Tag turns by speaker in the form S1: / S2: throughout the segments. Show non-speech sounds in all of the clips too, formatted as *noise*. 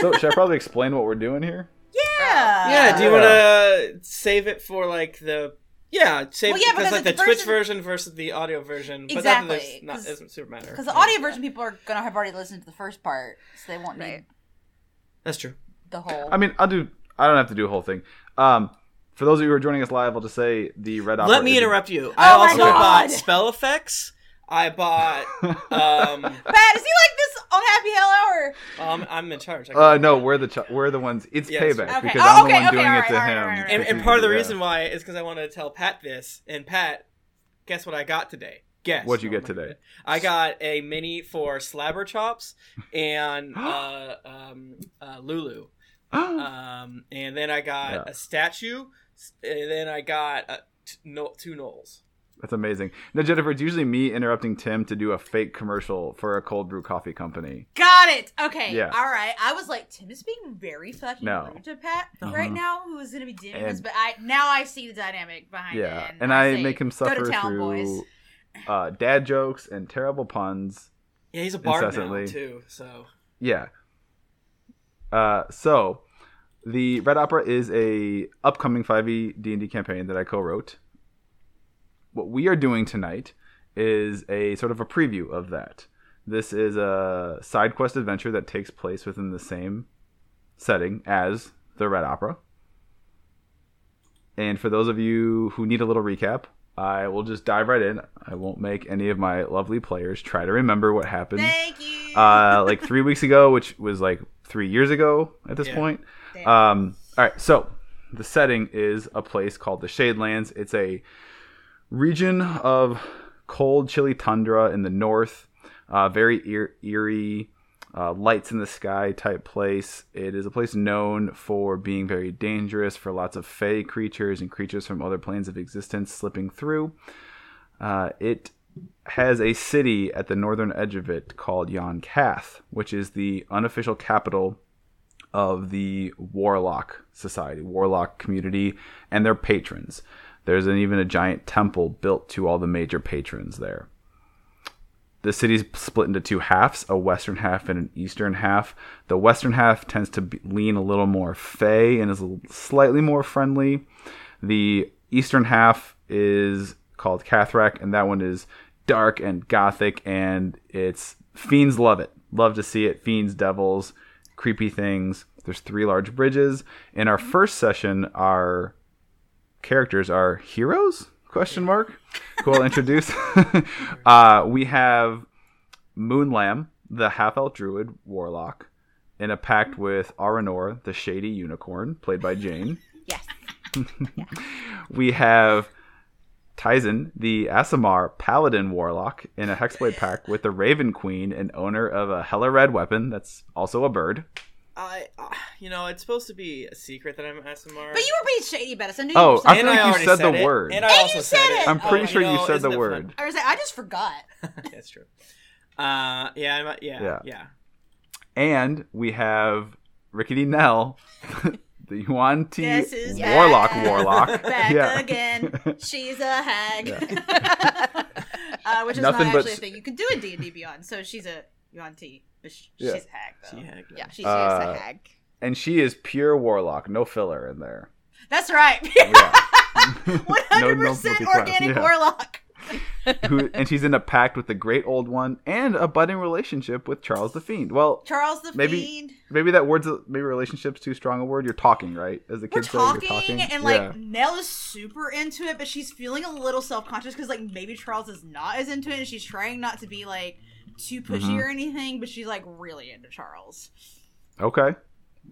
S1: So should I probably explain what we're doing here?
S2: Yeah.
S3: yeah, do you
S1: Yeah.
S3: want to save it for like the yeah, save
S2: Well,
S3: it
S2: yeah,
S3: because
S2: because
S3: like the
S2: it's
S3: Twitch
S2: version-
S3: version versus the audio version. But
S2: Exactly,
S3: that, does
S2: 'cause-
S3: not doesn't super matter.
S2: Because the audio version people are gonna have already listened to the first part, so they won't need
S4: Right.
S3: That's true.
S2: the whole.
S1: I mean, I'll do. I don't have to do a whole thing. Um, for those of you who are joining us live, I'll just say the red. Opera
S3: Let me
S1: is-
S3: interrupt you. I
S2: Oh my
S3: also
S2: God.
S3: bought spell effects.
S1: *laughs*
S3: I bought. Um,
S2: Pat, is he like this on Happy Hell Hour?
S3: um, I'm in charge. I can-
S1: Uh, no, we're the ch- we're the ones. It's
S3: Yes.
S1: payback
S2: Okay.
S1: because
S2: Oh,
S1: I'm the
S2: okay,
S1: one
S2: okay,
S1: doing
S4: all
S1: it
S4: right,
S1: to
S4: all right,
S1: him.
S4: all right, all right.
S3: and,
S1: because
S3: and
S1: he-
S3: part of the
S1: yeah.
S3: reason why is because I want to tell Pat this. And Pat, guess what I got today? Guess
S1: What'd you
S3: Oh
S1: get
S3: my
S1: today?
S3: I got a mini for slabber chops
S1: *gasps*
S3: and uh, um, uh, Lulu,
S1: *laughs*
S3: um, and then I got
S1: Yeah.
S3: a statue, s- and then I got uh t- no- two knolls.
S1: That's amazing. No, Jennifer, it's usually me interrupting Tim to do a fake commercial for a cold brew coffee company.
S4: Got it. Okay.
S1: Yeah.
S4: All right. I was like, Tim is being very fucking
S1: No.
S4: rude to Pat
S1: Uh-huh.
S4: right now, who is going to be doing this.
S1: And-
S4: But I now I see the dynamic behind
S1: yeah,
S4: it.
S1: and I
S4: say,
S1: make him
S4: Go
S1: suffer
S4: to town,
S1: through
S4: boys.
S1: uh, dad jokes and terrible puns.
S3: Yeah, he's a bard now
S1: Incessantly.
S3: too. So
S1: Yeah. Uh, so, the Red Opera is a upcoming E 5e D&D campaign that I co-wrote. What we are doing tonight is a sort of a preview of that. This is a side quest adventure that takes place within the same setting as the Red Opera. And for those of you who need a little recap, I will just dive right in. I won't make any of my lovely players try to remember what happened
S4: Thank you.
S1: uh, like three weeks ago, which was like three years ago at this
S3: Yeah.
S1: point.
S4: Damn.
S1: Um, all right, so the setting is a place called the Shadelands. It's a region of cold, chilly tundra in the north. Uh, very eer- eerie, uh, lights in the sky type place. It is a place known for being very dangerous, for lots of fey creatures and creatures from other planes of existence slipping through. Uh, it has a city at the northern edge of it called Yon Kath, which is the unofficial capital of the Warlock Society, Warlock community, and their patrons. There's an, even a giant temple built to all the major patrons there. The city's split into two halves, a western half and an eastern half. The western half tends to be, lean a little more fey and is a l- slightly more friendly. The eastern half is called Cathrak, and that one is dark and gothic, and it's fiends love it. Love to see it. Fiends, devils, creepy things. There's three large bridges. In our first session, our characters are heroes? Question mark. Who I'll introduce. *laughs* uh, we have Moonlam, the half elf druid warlock, in a pact with Aranor, the shady unicorn, played by Jane
S4: yes.
S1: *laughs* we have Tizen, the Asimar Paladin Warlock, in a Hexblade pack with the Raven Queen and owner of a Hella Red weapon that's also a bird.
S3: I, uh, you know, it's supposed to be a secret that I'm SMR.
S2: But you were being shady about it, so I knew
S1: Oh,
S2: you were
S1: I
S2: saying
S1: feel
S3: and
S1: like you
S3: already
S1: said the
S3: it,
S1: word.
S3: And I
S2: And
S3: also
S2: you said it!
S3: *laughs*
S1: I'm
S2: Oh,
S1: pretty
S2: you
S1: sure you
S3: know,
S1: said
S3: isn't
S1: the
S3: it
S1: word.
S3: fun?
S2: I was like, I just forgot.
S3: *laughs* That's true. Uh, yeah, I'm, yeah, yeah,
S1: Yeah. And we have Rickety Nell, *laughs* the Yuan Ti
S4: This is
S1: Warlock
S4: bad. *laughs*
S1: Warlock.
S4: Back
S1: Yeah.
S4: again. She's a hag. *laughs* uh, which is
S1: Nothing
S2: not
S1: but
S4: actually a
S1: s-
S4: thing you can do in D and D Beyond. So she's a Yuan-Ti, but sh-
S1: Yeah.
S4: she's a hag though.
S3: Yeah,
S1: *laughs*
S4: Yeah, she's
S1: Uh,
S4: a hag.
S1: And she is pure Warlock, no filler
S4: *laughs*
S1: in there.
S4: That's right.
S1: Yeah. *laughs*
S4: One
S1: No-
S4: hundred
S1: no
S4: percent
S1: multi-class,
S4: organic
S1: yeah.
S4: warlock.
S1: Who, and she's in a pact with the Great Old One and a budding relationship with Charles the Fiend. Well,
S4: Charles the
S1: Maybe-
S4: Fiend.
S1: Maybe that word's a, maybe relationship's too strong a word. You're talking, right? As the
S4: We're
S1: kids say, you're
S4: talking,
S1: talking.
S4: and like Nell is super into it, but she's feeling a little self conscious because like maybe Charles is not as into it, and she's trying not to be like too pushy
S1: Mhm.
S4: or anything, but she's like really into Charles.
S1: yeah. okay,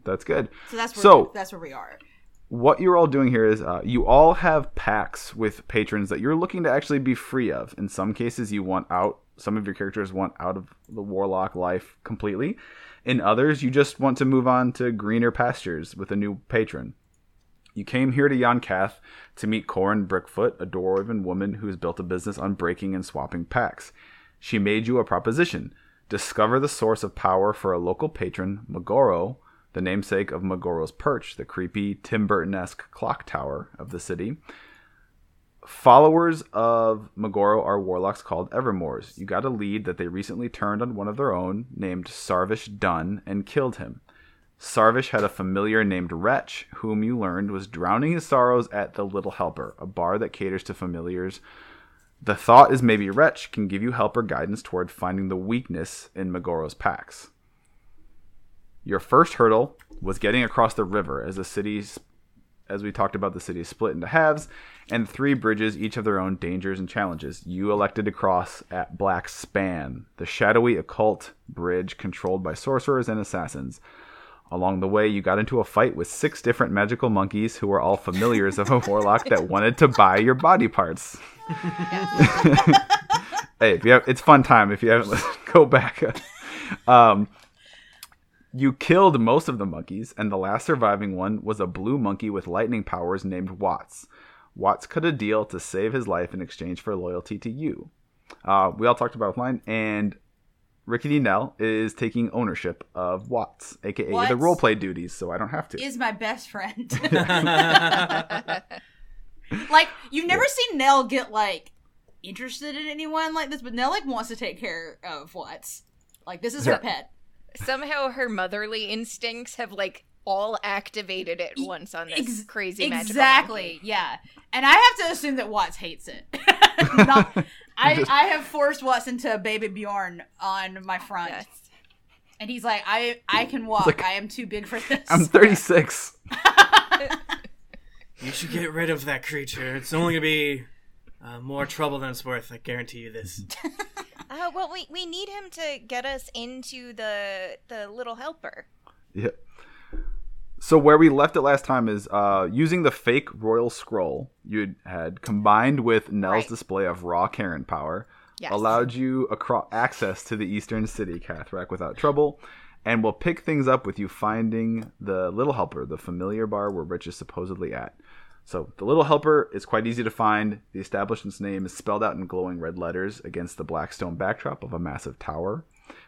S1: that's good.
S4: So that's where
S1: So-
S4: that's where we are.
S1: What you're all doing here is uh, you all have pacts with patrons that you're looking to actually be free of. In some cases, you want out. Some of your characters want out of the warlock life completely. In others, you just want to move on to greener pastures with a new patron. You came here to Yonkath to meet Corin Brickfoot, a dwarven woman who has built a business on breaking and swapping packs. She made you a proposition. Discover the source of power for a local patron, Magoro, the namesake of Magoro's Perch, the creepy Tim Burton esque clock tower of the city. Followers of Magoro are warlocks called Evermores. You got a lead that they recently turned on one of their own named Sarvish Dunn and killed him. Sarvish had a familiar named Wretch, whom you learned was drowning his sorrows at the Little Helper, a bar that caters to familiars. The thought is maybe Wretch can give you help or guidance toward finding the weakness in Megoro's packs. Your first hurdle was getting across the river as the city's as we talked about the city is split into halves and three bridges each have their own dangers and challenges you elected to cross at black span the shadowy occult bridge controlled by sorcerers and assassins along the way you got into a fight with six different magical monkeys who were all familiars of a warlock that wanted to buy your body parts hey if you have, it's fun time if you haven't *laughs* listened go back um, you killed most of the monkeys, and the last surviving one was a blue monkey with lightning powers named Watts. Watts cut a deal to save his life in exchange for loyalty to you. Uh, we all talked about offline, and Rickety Nell is taking ownership of Watts, aka
S2: Watts
S1: the roleplay duties, so I don't have to.
S2: Is my best
S1: *laughs*
S2: friend. *laughs* like you've never seen Nell get like interested in anyone like this, but Nell like wants to take care of Watts. Like this is
S1: Yeah.
S2: her pet.
S5: *laughs* Somehow her motherly instincts have like all activated at
S2: E-
S5: once on this
S2: ex-
S5: crazy magical
S2: exactly. Yeah, and I have to assume that Watts hates it. *laughs*
S1: *laughs*
S2: Not- I I have forced Watts into baby Bjorn on my front,
S5: monkey.
S2: and he's like, I I can walk.
S1: like-
S2: I am too big for this. *laughs*
S1: I'm 36.
S3: *laughs* You should get rid of that creature. It's only gonna be uh, more trouble than it's worth. I guarantee you this.
S5: Uh, well, we, we need him to get us into the the little helper.
S1: Yeah. So where we left it last time is uh, using the fake royal scroll you had combined with Nell's
S5: Right.
S1: display of raw Karen power
S5: Yes.
S1: allowed you acro- access to the eastern city Cathrak without trouble, and will pick things up with you finding the Little Helper, the familiar bar where Rich is supposedly at. So the Little Helper is quite easy to find. The establishment's name is spelled out in glowing red letters against the black stone backdrop of a massive tower.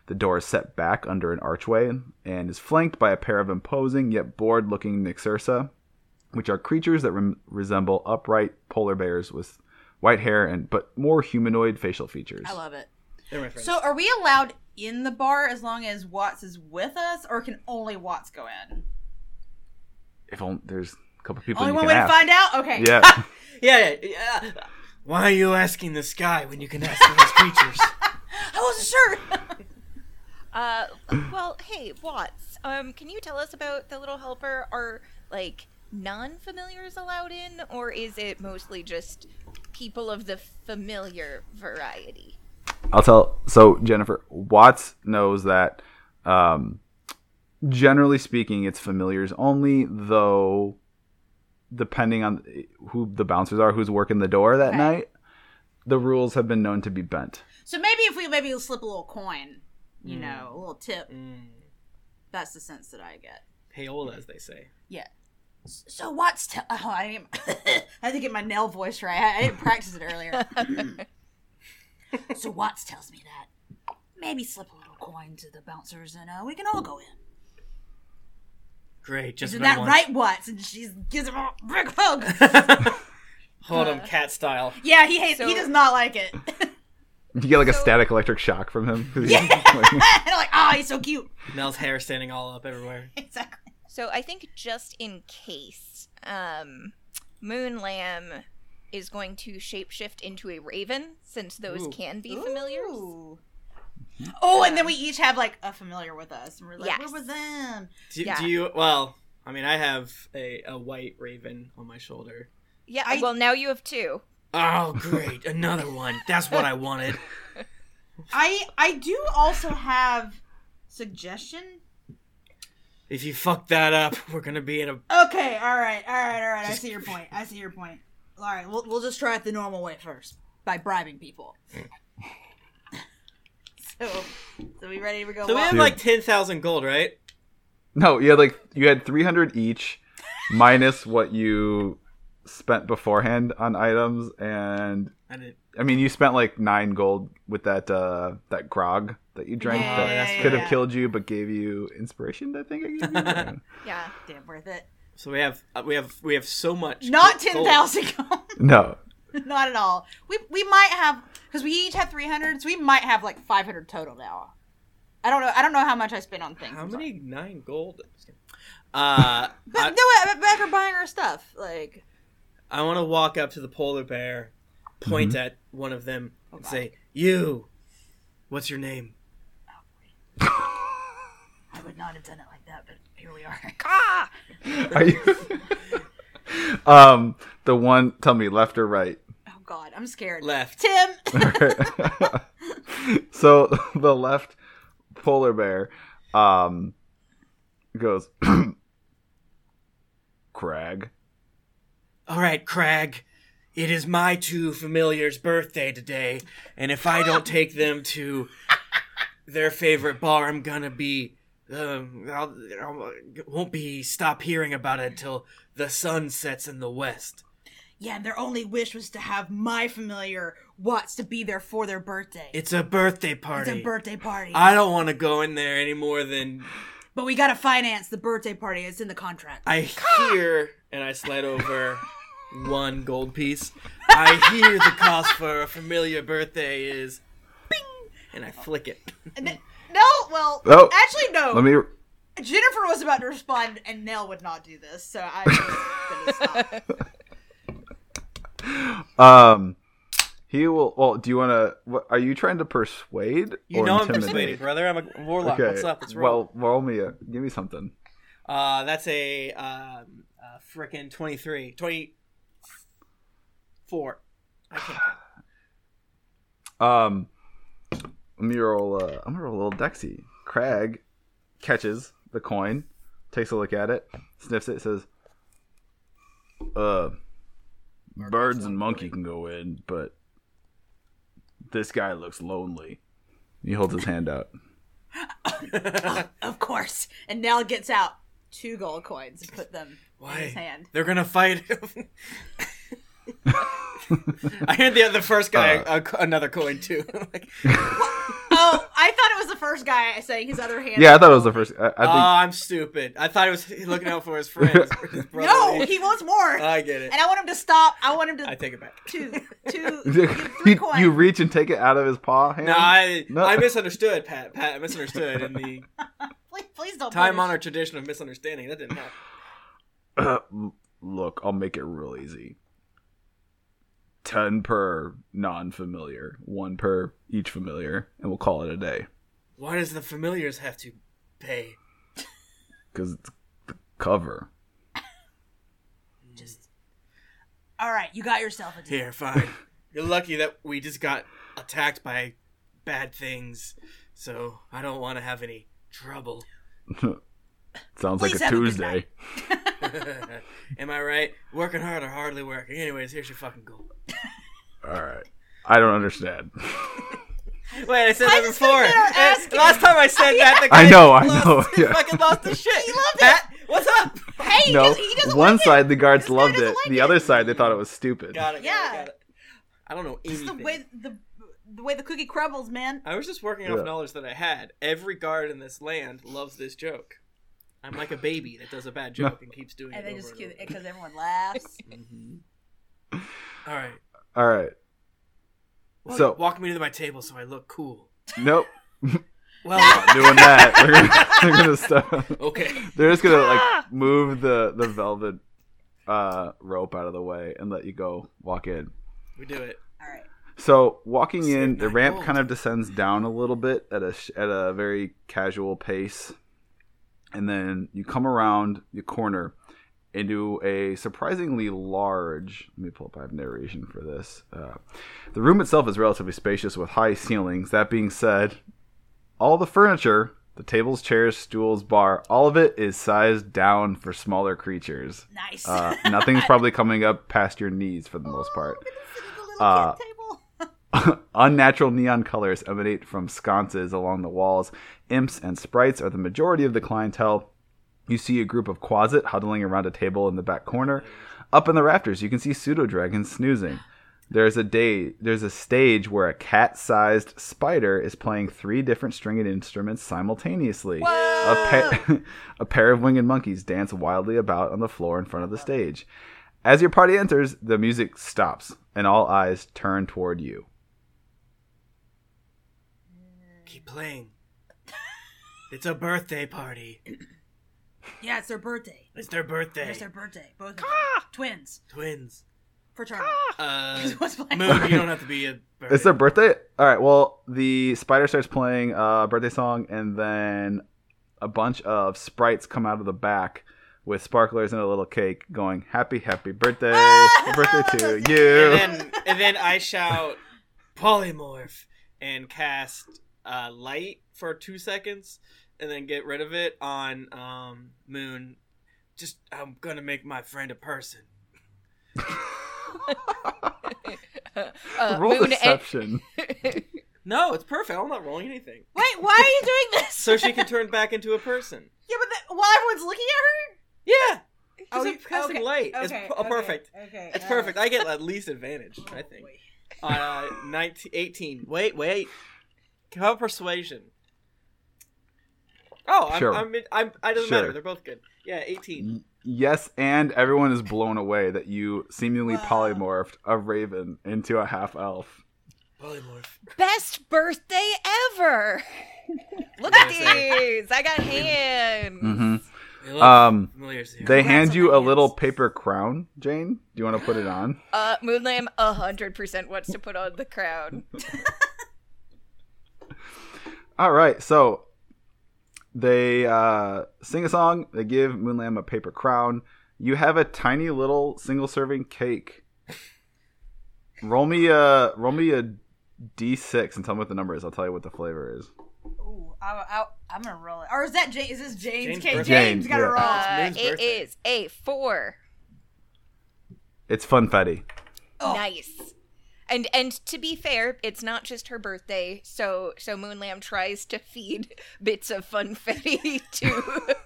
S1: The door is set back under an archway and is flanked by a pair of imposing yet bored looking Nyxursa, which are creatures that rem- resemble upright polar bears with white hair and but more humanoid facial features.
S2: I love it.
S3: They're my friends.
S2: So, are we allowed in the bar as long as Watts is with us, or can only Watts go in?
S1: if only there's a couple people
S2: only
S1: you
S2: one
S1: can
S2: way
S1: ask.
S2: to find out. Okay. *laughs*
S1: Yeah.
S3: yeah, yeah, yeah. Why are you asking this guy when you can ask those creatures?
S2: I wasn't sure.
S5: *laughs* Uh, well, hey Watts, um, can you tell us about the little helper? Are like non-familiars allowed in, or is it mostly just people of the familiar variety?
S1: I'll tell. So Jennifer Watts knows that. Um, generally speaking, it's familiars only, though. Depending on who the bouncers are, who's working the door that
S2: Okay.
S1: night, the rules have been known to be bent.
S2: so maybe if we maybe slip a little coin, you know, a little tip.
S3: Mm,
S2: That's the sense that I get.
S3: payola, as they say.
S2: Yeah. S- So Watts, tell oh, I didn't. *laughs* I had to get my nail voice right. I, I didn't practice it earlier. so Watts tells me that maybe slip a little coin to the bouncers, and uh, we can all go in.
S3: Great, just
S2: Isn't
S3: for
S2: that
S3: once.
S2: right, Watts? And she gives him a big hug.
S3: *laughs* Hold
S2: Uh.
S3: him, cat style.
S2: Yeah, he hates. he
S5: So-
S2: does not like it. *laughs* and
S1: You get like a
S5: So-
S1: static electric shock from him. 'cause he-
S2: I'm like, oh, he's so cute. *laughs*
S3: Mel's hair standing all up everywhere.
S2: Exactly.
S5: So I think just in case, um, Moon Lamb is going to shapeshift into a raven, since those
S3: Ooh.
S5: can be familiars.
S2: Oh, and then we each have like a familiar with us, and we're like,
S5: Yes.
S2: we're with them.
S3: Do,
S5: Yeah.
S3: do you? Well, I mean, I have a, a white raven on my shoulder.
S5: Yeah.
S2: I-
S5: Well, now you have two.
S3: Oh,
S2: *laughs*
S3: great, another one. That's what I wanted.
S2: I I do also have suggestion.
S3: If you fuck that up, we're gonna be in a
S2: Okay, all right, all right, all right. I see your point. I see your point. All right, we'll we'll just try it the normal way first by bribing people. *laughs* so, so we ready to go?
S3: So we have
S2: Walt?
S3: like ten thousand gold, right?
S1: *laughs* no, you had like you had three hundred each, minus what you spent beforehand on items, and
S3: I didn't.
S1: I mean, you spent like nine gold with that uh that grog that you drank
S2: Yeah,
S1: that
S3: yeah,
S1: could
S2: yeah.
S1: have killed you, but gave you inspiration. I think I gave you.
S5: Yeah.
S2: damn worth it.
S3: So we have uh, we have we have so much.
S2: Not ten
S3: gold.
S2: thousand.
S1: no,
S2: *laughs*
S1: *laughs*
S2: Not at all. We we might have because we each had three hundred, so we might have like five hundred total now. I don't know. I don't know how much I spent on things.
S3: How
S2: I'm sorry.
S3: many nine gold? I'm just kidding.
S2: *laughs*
S3: Uh,
S2: But
S3: I,
S2: no, I- but back for buying our stuff. Like,
S3: I want to walk up to the polar bear, point at one of them,
S2: Oh,
S3: and say, "You, what's your name?"
S2: I would not have done it like that, but here we are.
S5: Ah!
S1: Are you? *laughs* um, the one. Tell me, left or right? *laughs*
S2: Oh God, I'm scared.
S3: Left.
S2: Tim,
S1: so *laughs* the left polar bear um goes *clears throat* crag
S3: All right, Crag. It is my two familiars' birthday today, and if I
S2: *laughs*
S3: don't take them to their favorite bar, I'm gonna be. Um, I'll, I'll, won't be stop hearing about it until the sun sets in the west.
S2: yeah, and their only wish was to have my familiar Watts to be there for their birthday.
S3: It's a birthday party.
S2: It's a birthday party,
S3: I don't want to go in there any more than
S2: but we gotta finance the birthday party. It's in the contract.
S3: I hear, and I slide over one gold piece. I hear the cost for a familiar birthday is, bing, and I flick it.
S1: *laughs*
S2: no, well,
S1: Oh,
S2: actually, no.
S1: let me
S2: Jennifer was about to respond, and Nell would not do this, so
S1: *laughs*
S2: I'm just gonna stop.
S1: um he will well do you want to what are you trying to persuade
S3: You
S1: or
S3: know I'm
S1: intimidate?
S3: persuading, brother. I'm a warlock.
S1: okay
S3: What's up? It's roll.
S1: well roll me a give me something
S3: uh, that's a um, uh, frickin' 23. 24. I can't.
S1: um let me roll uh i'm gonna roll a little dexy crag catches the coin takes a look at it sniffs it says uh birds and monkey can go in but this guy looks lonely he holds his hand out
S2: Of course, and Nell gets out two gold coins and put them
S3: Why?
S2: in his hand.
S3: They're gonna fight.
S1: *laughs*
S3: I hand the other first guy
S1: Uh.
S3: a- a- another coin too. *laughs* Like,
S2: Oh, I thought it was the first guy saying his other hand.
S1: yeah i thought it was the first i, I think
S3: oh, I'm stupid. I thought he was looking out for his
S1: *laughs*
S3: friends. his brother.
S2: No, he wants more,
S1: Uh,
S2: and
S3: I get it.
S2: I want him to stop. I want him to
S3: I take it back. *laughs*
S2: two, *laughs* two,
S1: *laughs* you,
S2: give three coins.
S1: you reach and take it out of his paw hand.
S3: No, I,
S1: No.
S3: I misunderstood, Pat. Pat, I misunderstood in *laughs* the
S2: please, please don't.
S3: time
S2: punish.
S3: honored tradition of misunderstanding. That didn't happen.
S1: *clears throat* Look, I'll make it real easy. Ten per non-familiar, one per each familiar, and we'll call it a day.
S3: Why does the familiars have to pay?
S1: Because it's the cover.
S2: All right, you got yourself a deal.
S3: Here, fine. You're lucky that we just got attacked by bad things, so I don't want to have any trouble. *laughs*
S1: Sounds
S2: Please
S1: like a
S2: have a good
S1: Tuesday.
S2: night.
S3: Am I right? Working hard or hardly working? Anyways, here's your fucking goal.
S1: All right. I don't understand.
S3: Wait, I said that
S2: just think
S3: before.
S2: they are
S3: *laughs* Eh,
S2: asking-
S3: last time I *laughs* said that, the guy
S1: I know, I
S3: lost-
S1: know, yeah.
S3: fucking lost *laughs* his shit. He loved Pat, it. What's up?
S2: Hey,
S1: no,
S2: he, does, he doesn't
S1: one
S2: like it.
S1: side the guards
S2: This guy
S1: loved it.
S2: doesn't like
S1: the
S2: it.
S1: other side they thought it was stupid.
S3: Got it. Got it,
S2: Yeah.
S3: got it. I don't know
S2: It's the
S3: anything.
S2: way the the way the cookie crumbles, man.
S3: I was just working off
S1: Yeah.
S3: knowledge that I had. Every guard in this land loves this joke. I'm like a baby that does a bad joke and keeps doing
S2: And
S3: it.
S2: they
S3: over
S2: just
S3: and
S2: cute
S3: *laughs*
S2: because everyone laughs.
S3: over. Mm-hmm. All right.
S1: All right.
S3: Well,
S1: So-
S3: walk me to my table so I look cool.
S1: Nope.
S3: Well,
S2: *laughs*
S3: *laughs*
S1: Doing that. We're gonna, *laughs* we're gonna stop.
S3: okay.
S1: They're just gonna like move the the velvet uh rope out of the way and let you go walk in.
S3: We do it.
S2: All right.
S1: So walking in,
S3: Save
S1: the
S3: my
S1: ramp
S3: gold.
S1: kind of descends down a little bit at a sh- at a very casual pace, and then you come around the corner into a surprisingly large. Let me pull up. I have narration for this. Uh, the room itself is relatively spacious with high ceilings. That being said, all the furniture. The tables, chairs, stools, bar, all of it is sized down for smaller creatures.
S2: Nice. *laughs*
S1: Uh, nothing's probably coming up past your knees for the most part.
S2: Sitting at the little
S1: uh,
S2: kid table.
S1: *laughs* Unnatural neon colors emanate from sconces along the walls. Imps and sprites are the majority of the clientele. You see a group of quasit huddling around a table in the back corner. Up in the rafters, you can see pseudo dragons snoozing. There's a day. There's a stage where a cat-sized spider is playing three different stringed instruments simultaneously. A pair, *laughs* a pair of winged monkeys dance wildly about on the floor in front of the stage. As your party enters, the music stops and all eyes turn toward you.
S3: Keep playing. It's a birthday party.
S2: Yeah, it's their birthday.
S3: It's their birthday. Ah!
S2: It's their birthday. Both of them. twins *laughs*
S3: Twins.
S2: for Charlie. *laughs*
S3: Uh,
S2: What's my-
S3: Moon, you don't have to be a
S1: *laughs*
S3: birthday.
S1: It's their birthday. All right. Well, the spider starts playing a birthday song, and then a bunch of sprites come out of the back with sparklers and a little cake, going "Happy, happy birthday,
S2: *laughs*
S1: happy birthday to you." *laughs*
S3: and then and then I shout polymorph and cast uh, light for two seconds, and then get rid of it on um, Moon. Just I'm gonna make my friend a person.
S5: *laughs* uh,
S1: Roll
S5: Moon
S1: deception.
S5: and-
S3: No, it's perfect. I'm not rolling anything,
S2: Wait, why are you doing this? *laughs*
S3: so she can turn back into a person.
S2: yeah, but the, while everyone's looking at her.
S3: Yeah,
S2: Oh,
S3: because I'm
S2: you-
S3: casting
S2: okay,
S3: light. it's
S2: okay,
S3: p-
S2: okay,
S3: perfect.
S2: Okay, uh,
S3: It's
S2: all
S3: perfect.
S2: right.
S3: I get at least advantage. I think.
S2: Boy.
S3: Uh, 19, 18. Wait, wait. How persuasion? Oh, I'm,
S1: Sure.
S3: I'm, I'm, I doesn't matter.
S1: Sure.
S3: They're both good. Yeah, 18.
S1: yes, and everyone is blown away that you seemingly
S2: Wow.
S1: polymorphed a raven into a half elf.
S3: Polymorph.
S5: *laughs* Best birthday
S3: *laughs*
S5: ever! Look at these! I got hands!
S1: hmm Um,
S3: familiars here.
S1: they
S2: Congrats
S1: hand
S2: on
S1: you
S2: my
S1: a little
S2: hands.
S1: paper crown, Jane. Do you want to put it on?
S5: Uh, Moonlam 100% wants to put on the crown.
S1: All right, so they uh, sing a song. They give Moonlam a paper crown. You have a tiny little single serving cake. roll me a roll me a d six and tell me what the number is. I'll tell you what the flavor is.
S2: Ooh, I, I, am gonna roll it. Or is that James? Is this James?
S3: James'
S2: okay,
S3: birthday.
S2: James
S1: James,
S2: gotta
S1: yeah.
S2: roll.
S5: Uh,
S3: Moon's
S5: it
S3: birthday.
S5: is a four.
S1: It's funfetti.
S2: Oh.
S5: Nice. And and to be fair, it's not just her birthday, so so Moonlam tries to feed *laughs* bits of funfetti *laughs* to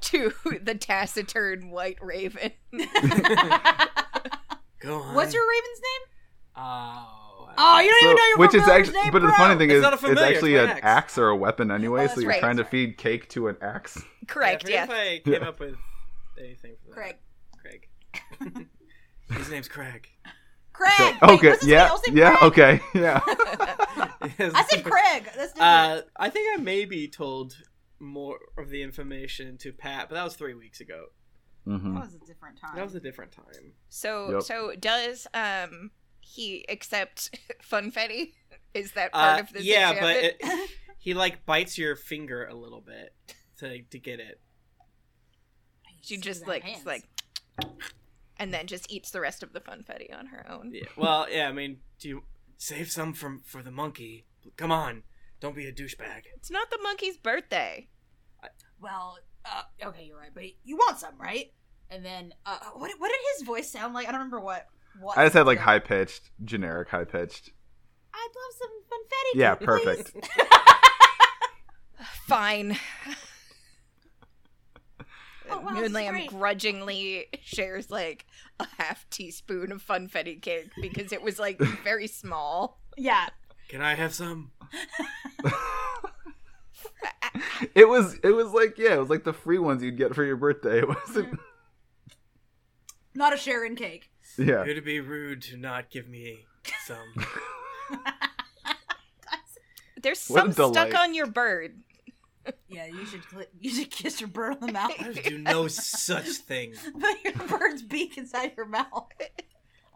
S5: to the taciturn white raven. *laughs*
S2: *laughs*
S3: Go on.
S2: What's your Raven's name?
S3: Oh,
S2: Oh, you don't
S1: So-
S2: even know your
S1: which is
S2: familiar's
S1: actually,
S2: name,
S1: but
S2: bro. Oh,
S1: the funny thing
S3: It's
S1: is,
S3: not a
S1: it's,
S3: familiar, it's
S1: actually
S3: my
S1: an
S3: axe.
S1: axe. or a weapon anyway. so
S2: that's
S1: you're
S5: right,
S1: trying to
S2: that's
S1: feed cake to an
S2: *laughs*
S1: axe.
S5: Correct,
S3: yeah, I
S5: yes.
S3: forget if I came up with anything for that.
S2: Craig.
S3: Craig. *laughs* His name's *laughs* Craig.
S2: Craig. Wait,
S1: Okay,
S2: what's his name?
S1: yeah,
S2: I'll say
S1: yeah,
S2: Craig.
S1: okay,
S2: *laughs*
S1: yeah.
S2: I said Craig. That's different.
S3: Uh, I think I maybe told more of the information to Pat, but that was three weeks ago.
S1: hmm
S2: that was a different time.
S3: That was a different time.
S5: So
S1: Yep.
S5: so does um he accept *laughs* funfetti? Is that part
S3: Uh,
S5: of this?
S3: yeah, but
S5: enchantment?
S3: it, he like bites your finger a little bit to to get it.
S5: *laughs* she just like it's like and then just eats the rest of the funfetti on her own.
S3: Yeah. *laughs* Well, yeah. I mean, do you save some from for the monkey? Come on, don't be a douchebag.
S5: It's not the monkey's birthday.
S2: well, uh, okay, you're right, but you want some, right? And then, uh, what, what did his voice sound like? I don't remember what. what
S1: I just had like
S2: Yeah.
S1: high pitched, generic high pitched.
S2: I'd love some funfetti.
S1: Yeah,
S2: please.
S1: perfect.
S5: Fine.
S2: *laughs* Oh, wow, this is
S5: Moonlam
S2: great.
S5: grudgingly *laughs* shares like a half teaspoon of funfetti cake because it
S1: *laughs*
S5: was like very small.
S2: Yeah,
S3: Can I have some?
S1: *laughs* It was it was like yeah, it was like the free ones you'd get for your birthday. *laughs* It wasn't
S2: *laughs* not a Sharon cake.
S1: yeah.
S3: It would be rude to not give me some.
S5: There's
S1: What
S5: some
S1: a
S5: stuck
S1: delight.
S5: on your bird.
S2: Yeah, you should cli you should kiss your bird on the mouth.
S3: I do no such thing.
S2: Put your *laughs* bird's beak inside your mouth. *laughs*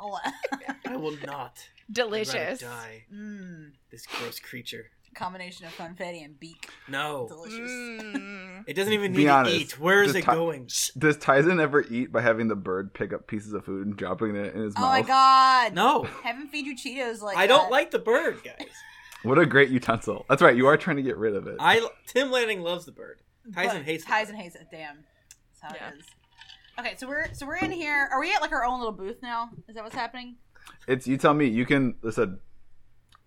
S2: Oh, uh,
S3: I will not. I'd rather
S5: Delicious.
S3: die.
S2: mm,
S3: This gross creature.
S2: combination of funfetti and beak.
S3: No.
S2: Delicious.
S5: Mm.
S3: It doesn't even
S1: Be
S3: need
S1: honest.
S3: to eat. Where is
S1: Just
S3: it
S1: ta-
S3: going?
S1: Does Tyson ever eat by having the bird pick up pieces of food and dropping it in his
S2: Oh
S1: mouth?
S2: my god.
S3: No.
S2: Have him feed you Cheetos like
S3: I don't
S2: that.
S3: like the bird, guys.
S1: What a great utensil. That's right, you are trying to get rid of it.
S3: I Tim Lanning loves the bird. Tyson
S2: But
S3: hates the
S2: Tyson
S3: bird.
S2: hates it. Damn. That's how
S5: Yeah.
S2: it is. Okay, so we're so we're in here. Are we at like our own little booth now? Is that what's happening?
S1: It's you tell me. You can listen.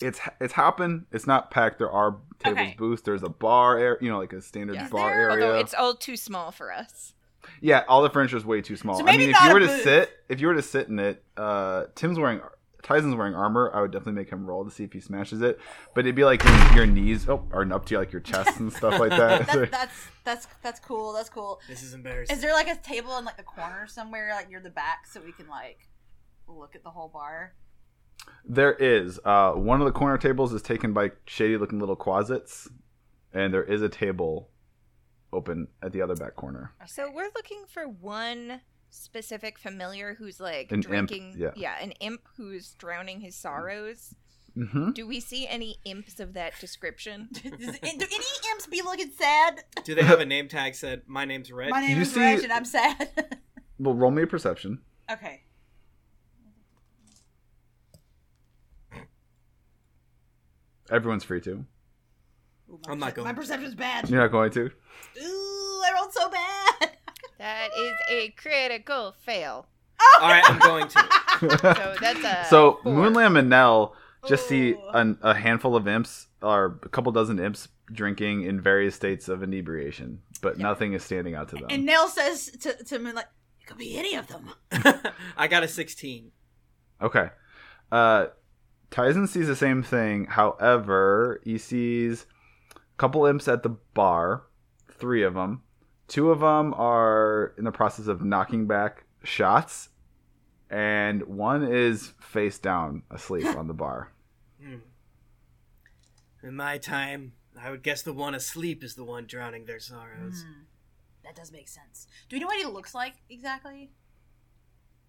S1: It's it's hopping. It's not packed. There are tables,
S2: Okay.
S1: booths. There's a bar area. You know, like a standard
S5: Yeah. Is
S1: bar
S2: there-
S1: area.
S5: Although it's all too small for us.
S1: Yeah, all the furniture is way too small.
S2: So
S1: I
S2: maybe
S1: mean, if
S2: not
S1: you
S2: a
S1: were to
S2: booth.
S1: sit, if you were to sit in it, uh, Tim's wearing, Tyson's wearing armor. I would definitely make him roll to see if he smashes it. But it'd be like your, your knees, oh, or up to like your chest and stuff like that. *laughs*
S2: *laughs* That's
S3: *laughs*
S2: that's that's that's cool. That's cool.
S3: This is embarrassing.
S2: Is there like a table in like the corner somewhere, like near the back, so we can like look at the whole bar?
S1: there is uh, one of the corner tables is taken by shady looking little closets, and there is a table open at the other back corner.
S5: So we're looking for one specific familiar who's like
S1: An imp,
S5: drinking.
S1: yeah.
S5: an imp who's drowning his sorrows.
S1: Mm-hmm.
S5: Do we see any imps of that description?
S2: *laughs* Does, do any imps be looking sad?
S3: Do they have a name tag said my name's Red?
S2: My name
S1: You
S2: is
S1: see-
S2: Reg and I'm sad. *laughs*
S1: Well, roll me a perception.
S2: okay.
S1: Everyone's free to.
S2: Ooh,
S3: I'm not
S2: percep-
S3: going
S2: My
S3: to.
S2: perception's bad.
S1: You're not going
S2: *laughs*
S1: to. *laughs*
S2: Ooh, I rolled so bad.
S5: That is a critical fail.
S3: All right, I'm going to.
S5: So that's a
S1: *laughs* so
S5: four.
S1: Moonlam and Nell just see
S2: Ooh.
S1: an, a handful of imps or a couple dozen imps drinking in various states of inebriation, but nothing is standing out to them.
S2: And Nell says to, to me, like, it could be any of them.
S3: *laughs* I got a 16.
S1: Okay. Uh, Tyson sees the same thing. However, he sees a couple imps at the bar, three of them. Two of them are in the process of knocking back shots, and one is face down
S2: *laughs*
S1: asleep on the bar.
S3: Hmm. In my time, I would guess the one asleep is the one drowning their sorrows.
S2: Hmm. That does make sense. Do we know what he looks like exactly?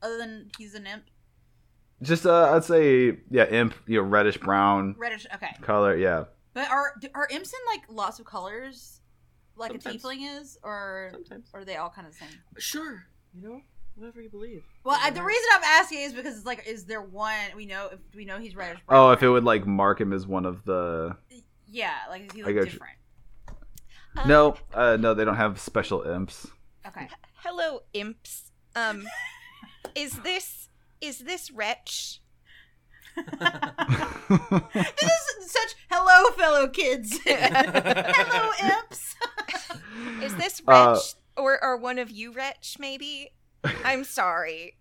S2: Other than he's an imp?
S1: Just, uh, I'd say, yeah, imp, you know, reddish brown
S2: Reddish. Okay.
S1: color. Yeah.
S2: But are do- are imps in like lots of colors, like
S3: Sometimes.
S2: a tiefling is, or
S3: Sometimes.
S2: or are they all kind of the same?
S3: Sure. Mm. You know, whatever you believe.
S2: Well, I, the
S3: *laughs*
S2: reason I'm asking is because it's like, is there one we know? If we know he's reddish
S1: Oh,
S2: brown,
S1: if it would like mark him as one of the
S2: yeah, like is he
S1: I
S2: like
S1: got you.
S2: different?
S5: Um,
S1: no, uh, no, they don't have special
S5: *laughs*
S1: imps.
S2: Okay,
S5: Hello, imps. Um, is this is this wretch?
S2: this is such hello, fellow
S3: *laughs*
S2: kids, hello imps.
S5: Is this wretch
S1: Uh,
S5: or or one of you wretch? Maybe. I'm sorry.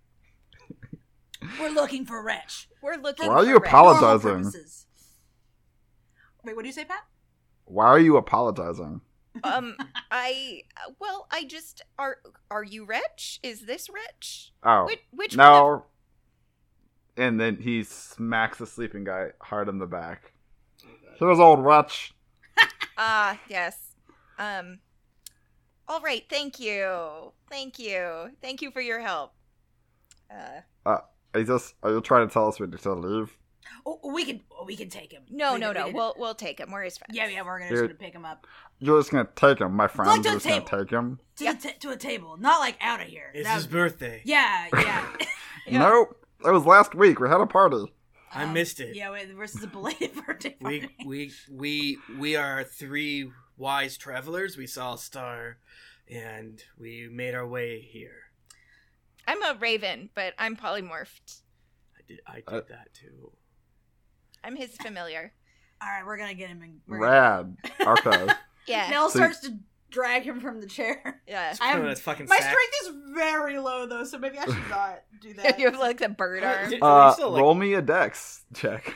S2: We're looking for wretch.
S1: *laughs*
S5: We're looking.
S1: Why are
S5: for
S1: you
S5: wretch.
S1: apolog-
S2: Normal
S1: Apologizing.
S2: purposes. Wait, what do you say, Pat?
S1: Why are you apologizing?
S5: Um, I well, I just are are you wretch? Is this wretch?
S1: Oh.
S5: Which which one of-
S1: No. And then he smacks the sleeping guy hard on the back. Here's old wretch.
S5: Ah, yes. Um. All right. Thank you. Thank you. Thank you for your help. Uh,
S1: Are you just are you trying to tell us we need to leave?
S2: Oh, we can oh, we can take him.
S5: no,
S2: We-
S5: no,
S2: we
S5: no.
S2: can-
S5: We'll we'll take him. We're his friends.
S2: yeah, yeah, we're gonna, just
S1: You're-
S2: gonna pick him up
S1: You're just gonna take him, my friend.
S2: Like to
S1: You're
S2: the
S1: just gonna
S2: table.
S1: take him.
S2: to
S5: Yeah.
S2: the t- to a table, not like out of here.
S3: It's
S2: That
S3: his
S2: would-
S3: birthday.
S2: yeah, yeah.
S3: *laughs*
S2: *laughs*
S5: Yeah.
S1: Nope. It was last week. We had a party.
S3: I
S2: Um,
S3: missed it.
S2: Yeah, wait, versus a belated birthday
S3: We
S2: party.
S3: we we we are three wise travelers. We saw a star and we made our way here.
S5: I'm a raven, but I'm polymorphed.
S3: I did I did
S1: Uh,
S3: that too.
S5: I'm his familiar.
S2: All right, we're gonna get him. In, we're gonna-
S1: Rad. Okay.
S5: *laughs* Yeah.
S2: Nell
S1: So-
S2: starts to drag him from the chair.
S5: *laughs* Yeah.
S2: I'm-
S3: Oh, that's fucking
S2: My
S3: sad. *laughs*
S2: strength is very low though, so maybe I
S1: *laughs*
S2: should not *laughs* do that.
S5: *laughs* you have like the bird
S3: *laughs*
S5: arm, *laughs*
S3: Did- are
S1: uh,
S3: you still, like-
S1: roll me a dex
S3: *laughs*
S1: check.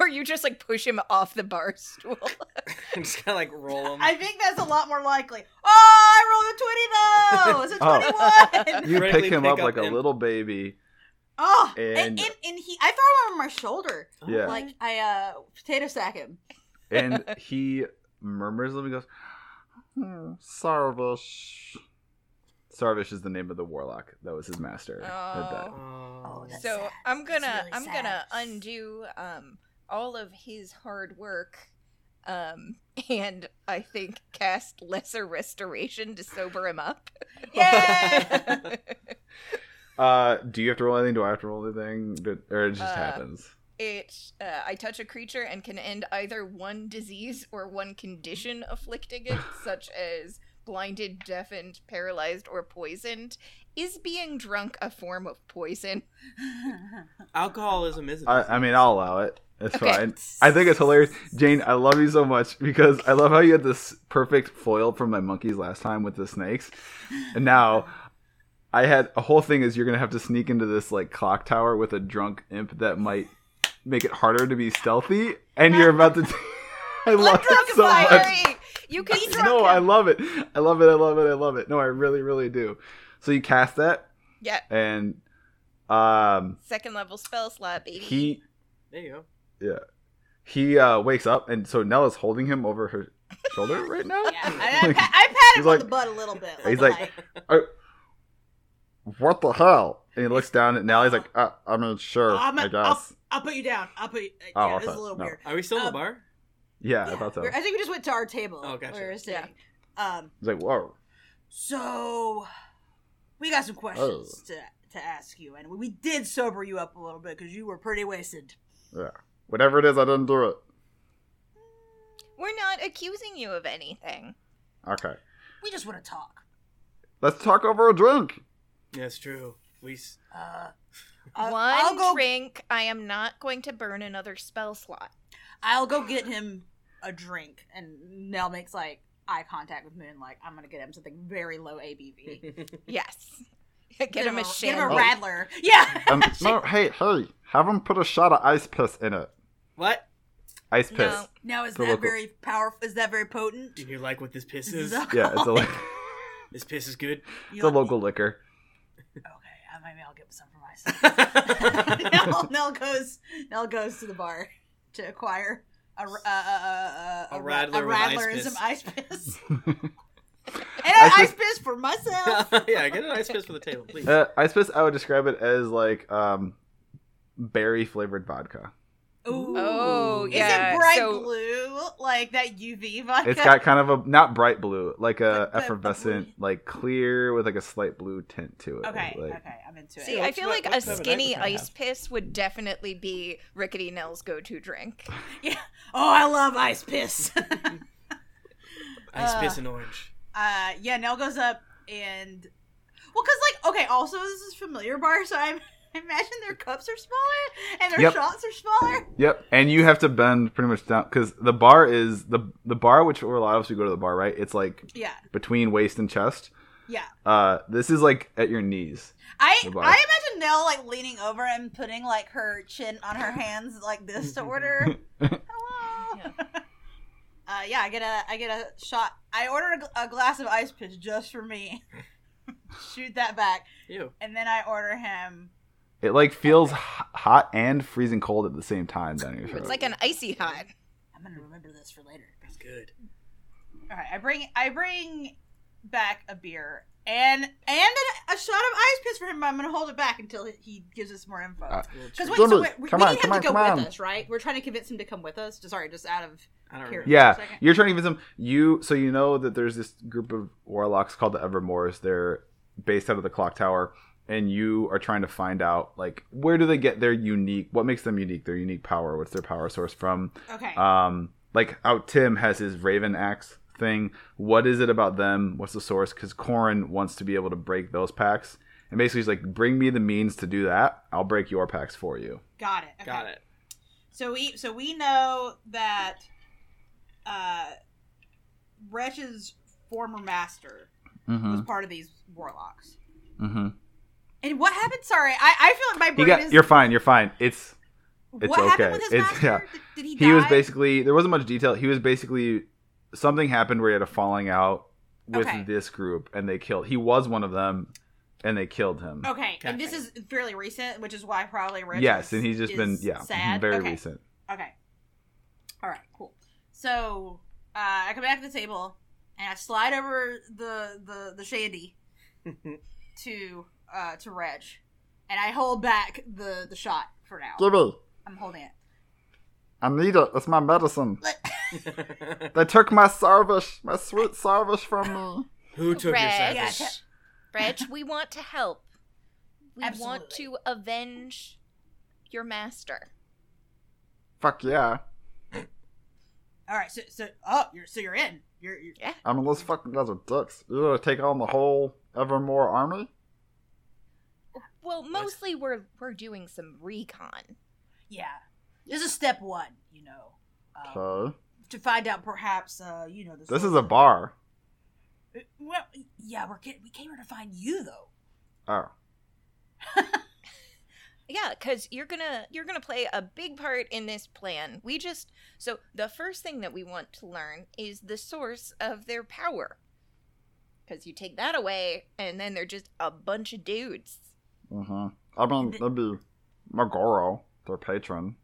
S5: or you just like push him off the bar *laughs* stool.
S3: *laughs* I'm just gonna like roll him.
S2: I think that's a lot more likely. Oh, I rolled a
S1: *laughs*
S2: twenty though. It's a twenty-one. *laughs*
S1: You
S3: Correctly
S1: pick him
S3: pick
S1: up
S3: up
S1: like a
S3: him.
S1: little baby.
S2: Oh, and,
S1: And-
S2: and, and he, I throw him over my shoulder.
S1: Yeah.
S2: Like I uh potato
S1: *laughs*
S2: sack him.
S1: And
S3: *laughs*
S1: he murmurs and he goes, "Hmm, Sarvish. Sarvish is the name of the warlock. That was his master. at that.
S5: Oh.
S3: Oh,
S2: that's
S5: so
S2: sad.
S5: I'm
S2: That's
S5: gonna
S2: really
S5: I'm
S2: sad.
S5: gonna undo um all of his hard work um and I think cast lesser restoration to sober him up. *laughs*
S2: Yay!
S1: Uh, do you have to roll anything? Do I have to roll anything? Do- Or it just
S5: Uh,
S1: happens.
S5: it uh, I touch a creature and can end either one disease or one condition afflicting it such as blinded, deafened, paralyzed or poisoned. Is being drunk a form of poison?
S3: Alcoholism is. a
S1: I,
S3: disease.
S1: I mean, I'll allow it. It's
S5: Okay.
S1: fine. I think it's hilarious, Jane. I love you so much because I love how you had this perfect foil from my monkeys last time with the snakes,
S2: *laughs*
S1: and now I had a whole thing is you're gonna have to sneak into this like clock tower with a drunk imp that might make it harder to be stealthy, and you're about to. *laughs* I love it so much.
S5: Fiery! You can drunk
S1: No, I
S5: him.
S1: love it. I love it. I love it. I love it. No, I really, really do. So you cast that,
S5: Yeah,
S1: and um,
S5: second level spell slot, baby.
S1: he
S3: there you go.
S1: He uh, wakes up, and so Nella's holding him over her shoulder right now. *laughs*
S2: Yeah, I, I,
S1: Like,
S2: pat, I pat
S1: he's
S2: him on
S1: like-
S2: the butt a little bit.
S1: He's like, "Oh, "What the hell?" And he looks down at Nella. He's like, uh, "I mean, sure,
S2: "Oh, I'm a-
S1: I
S2: I'll-
S1: guess."
S2: I'll put you down. I'll put you.
S1: Oh,
S2: yeah, this
S1: okay.
S2: is a little
S1: No.
S2: weird.
S3: Are we still in the
S2: Um,
S3: bar?
S1: Yeah,
S2: Yeah,
S1: I thought so.
S2: we're-
S1: He's
S2: I think we just went to our table.
S3: Oh, gotcha.
S2: where we were sitting. Um,
S1: like, "Whoa,
S2: so we got some questions to to ask you, and we did sober you up a little bit because you were pretty wasted.
S1: whatever it is, I didn't do it."
S5: We're not accusing you of anything.
S1: Okay,
S2: We just want to talk.
S1: let's talk over a drink.
S3: That's true. We. s-
S2: Uh,
S3: *laughs*
S2: I-
S5: One
S2: I'll go.
S5: drink, I am not going to burn another spell slot.
S2: I'll go get him a drink, and Nell makes like eye contact with Moon, like I'm gonna get him something very low
S5: *laughs*
S2: ABV. *laughs*
S5: Yes. Get, him a
S2: get him a
S5: shandy.
S2: rattler. *laughs* Yeah.
S1: Um, no, hey, hey, have him put a shot of ice piss in it.
S3: What?
S1: Ice piss.
S5: No.
S2: Now is
S1: Go
S2: that
S1: look up.
S2: very powerful? Is that very potent?
S3: Do you like what this piss
S2: This is
S3: is?
S1: Yeah, it's a
S2: alcoholic.
S1: li-
S3: This piss
S2: *laughs*
S3: is good. *laughs*
S1: it's a local liquor.
S2: Okay, I- maybe I'll get some for myself.
S1: *laughs*
S2: Nell, Nell goes. Nell goes to the bar to acquire a r- a- a- a- a-
S3: A
S2: a
S3: rattler
S2: a
S3: with ice
S2: rattler and
S3: piss.
S2: some
S1: *laughs*
S2: ice piss. and an
S1: Ice
S2: ice piss for
S3: *laughs*
S2: myself.
S3: yeah, get a nice piss for the table, please.
S1: Uh, ice piss. I would describe it as like um, berry flavored vodka.
S2: Ooh.
S5: Oh,
S2: Is
S5: yeah,
S2: it bright
S5: so-
S2: blue like that UV vodka?
S1: It's got kind of a not bright blue, like a
S2: But- but-
S1: effervescent, like clear with like a slight blue tint to it.
S2: Okay,
S1: Like,
S2: okay, I'm into it.
S5: See,
S3: Yeah,
S5: I
S3: what's
S5: feel
S3: that-
S5: like a
S3: what's that with
S5: skinny
S3: ice cream
S5: ice
S3: have?
S5: piss would definitely be Rickety Nell's go to drink.
S2: oh, I love ice piss. *laughs*
S3: Ice
S2: uh,
S3: piss and orange.
S2: uh yeah nell goes up and well because like okay also this is familiar bar so i'm I *laughs* imagine their cups are smaller and their
S1: Yep.
S2: shots are smaller.
S1: Yep, and you have to bend pretty much down because the bar is the the bar, which where a lot of us who go to the bar, right? It's like
S2: Yeah,
S1: between waist and chest.
S2: yeah.
S1: Uh, this is like at your knees.
S2: I I
S1: The bar.
S2: imagine Nell like leaning over and putting like her chin on her hands like this to order.
S1: *laughs*
S2: Hello. Uh, yeah, I get a I get a shot. I order a, gl- a glass of ice pitch just for me. *laughs* Shoot that back,
S3: Ew.
S2: and then I order him.
S1: It like feels h- hot and freezing cold at the same time down your throat.
S5: It's like an icy hot.
S2: I'm gonna remember this for later.
S3: That's good.
S2: All right, I bring I bring back a beer and and a, a shot of ice piss for him. But I'm gonna hold it back until he, he gives us more info.
S1: Uh,
S2: Because wait, so
S1: Jimmy,
S2: wait, we,
S1: come
S2: we
S1: on,
S2: need
S1: come
S2: him
S1: on,
S2: to go
S1: come
S2: with
S1: on.
S2: us, right? We're trying to convince him to come with us. Just- Sorry, just out of
S3: I don't
S2: here.
S3: remember.
S1: Yeah,
S2: for a second.
S1: you're trying to give them. You so you know that there's this group of warlocks called the Evermores. They're based out of the Clock Tower, and you are trying to find out like where do they get their unique? What makes them unique? Their unique power. What's their power source from?
S2: Okay.
S1: Um, like out Tim has his Raven Axe thing. What is it about them? What's the source? Because Corin wants to be able to break those packs, and basically he's like, bring me the means to do that. I'll break your packs for you.
S2: got it. Okay.
S3: Got it.
S2: So we so we know that uh Wretch's former master
S1: Mm-hmm.
S2: was part of these warlocks.
S1: Mm-hmm.
S2: And what happened? Sorry, I, I feel like my
S1: You
S2: brain
S1: got.
S2: is.
S1: You're fine. You're fine. It's it's
S2: what
S1: okay.
S2: happened with his
S1: It's-
S2: master?
S1: yeah.
S2: Did, did he die?
S1: he was basically there wasn't much detail he was basically something happened where he had a falling out with
S2: Okay.
S1: this group and they killed he was one of them and they killed him
S2: Okay, and this
S3: Okay.
S2: is fairly recent, which is why probably Rich
S1: yes
S2: is-
S1: and he's just
S2: is
S1: been yeah *laughs*
S2: sad.
S1: very
S2: okay.
S1: recent
S2: Okay, all right, cool. So uh, I come back to the table and I slide over the the the shandy to uh, to Reg, and I hold back the the shot for now.
S1: gibby
S2: I'm holding it.
S1: i need it it's my medicine
S3: Who *laughs*
S1: they took my sarvish my sweet sarvish from me *laughs*
S3: took
S5: Red.
S3: your
S2: Yeah,
S3: service?
S5: Reg, we want to help. We want
S2: Absolutely.
S5: to avenge your master.
S1: fuck yeah
S2: All right, so so oh, you're so you're in. You're, you're
S1: i mean those fucking guys are dicks you're gonna take on the whole evermore army
S5: Well, mostly we're we're doing some recon.
S2: yeah. This is step one, you know, um,
S1: okay
S2: to find out perhaps uh, you know this.
S1: Uh, this is a bar
S2: Well, yeah, we're get, we came here to find you though.
S1: oh
S5: Yeah, cuz you're going to you're going to play a big part in this plan. We just so the first thing that we want to learn is the source of their power. Cuz you take that away and then they're just a bunch of dudes.
S1: mm-hmm i mean
S2: Th-
S1: that'd be magoro their patron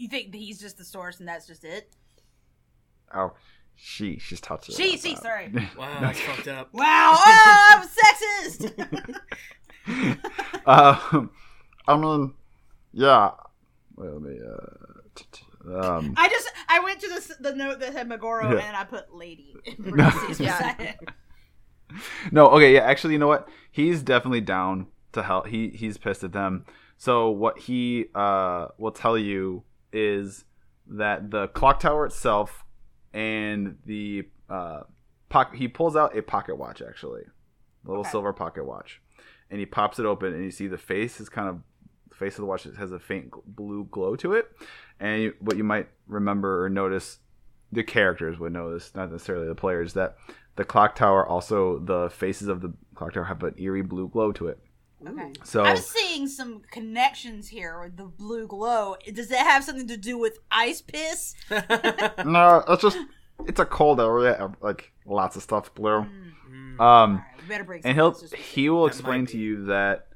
S2: You think that he's just the source and that's just it?
S1: Oh, she. She's touching.
S2: She, she,
S1: *laughs*
S2: sorry.
S3: Wow, that's fucked up. *laughs*
S2: Wow, oh, I'm sexist.
S1: *laughs*
S2: *laughs*
S1: Um, *laughs* I mean, yeah. Wait, let me. Uh, t- t- um,
S2: I just I went to this the note that had Megoro
S1: Yeah.
S2: and I
S1: *laughs*
S2: put lady. *laughs* in parentheses
S5: Yeah.
S2: beside it.
S1: no, okay, yeah. Actually, you know what? He's definitely down to help. He he's pissed at them. So what he uh will tell you is that the clock tower itself and the uh pocket. He pulls out a pocket watch actually, a little
S2: Okay.
S1: silver pocket watch, and he pops it open and you see the face is kind of the face of the watch has a faint gl- blue glow to it, and you, what you might remember or notice the characters would notice, not necessarily the players, that the clock tower also the faces of the clock tower have an eerie blue glow to it.
S2: *laughs* Okay.
S1: So
S2: I'm seeing some connections here with the blue glow. Does that have something to do with ice piss?
S1: no, it's just it's a cold area, like lots of stuff blue.
S3: Mm.
S2: All
S1: Um,
S2: right, Hmm, we better break.
S1: and
S2: some
S1: he'll
S2: of this.
S1: he will
S3: That
S1: explain
S3: might
S1: to
S3: be.
S1: you that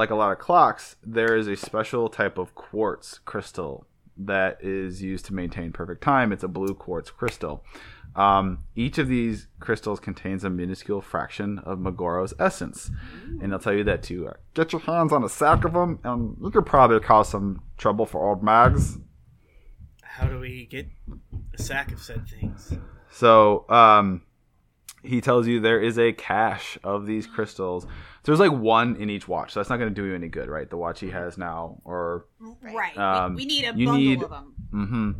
S1: like a lot of clocks there is a special type of quartz crystal that is used to maintain perfect time it's a blue quartz crystal um, each of these crystals contains a minuscule fraction of Megoro's essence, and I'll tell you that to uh, get your hands on a sack of them, and you could probably cause some trouble for old mags.
S3: How do we get a sack of said things?
S1: So um, he tells you there is a cache of these crystals. So there's like one in each watch. So that's not going to do you any good, right? The watch he has now, or
S2: right.
S1: um,
S2: we, we need a
S1: you
S2: bundle
S1: need-
S2: of them.
S1: hmm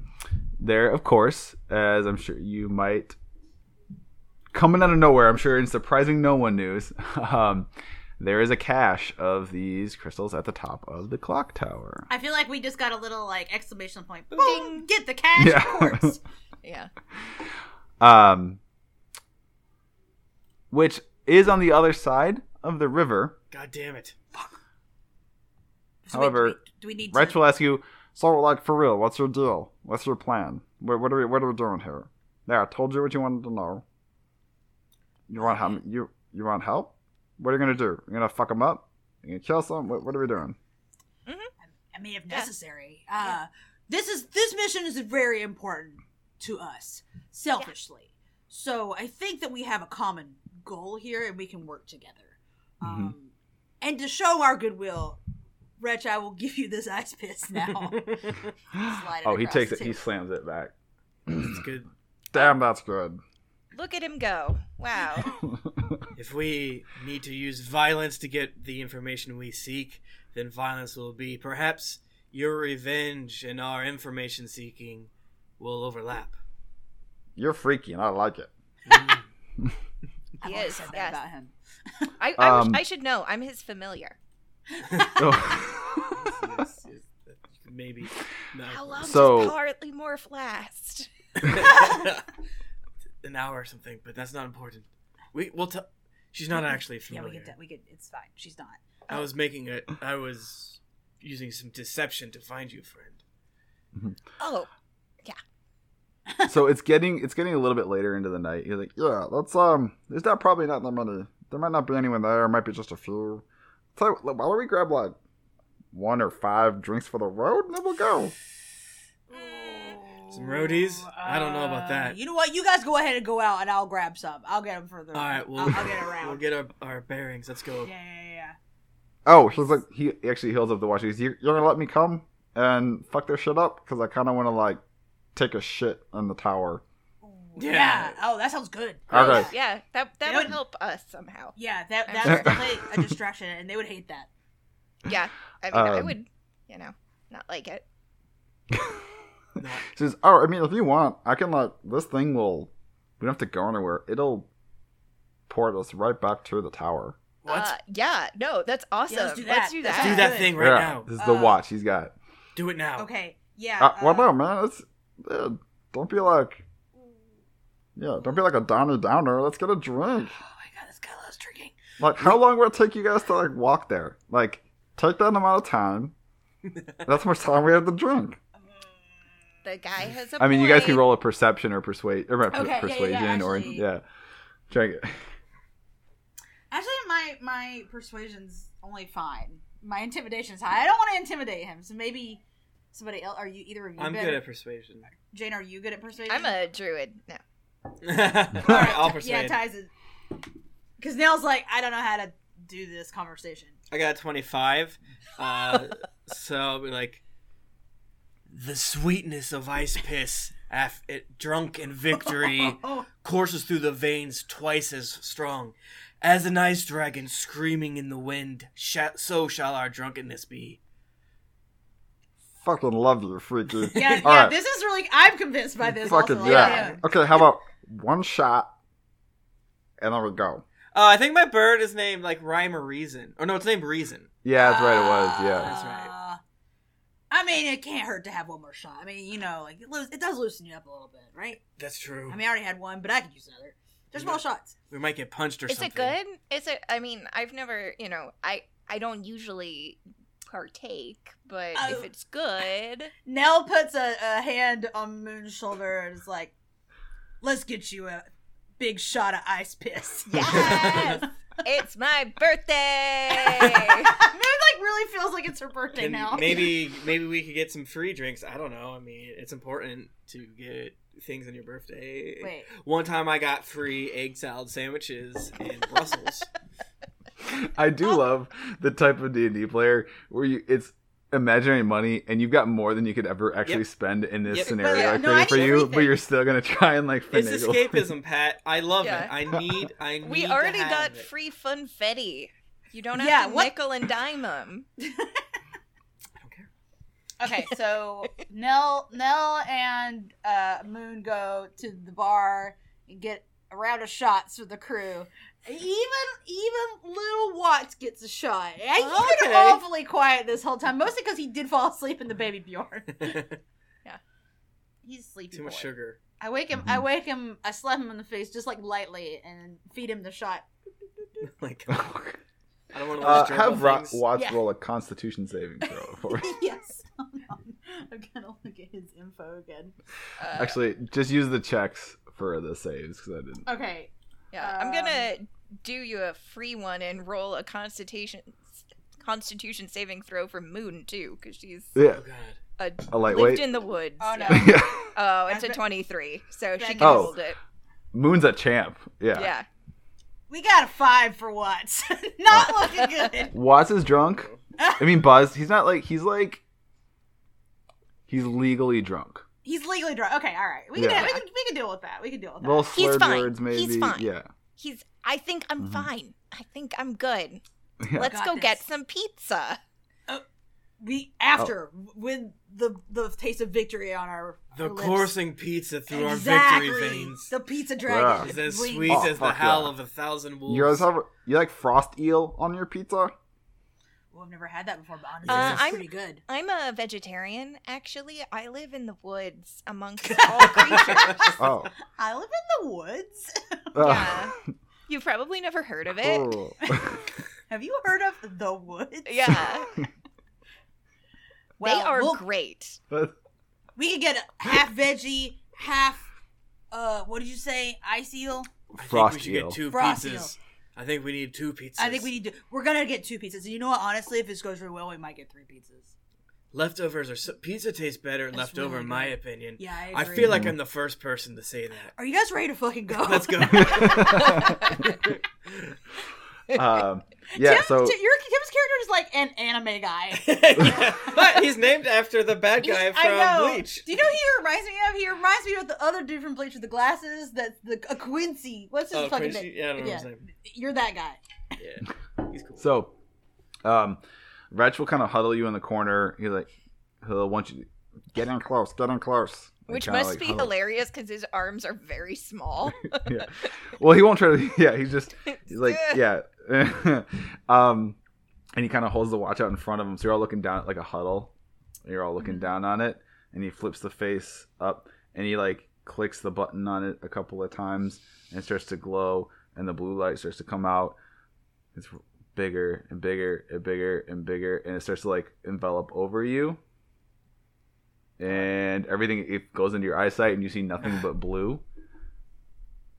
S1: there, of course, as I'm sure you might coming out of nowhere. I'm sure in surprising no one news. *laughs* um, there is a cache of these crystals at the top of the clock tower.
S2: I feel like we just got a little like exclamation point. Boom,
S5: Ding.
S2: Get the cash,
S1: Yeah. *laughs*
S2: of course.
S5: Yeah.
S1: Um, which is on the other side of the river.
S3: God damn it.
S2: So wait, do
S1: However,
S2: we- do we need
S1: Rach
S2: to?
S1: will ask you, so like for real, what's your deal? What's your plan? What, what are we what are we doing here? Yeah, I told you what you wanted to know. You want
S2: Mm.
S1: help? You you want help? What are you gonna do? You gonna fuck them up? You gonna kill some? What, what are we doing?
S2: I mean, if necessary. Uh, this is this mission is very important to us selfishly. So I think that we have a common goal here, and we can work together.
S3: Mm-hmm.
S2: Um, and to show our goodwill, Wretch, I will give you this ice *laughs* piss
S3: *laughs*
S2: now. Slide
S1: Oh, he
S2: across
S1: takes
S2: the
S1: it. He
S2: table.
S1: slams it back.
S3: It's good.
S1: *clears throat* Damn, that's good. *laughs*
S5: Look at him go. Wow.
S3: If we need to use violence to get the information we seek, then violence will be. Perhaps your revenge and our information seeking will overlap.
S1: You're freaky, and I like *laughs* it.
S3: Mm.
S2: I've
S5: He
S2: always
S5: is,
S2: said that
S5: yes.
S2: about him.
S5: I, I, wish-
S1: Um,
S5: I should know. I'm his familiar.
S1: Oh.
S3: *laughs* Yes, yes, that you could Maybe.
S5: How
S3: No.
S5: long
S1: So-
S5: does partly morph last?
S3: *laughs* An hour or something, but that's not important. We, we'll tell. She's not actually
S2: Yeah,
S3: familiar.
S2: we get that. We get. It's fine. She's not.
S3: I was making it. I was using some deception to find you, friend.
S5: Oh,
S1: so it's getting it's getting a little bit later into the night. You're like, yeah, let's um, there's not probably not that many. There might not be anyone there. It might be just a few. So why don't we grab like one or five drinks for the road, and then we'll go.
S3: Some roadies? I don't know about that.
S2: Uh, You know what? You guys go ahead and go out, and I'll grab some. I'll get them for the.
S3: All right, we'll
S2: I'll, I'll get around.
S3: We'll get our, our bearings. Let's go.
S2: yeah, yeah, yeah.
S1: Oh, he's like he actually heals up the watch. He's you're, you're gonna let me come and fuck their shit up because I kind of want to like take a shit in the tower. *laughs*
S2: Yeah.
S3: Yeah.
S2: Oh, that sounds good.
S1: Okay.
S5: oh, yeah. That that
S2: They
S5: would
S2: don't-
S5: help us somehow.
S2: Yeah, that
S5: I'm
S2: that's
S5: sure.
S2: definitely a distraction, and they would
S6: *laughs*
S2: hate that.
S5: Yeah. I mean, I
S1: Um,
S5: would, you know, not like it.
S3: Not,
S1: She says, "Oh, I mean, if you want, I can like this thing will. We don't have to go anywhere. It'll port us right back to the tower.
S3: what?
S5: Uh, yeah. No, that's awesome.
S2: let's do that. Let's
S5: that.
S3: Do
S2: good.
S3: that thing right
S1: yeah,
S3: now.
S1: This is the
S2: Uh,
S1: watch he's got.
S3: Do it now.
S2: Okay. Yeah.
S1: Uh, well,
S2: uh,
S1: no, man. It's yeah, don't be like, yeah, don't be like a Donny Downer. Let's get a drink.
S2: Oh my god, this guy loves drinking.
S1: Like, how long will it take you guys to like walk there? Like, take that amount of *laughs* time. That's how much time we have to drink.
S5: The guy has a
S1: I mean, you guys can
S5: point.
S1: roll a perception or persuade or not per-
S2: Okay, yeah, yeah,
S1: persuasion or
S2: actually.
S1: yeah, drink it.
S2: Actually, my my persuasion's only fine. My intimidation's high. I don't want to intimidate him, so maybe Somebody else? Are you either of you?
S3: I'm
S2: better?
S3: good at persuasion.
S2: Jane, are you good at persuasion?
S5: I'm a druid. No.
S3: *laughs* All right, I'll
S2: Yeah,
S3: persuade.
S2: Ty's is. Because Nail's like, I don't know how to do this
S6: *laughs*
S2: conversation.
S3: I got 25. Uh, so I'll be like, the sweetness of ice piss, af- it, drunk in victory, courses through the veins twice as strong. As an ice dragon screaming in the wind, sha- so shall our drunkenness be.
S6: Fucking love you,
S2: *laughs*
S6: freaky.
S2: Yeah,
S6: All
S2: yeah.
S6: right.
S2: This is really. I'm convinced by this.
S6: Fucking
S2: also.
S6: yeah. Okay, how about one shot, and then we go.
S3: Uh, I think my bird is named like Rhyme or Reason. Or no, it's named Reason.
S1: Yeah, that's right. It was. Yeah.
S3: That's right.
S2: Uh, I mean, it can't hurt to have one more shot. I mean, you know, like it, lo- it does loosen you up a little bit, right?
S3: That's true.
S2: I mean, I already had one, but I could use another. There's more shots.
S3: we might get punched or
S5: Is
S3: something.
S5: it good? Is it? I mean, I've never. You know, I I don't usually partake, but
S2: Oh.
S5: if it's good,
S2: Nell puts a, a hand on Moon's shoulder and is like, "Let's get you a big shot of ice piss." *laughs*
S5: yes, it's my birthday.
S2: Moon
S5: *laughs*
S2: like really feels like it's her birthday
S3: Can-
S2: now. *laughs*
S3: maybe maybe we could get some free drinks. I don't know. I mean, it's important to get things on your birthday.
S2: Wait.
S3: One time I got free egg salad sandwiches
S2: *laughs*
S3: in Brussels.
S1: *laughs* I do love the type of D and D player where you it's imaginary money and you've got more than you could ever actually
S3: Yep.
S1: spend in this
S3: Yep.
S1: scenario
S2: But, uh,
S1: like,
S2: no, I
S1: for
S2: need
S1: you, but
S2: everything.
S1: you're still gonna try and like
S3: It's
S1: finagle. *laughs*
S3: escapism, Pat. I love
S5: Yeah.
S3: it. I need
S2: *laughs*
S3: I need
S5: we
S3: to
S5: already
S3: have
S5: got
S3: it.
S5: free funfetti. You don't have
S2: Yeah,
S5: to
S2: what-
S5: nickel and dime them.
S2: *laughs*
S3: I don't care.
S2: Okay, so Nell, Nell, and uh, Moon go to the bar and get a round of shots for the crew. Even even little Watts gets a shot. I, He's been
S3: Okay.
S2: awfully quiet this whole time, mostly because he did fall asleep in the baby Bjorn. *laughs* He's a sleepy.
S3: *laughs* Too much
S2: boy.
S3: sugar. *laughs* Mm-hmm.
S2: I wake him. I wake him. I slap him in the face just like lightly and feed him the shot. *laughs*
S3: Like
S1: Okay.
S3: I don't want to
S1: Uh,
S3: uh,
S1: have Ro-
S3: things.
S1: Watts
S2: Yeah.
S1: roll a Constitution saving throw. For me.
S2: yes. *laughs* Hold on. I'm gonna look at his info again.
S5: Uh,
S1: Actually, just use the checks for the saves because I didn't.
S2: Okay.
S5: yeah, I'm
S2: um,
S5: gonna do you a free one and roll a constitution Constitution saving throw for Moon too, because she's
S1: Yeah,
S3: Oh god.
S1: a
S5: a lived
S1: lightweight. *laughs*
S5: in the woods.
S2: Oh,
S5: yeah.
S2: no.
S1: yeah.
S5: *laughs* Oh, it's
S2: I
S5: a
S2: bet-
S5: 23, so she
S2: That
S5: can
S1: goes-
S5: hold it.
S1: Moon's a champ. Yeah.
S5: Yeah.
S2: We got a five for Watts. *laughs* Not looking good.
S1: Watts is drunk. I mean, buzzed. He's not like he's like he's legally drunk.
S2: He's legally drunk. Okay, all right. We can,
S1: Yeah.
S2: we can we can deal with that. We can deal with that.
S1: Little slurred
S5: fine.
S1: words, maybe.
S5: He's fine.
S1: Yeah. *laughs*
S5: He's, I think I'm
S1: Mhm.
S5: fine. I think I'm good.
S1: Yeah.
S5: Let's
S2: Got
S5: go
S2: this.
S5: get some pizza.
S2: we after with the the taste of victory on our
S3: The
S2: our lips.
S3: coursing pizza through
S2: exactly.
S3: our victory veins
S2: The pizza
S1: Yeah.
S2: dragon
S3: is as
S2: Wings.
S3: sweet
S1: Oh,
S3: as the
S1: fuck
S3: howl
S1: yeah.
S3: of a thousand wolves.
S1: You guys have you like frost eel on your
S5: *laughs*
S1: pizza?
S2: Well, I've never had that before, but honestly,
S5: Uh,
S2: it's
S5: I'm-
S2: pretty good.
S5: I'm a vegetarian, actually. I live in the woods
S1: *laughs*
S5: amongst
S3: *laughs*
S5: all creatures.
S1: Oh.
S2: I live in the woods. *laughs*
S5: yeah. *laughs* You've probably never heard of
S3: *laughs*
S5: it.
S1: cool.
S2: Have you heard of the woods?
S5: *laughs* *laughs* Yeah.
S2: Well,
S5: they are
S2: we'll-
S5: great.
S2: *laughs* we could get a half veggie, half uh, what did you say, ice eel?
S3: I think
S1: Frost
S3: we should
S1: eel.
S3: get two *laughs*
S2: Frost
S3: pizzas. I think we need two pizzas.
S2: I think we need to. We're gonna get two pizzas. And you know what? Honestly, if this goes really well, we might get three pizzas.
S3: leftovers are so, pizza tastes better
S2: That's
S3: leftover
S2: really
S3: in my
S2: good.
S3: opinion.
S2: Yeah, I,
S3: I
S2: agree.
S3: feel like I'm the first person to say that.
S1: *laughs*
S2: Are you guys ready to fucking go? *laughs*
S3: Let's
S1: *laughs*
S3: go. *laughs*
S1: um, yeah,
S2: Tim,
S1: so
S2: Tim- your Tim's character is like an
S1: *laughs*
S2: anime guy.
S3: but he's named after the bad guy
S2: I know.
S3: from Bleach.
S2: Do you know who he reminds me of? He reminds me of the other dude from Bleach with the glasses. That's the a Quincy. What's his
S3: Oh,
S2: fucking
S3: Quincy?
S2: name?
S3: Yeah, I don't know
S2: Yeah.
S3: his name.
S2: You're that guy.
S3: Yeah, he's cool.
S1: so um Retch will kind of huddle you in the corner. He's like he'll want you to
S6: Get in close. Get in close.
S1: like,
S5: Which
S1: kinda,
S5: must
S1: like,
S5: be
S1: huddle.
S5: hilarious because his arms are very small. *laughs*
S1: Well, he won't try to *laughs* yeah, he's just *laughs* he's
S5: *laughs*
S1: like yeah. *laughs* um and he kind of holds the watch out in front of him. So you're all looking down at like a huddle. You're all looking down on it and he flips the face up and he like clicks the button on it a couple of times and it starts to glow and the blue light starts to come out it's bigger and bigger and bigger and bigger and it starts to like envelop over you and everything it goes into your eyesight and you see nothing but blue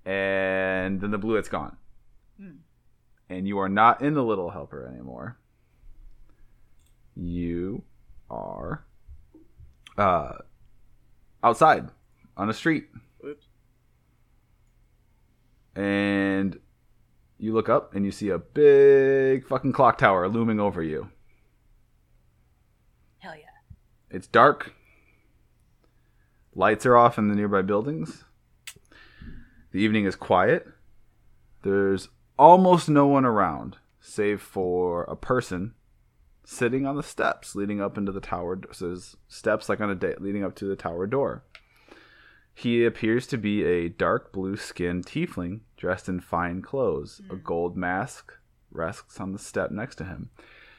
S1: and then the blue it's gone
S2: Hmm.
S1: and you are not in the little helper anymore you are uh, outside on a street.
S3: Oops.
S1: And you look up and you see a big fucking clock tower looming over you.
S4: Hell yeah.
S1: It's dark. Lights are off in the nearby buildings. The evening is quiet. There's almost no one around, save for a person sitting on the steps leading up into the tower. So there's steps like on a day leading up to the tower door. He appears to be a dark blue skinned tiefling dressed in fine clothes. A gold mask rests on the step next to him.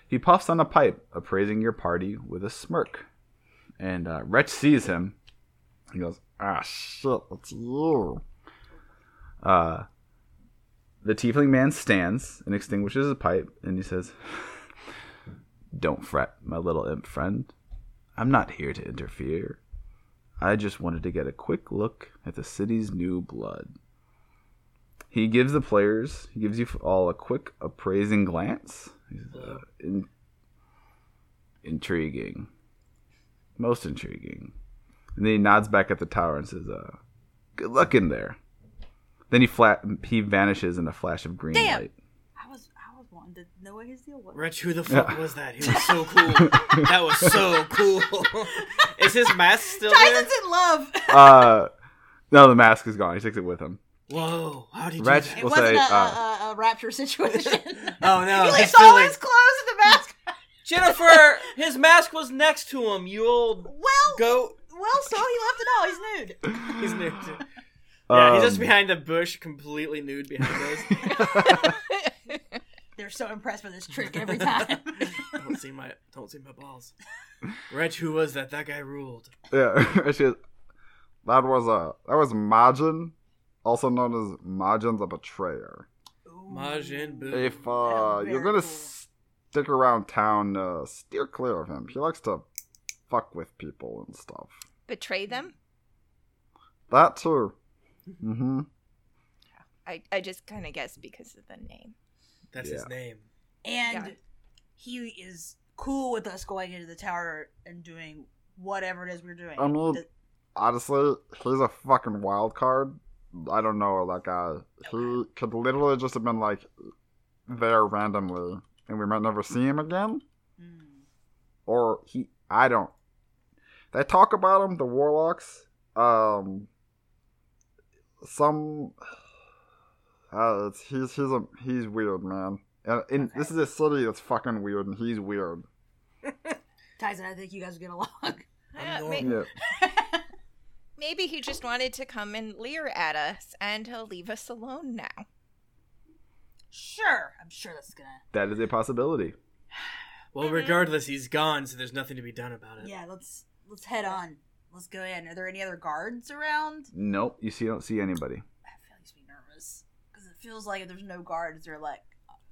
S1: He puffs on a pipe, appraising your party with a smirk. And uh, Wretch sees him. He goes, Ah, shit, it's you. Uh, the tiefling man stands and extinguishes his pipe, and he says, Don't fret, my little imp friend. I'm not here to interfere. I just wanted to get a quick look at the city's new blood. He gives the players, he gives you all a quick appraising glance. He says, "Uh, in- intriguing. Most intriguing. And then he nods back at the tower and says, uh, good luck in there. Then he flat he vanishes in a flash of green
S2: Damn.
S1: light.
S2: I was I was wanting to know what his deal was.
S3: *laughs* Rich, who the fuck was that? He was so
S1: *laughs*
S3: cool. that was so cool. *laughs* Is his mask still there?
S2: Tyson's in love.
S1: Uh *laughs* no, the mask is gone. He takes it with him.
S3: Whoa! How did you?
S1: Ratch-
S2: It
S1: We'll say,
S2: wasn't a,
S1: uh,
S2: a, a, a
S1: *laughs*
S2: rapture *laughs* situation.
S3: Oh no!
S2: he
S3: he's
S2: leaves
S3: still
S2: all
S3: in-
S2: his clothes in the mask.
S3: Jennifer, his mask was next to him. You old
S2: Well,
S3: goat.
S2: well, so he left it all. He's nude.
S1: *laughs*
S3: He's nude. *laughs* Yeah, he's just
S1: Um,
S3: behind a bush, completely nude behind
S1: *laughs*
S3: us.
S2: They're so impressed with this
S1: *laughs*
S2: trick every time.
S3: *laughs* don't see my, don't see my balls. Wretch, who was that? That guy ruled.
S6: *laughs*
S1: Yeah, she goes,
S6: That was a that was Majin, also known as Majin the Betrayer.
S3: Majin Buu.
S6: If uh,
S2: Very
S6: you're gonna
S2: cool.
S6: stick around town, uh, steer clear of him. He likes to fuck with people and stuff.
S5: *laughs* Betray them?
S6: That too. Mm-hmm.
S5: I, I just kind of guessed because of the name.
S3: That's his
S1: Yeah.
S3: name.
S2: and
S5: Yeah.
S2: he is cool with us going into the tower and doing whatever it is we're doing.
S6: I mean,
S2: Th-
S6: honestly, he's a fucking wild card. I don't know that guy. He could literally just have been like there randomly, and we might never see him again.
S2: mm.
S6: Or he, I don't. They talk about him, the warlocks. Um,
S1: *sighs*
S6: some. Uh, it's, he's he's a he's weird, man. And, and this is a city that's fucking weird, and he's weird.
S2: Tyson, I think you guys will *laughs* get along.
S5: Yeah,
S3: normal.
S5: Uh, may-
S6: Yeah.
S5: maybe he just wanted to come and leer at us, and he'll leave us alone now.
S2: Sure, I'm sure that's gonna.
S1: that is a possibility.
S3: Well, regardless, he's gone, so there's nothing to be done about it.
S2: Yeah, let's let's head on. Let's go in. Are there any other guards around?
S1: Nope, you see, don't see
S2: *laughs*
S1: anybody.
S2: I feel like be nervous because it feels like if there's no guards, they're like,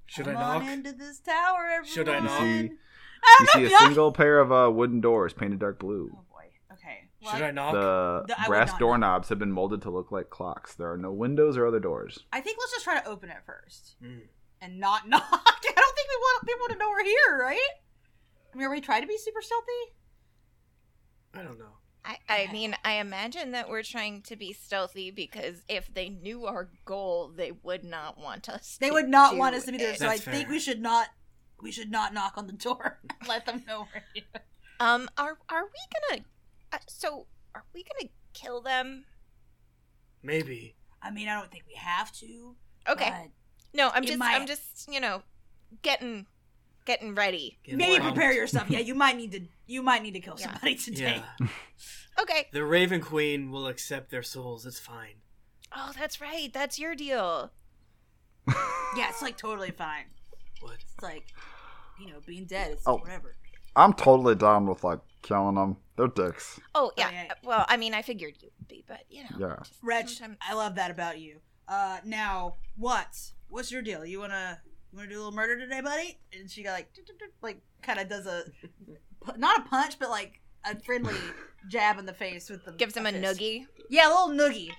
S3: Should I
S2: "Come
S3: knock?
S2: on into this tower, everyone."
S3: Should I knock?
S2: *laughs*
S1: You see-
S2: I
S1: You see
S2: don't know
S1: a
S2: if knock-
S1: single pair of uh, wooden doors painted dark blue.
S2: Oh boy. Okay. Well,
S3: Should I
S2: I,
S3: knock?
S1: The
S2: The- I would
S1: brass
S2: not-
S1: doorknobs have been molded to look like clocks. There are no windows or other doors.
S2: I think let's just try to open it first
S3: Mm.
S2: and not *laughs* knock. I don't think we want people to know we're here, right? I mean, are we trying to be super stealthy?
S3: I don't know.
S5: I, I mean, I imagine that we're trying to be stealthy because if they knew our goal, they would not want us.
S2: They
S5: to
S2: would not
S5: do
S2: want us to be there,
S5: it.
S2: so I
S3: That's
S2: think
S3: fair.
S2: we should not. We should not knock on the door. *laughs* and Let them know we're here.
S5: Um, are are we gonna? Uh, so are we gonna kill them?
S3: Maybe.
S2: I mean, I don't think we have to.
S5: Okay.
S2: but
S5: no, I'm
S2: it
S5: just,
S2: might-
S5: I'm just, you know, getting, getting ready.
S3: Get
S2: maybe
S3: around. *laughs*
S2: prepare yourself. Yeah, you might need to. You might need to kill
S5: Yeah.
S2: somebody *laughs* today.
S3: Yeah.
S5: Okay.
S3: The Raven Queen will accept their souls. It's fine.
S5: Oh, that's right. That's your deal.
S2: Yeah, it's like totally fine.
S3: What?
S2: It's like, you know, being dead. It's
S6: Oh.
S2: whatever.
S6: I'm totally down with like killing them. They're dicks.
S5: Oh yeah.
S2: yeah.
S5: uh, Well, I mean, I figured you'd be, but you know.
S6: Yeah.
S5: just
S2: Wretch,
S5: sometimes-
S2: I love that about you. Uh, now what? What's your deal? You wanna you wanna do a little murder today, buddy? And she got like "Dut, dut, dut," like kind of does a pu- not a punch, but like a
S5: *laughs*
S2: friendly jab in the face with the
S5: Gives them a
S2: fist.
S5: noogie.
S2: Yeah, a little noogie.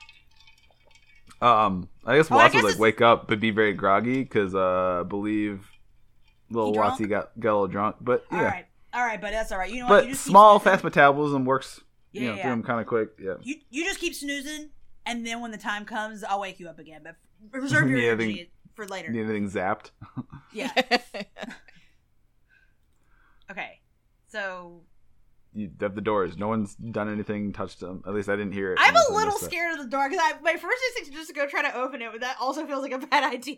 S1: Um, I guess
S2: Oh, I
S1: Watts
S2: guess
S1: would like
S2: it's-
S1: wake up but be very groggy because uh, I believe little
S2: He drunk?
S1: Watsy got got a little drunk. But yeah,
S2: All right, All right, but that's all right. You know what? you
S1: But
S2: just keep
S1: small,
S2: snoozing.
S1: fast metabolism works.
S2: Yeah,
S1: you know,
S2: yeah,
S1: through
S2: yeah.
S1: them kind of quick. Yeah.
S2: You you just keep snoozing, and then when the time comes, I'll wake you up again. But reserve
S1: *laughs*
S2: your
S1: Yeah, I
S2: energy
S1: think-
S2: for later.
S1: Need anything zapped?
S5: *laughs*
S2: Yeah. Okay. So
S1: You have the doors. No one's done anything, touched them. At least I didn't hear it.
S2: I'm
S1: unless
S2: a
S1: I
S2: little
S1: missed it.
S2: scared of the door because my first instinct is just to go try to open it, but that also feels like a *laughs* bad idea.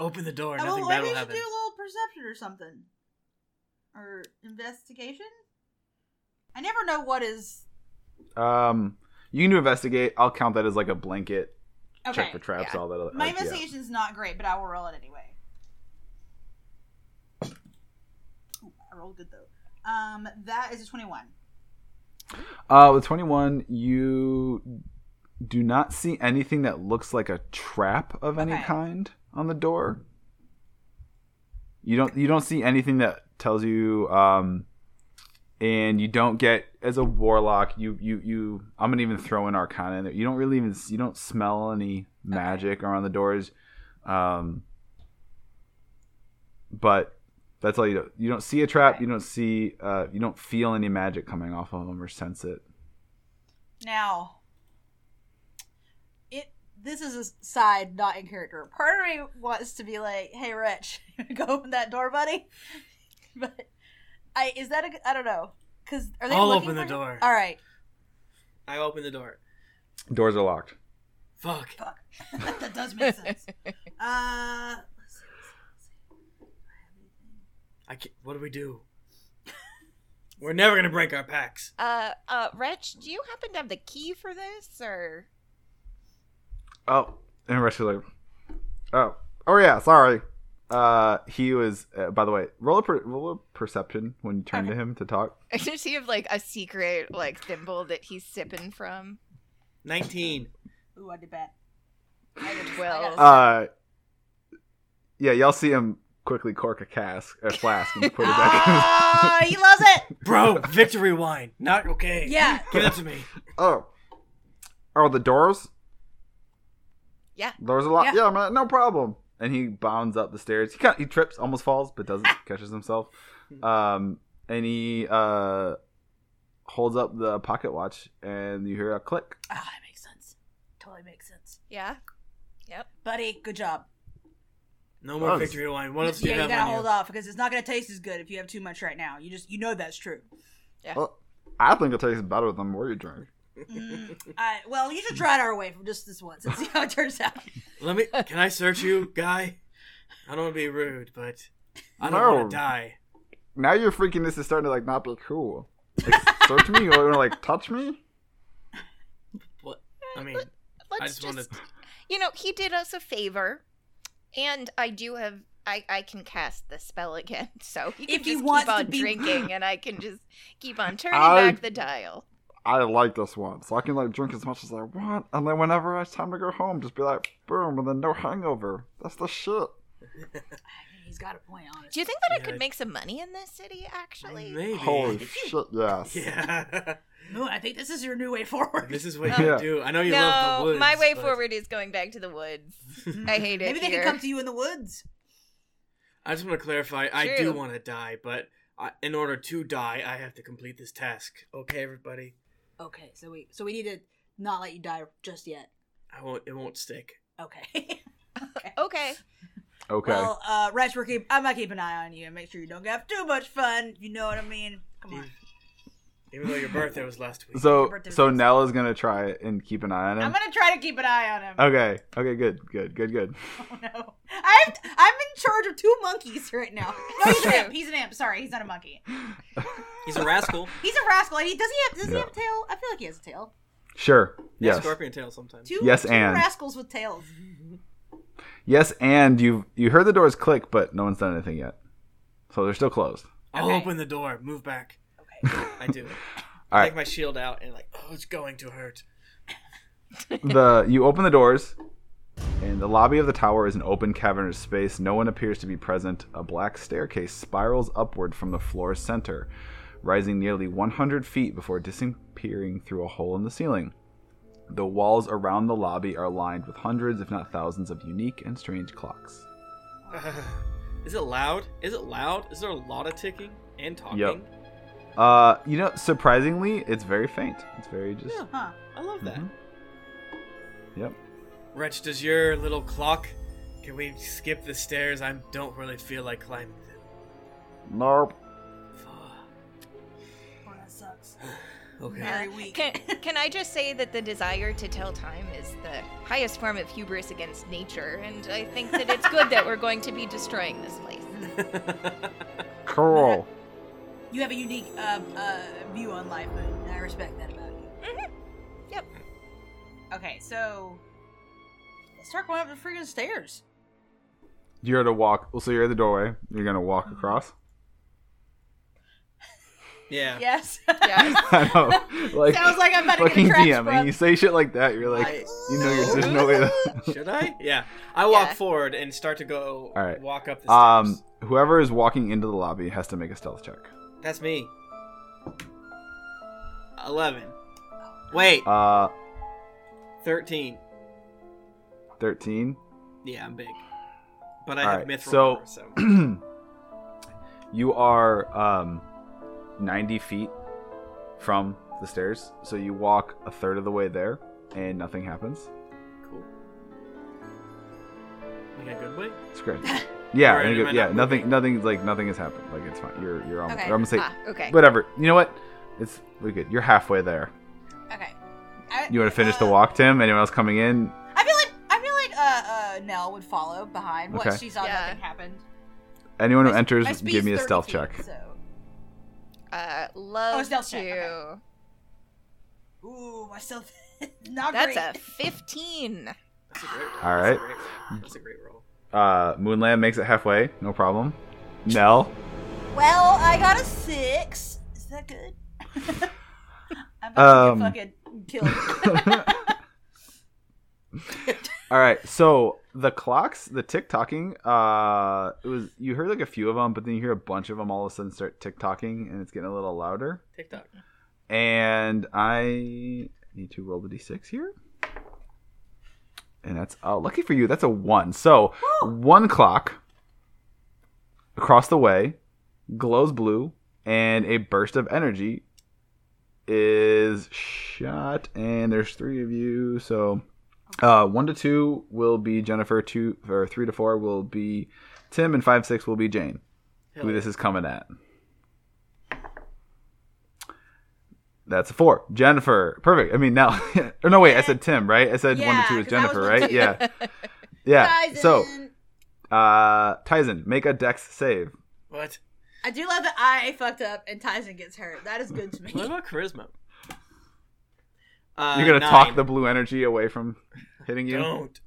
S3: Open the door.
S2: Oh,
S3: Nothing
S2: well, maybe
S3: bad
S2: you
S3: will
S2: should
S3: happen.
S2: do a little perception or something, or investigation. I never know what is.
S1: Um, you can do investigate. I'll count that as like a blanket
S2: Okay.
S1: check for traps. All that. Other,
S2: My
S1: like, yeah.
S2: investigation's not great, but I will roll it anyway. Ooh, I rolled good though. Um, that is a twenty-one.
S1: Uh, with 21, you do not see anything that looks like a trap of any
S2: Okay.
S1: kind on the door. You don't you don't see anything that tells you um and you don't get as a warlock you you you I'm gonna even throw in arcana in there. You don't really even you don't smell any magic around the doors. Um but that's all you do. You don't see a trap, you don't see uh you don't feel any magic coming off of them or sense it.
S2: Now, it this is a side, not in character. Part of me wants to be like, "Hey, Rich, *laughs* go open that door, buddy." *laughs* But I is that a g- I don't know because are they?
S3: I'll
S2: looking
S3: open the
S2: for him?
S3: door.
S2: All right.
S3: I open the door.
S1: Doors are locked.
S3: Fuck.
S2: Fuck. *laughs* that does make sense. Uh, let's see, let's see,
S3: I can't, what do we do? We're never gonna break our packs.
S5: uh, uh, Wretch, do you happen to have the key for this, or
S1: Oh, and Rush is like, oh, oh yeah, sorry. Uh, he was. Uh, by the way, roll a, per- roll a perception when you turn to him to talk.
S5: *laughs* does he have like a secret like thimble that he's sipping from?
S3: Nineteen.
S2: let's see. Ooh, I did bad.
S5: *laughs* Well,
S1: Uh, yeah, y'all see him quickly cork a cask, a flask, and put it back.
S2: *laughs*
S1: in his-
S2: Ah, he
S1: *laughs*
S2: loves it.
S3: Bro, victory wine. Not okay.
S2: Yeah.
S3: Give it to me.
S6: Oh. Oh, the doors?
S5: Yeah.
S6: Doors are locked?
S1: Yeah.
S6: Yeah, man, no problem.
S1: and he bounds up the stairs. He kind he trips, almost falls, but doesn't catches himself. Um, and he uh holds up the pocket watch, and you hear a click.
S2: Ah, that makes sense. Totally makes sense,
S5: yeah.
S2: buddy. Good job.
S3: No more
S6: Oh, this-
S3: victory wine. What else do
S2: yeah,
S3: you
S2: you
S3: have
S2: gotta
S3: on
S2: hold
S3: you?
S2: off because it's not gonna taste as good if you have too much right now. You just you know that's true.
S6: I think it tastes better than what you drink.
S2: Mm, I, well, you should try it our way from just this once and see how it turns *laughs* out.
S3: Let me. Can I search you, guy? I don't want to be rude, but I don't
S6: No.
S3: want to die.
S6: Now you're freaking this is starting to like not be cool. Like, search me? You want to like touch me?
S3: What? I mean,
S5: Let's
S3: I just, want to.
S5: you know, he did us a favor, and I do have. I, I can cast the spell again, *laughs* so he can
S2: If
S5: just
S2: he
S5: keep
S2: wants to
S5: on
S2: be-
S5: *laughs* drinking, and I can just keep on turning
S6: I-
S5: back the dial.
S6: I like this one, so I can like drink as much as I want, and then whenever it's time to go home, just be like, boom, and then no hangover. That's the shit.
S2: He's got a point on it.
S5: Do you think that
S3: Yeah,
S5: I could
S3: I-
S5: make some money in this city? Actually,
S3: Maybe.
S6: Holy
S3: *laughs*
S6: shit, yes.
S3: Yeah.
S2: Moon, I think this is your new way forward.
S3: this is what
S6: Yeah.
S3: you do. I know you love the
S5: no,
S3: woods.
S5: my way
S3: but
S5: forward is going back to the
S3: *laughs*
S5: woods. I hate it.
S2: *laughs* Maybe they
S5: here.
S2: can come to you in the woods.
S3: I just want to clarify. I do
S5: True.
S3: want to die, but I, in order to die, I have to complete this task. Okay, everybody.
S2: Okay, so we so we need to not let you die just yet.
S3: I won't. It won't stick.
S2: Okay. *laughs* okay.
S5: Okay.
S1: Okay,
S2: Well, uh, Rex, we're keep, I'm gonna keep an eye on you and make sure you don't have too much fun. You know what I mean? Come on.
S3: Even though your birthday was last week.
S1: so
S2: birthday
S1: so
S2: was-
S1: Nella's gonna try it and keep an eye on him.
S2: I'm gonna try to keep an eye on him.
S1: Okay. Okay. Good. Good. Good. Good.
S2: Oh *laughs* no. I've, I'm in charge of two monkeys right now. No, he's an
S5: True.
S2: imp. He's an imp. Sorry, he's not a monkey.
S3: He's
S1: *laughs*
S3: a rascal.
S2: He's a rascal. And he does he have does
S1: Yeah.
S2: he have a tail? I feel like he has a tail.
S1: Sure. Yes.
S3: Scorpion tail sometimes.
S2: Two,
S1: Yes,
S2: two
S1: and.
S2: rascals with tails.
S1: Yes. And you you heard the doors click, but no one's done anything yet, so they're still closed.
S3: I'll
S2: Okay.
S3: open the door. Move back. *laughs* Okay. I do.
S1: All
S3: I
S1: right.
S3: Take my shield out and like, oh, it's going to *sighs* hurt.
S1: the you open the doors and the lobby of the tower is an open cavernous space no one appears to be present a black staircase spirals upward from the floor's center rising nearly 100 feet before disappearing through a hole in the ceiling the walls around the lobby are lined with hundreds if not thousands of unique and strange clocks
S3: Is it loud? Is it loud? Is there a lot of ticking and talking?
S1: Yep. Uh, you know, surprisingly, it's very faint. It's very just.
S3: Yeah.
S2: Huh.
S3: I love that.
S1: Mhm. Yep. Mm-hmm.
S3: Wretch, does your little clock? Can we skip the stairs? I don't really feel like climbing them.
S6: Nope.
S3: Fuck.
S2: Boy, Oh, that sucks.
S3: *sighs* Okay.
S2: Very weak.
S5: Can, can I just say that the desire to tell time is the highest form of hubris against nature, and I think that it's good that we're going to be destroying this place.
S6: Cool.
S2: You have a unique uh, uh, view on life, and I respect that about you.
S5: Yep.
S2: Okay, so let's start going up the freaking stairs.
S1: You're gonna walk. Well, so you're at the doorway. You're gonna walk across. *laughs*
S3: yeah.
S2: Yes.
S5: Yeah.
S1: I know. Like
S2: *laughs* Sounds like I'm about
S1: *laughs*
S2: to
S1: fucking
S2: get a trash
S1: DM, and you say shit like that. You're like,
S3: I-
S1: you know, you're
S3: *laughs*
S1: there's no way. That...
S3: Should I? Yeah. I walk
S5: Yeah.
S3: forward and start to go
S1: All right.
S3: walk up the stairs.
S1: Um, whoever is walking into the lobby has to make a stealth check.
S3: That's me. 11. Wait,
S1: Uh,
S3: 13.
S1: thirteen. *clears throat*
S3: Yeah, I'm big. But I
S1: All
S3: have
S1: right,
S3: mithril
S1: so-
S3: armor, so
S1: you are um, 90 feet from the stairs, so you walk a third of the way there, and nothing happens.
S3: cool. Like a good way?
S1: It's great. Yeah,
S3: Alright,
S1: and you
S3: am
S1: go-
S3: I
S1: yeah.
S3: not
S1: Nothing, nothing, like nothing has happened. Like it's fine. You're, you're almost.
S2: Okay.
S1: There. I'm gonna say
S5: Ah, okay.
S1: whatever. You know what? It's we're good. You're halfway there.
S2: Okay. I,
S1: You want to
S2: *laughs*
S1: finish the
S2: uh,
S1: walk, Tim? Anyone else coming in?
S2: I feel like I feel like uh, uh, Nell would follow behind. What
S1: Okay.
S2: she saw,
S5: Yeah.
S2: nothing happened.
S1: Anyone who
S2: My-
S1: enters,
S2: my speed's
S1: give me a
S2: 30
S1: stealth
S2: feet,
S1: check.
S2: So.
S5: Uh, love
S2: stealth
S5: to.
S2: check, okay. Ooh, my stealth. *laughs* Not
S5: That's
S2: great.
S5: a 15.
S3: That's a great roll.
S1: All
S3: That's a
S1: right.
S3: great roll. That's a great roll.
S1: Uh, Moonland makes it halfway. No problem. Nell.
S2: Well, I got a six. Is that good? *laughs* I'm about
S1: Um.
S2: to get fucking killed. *laughs*
S1: All right, so the clocks, the tick tocking, uh, it was you heard like a few of them, but then you hear a bunch of them all of a sudden start tick tocking, and it's getting a little louder.
S3: TikTok.
S1: And I need to roll the d6 here, and that's uh, lucky for you, that's a one. So one clock across the way glows blue, and a burst of energy is shot, and there's three of you, so. Uh, one to two will be Jennifer. Two or three to four will be Tim, and five six will be Jane.
S3: Hell
S1: who
S3: yeah.
S1: this is coming at? That's a four. Jennifer, perfect. I mean now, *laughs* or no wait, I said Tim, right? I said one to
S2: Yeah,
S1: two is
S2: 'cause I was
S1: Jennifer,
S2: one to
S1: right?
S2: two.
S1: Yeah, *laughs* yeah. So,
S2: Tyson.
S1: uh, Tyson, make a Dex save.
S3: What? *laughs*
S2: I do love that I fucked up and Tyson gets hurt. That is good to me.
S3: What about charisma? Uh,
S1: You're gonna
S3: nine.
S1: talk the blue energy away from hitting you.
S3: Don't.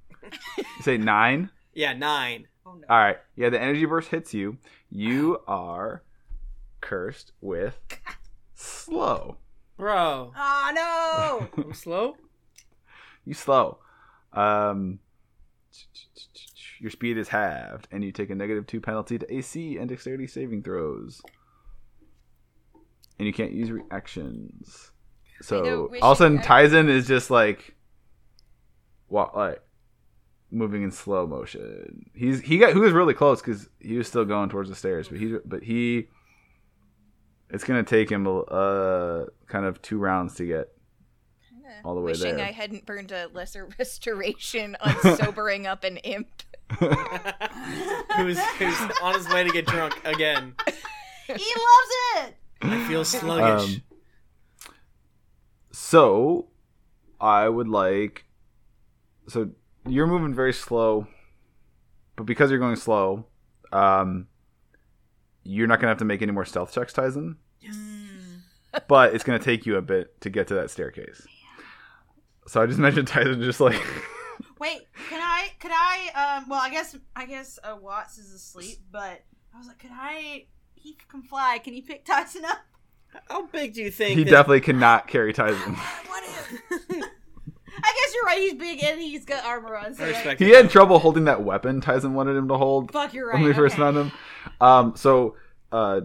S1: You say nine.
S3: Yeah, nine.
S2: Oh, no.
S1: All right. Yeah, the energy burst hits you. You are cursed with slow.
S3: Bro.
S1: *laughs*
S2: *laughs* Oh no!
S3: I'm slow? *laughs*
S1: You slow. Um, your speed is halved, and you take a negative two penalty to AC and dexterity saving throws. And you can't use reactions. So
S5: wish
S1: all of a sudden,
S5: I-
S1: Tizen is just like, walk like, moving in slow motion. He's he got who was really close because he was still going towards the stairs, but he but he. It's gonna take him uh kind of two rounds to get *laughs*
S5: Kinda
S1: *laughs* All the way
S5: Wishing
S1: there.
S5: I hadn't burned a lesser *laughs* restoration
S1: *laughs*
S5: on sobering up an imp.
S3: who's, who's on his way to get drunk again.
S2: *laughs* he loves it.
S3: I feel sluggish.
S1: Um, So, I would like. So you're moving very slow, but because you're going slow, um, you're not gonna have to make any more stealth checks, Tyson. But it's gonna take you a bit to get to that staircase. So I just mentioned Tyson just like
S2: Wait, can I? Could I? Um. Well, I guess. I guess uh, Watts is asleep, but I was like, could I? He can fly. Can you pick Tyson up? *laughs*
S3: How big do you think?
S1: he
S3: this-
S1: definitely cannot carry Tyson.
S2: What if? I guess you're right. He's big and he's got armor on. So
S3: I
S2: like,
S3: respect
S1: He
S3: it.
S1: had trouble holding that weapon Tyson wanted him to hold.
S2: fuck, you're right.
S1: when we first
S2: okay.
S1: met him. Um, so uh,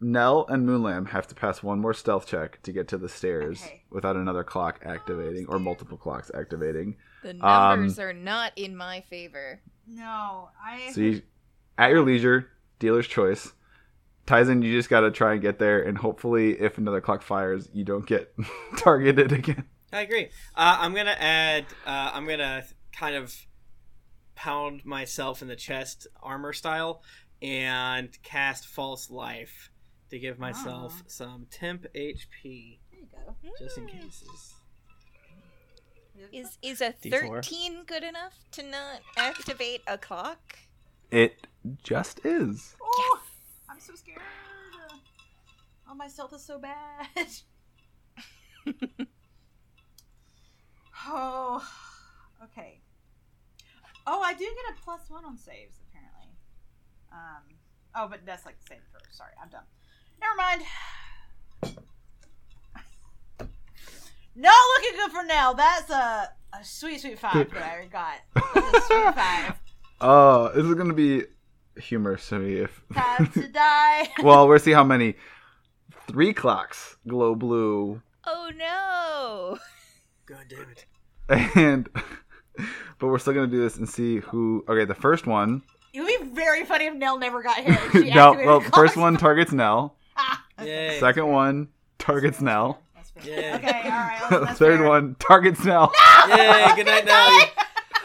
S1: Nell and Moonlam have to pass one more stealth check to get to the stairs
S2: Okay.
S1: without another clock activating or multiple clocks activating.
S5: The
S1: Um,
S5: numbers are not in my favor.
S2: No, I.
S1: So you, at your leisure, dealer's choice, Tyson, you just got to try and get there, and hopefully, if another clock fires, you don't get *laughs* targeted again.
S3: I agree. Uh, I'm gonna add. Uh, I'm gonna kind of pound myself in the chest, armor style, and cast False Life to give myself some temp HP,
S2: There you go.
S3: just in cases.
S5: Is is a
S3: D4.
S5: thirteen good enough to not activate a clock?
S1: It just is.
S2: Oh, I'm so scared. Oh, my stealth is so bad. oh, okay. Oh, I do get a plus one on saves apparently. Um. Oh, but that's like the same throw. Sorry, I'm dumb. Never mind. Not looking good for now. That's a, a sweet, sweet five that I got. That's a sweet five.
S1: Uh, this is gonna be humorous to me if.
S2: Time to die.
S1: well, we'll see how many. Three clocks glow blue
S5: Oh no!
S3: God damn
S1: *laughs*
S3: it!
S1: and but we're still gonna do this and see who okay the first one
S2: It would be very funny if Nell never got
S1: *laughs*
S2: hit. She
S1: no
S2: activated
S1: well
S2: the
S1: first
S2: clock.
S1: one targets nell
S2: Ah,
S3: Yay!
S1: second one targets nell
S2: that's fair.
S3: Yeah.
S2: Okay, all right. Oh,
S1: *laughs*
S2: That's, that's
S1: third
S2: fair.
S1: one targets nell
S3: Yay! Good
S5: *laughs*
S3: night, Nelly.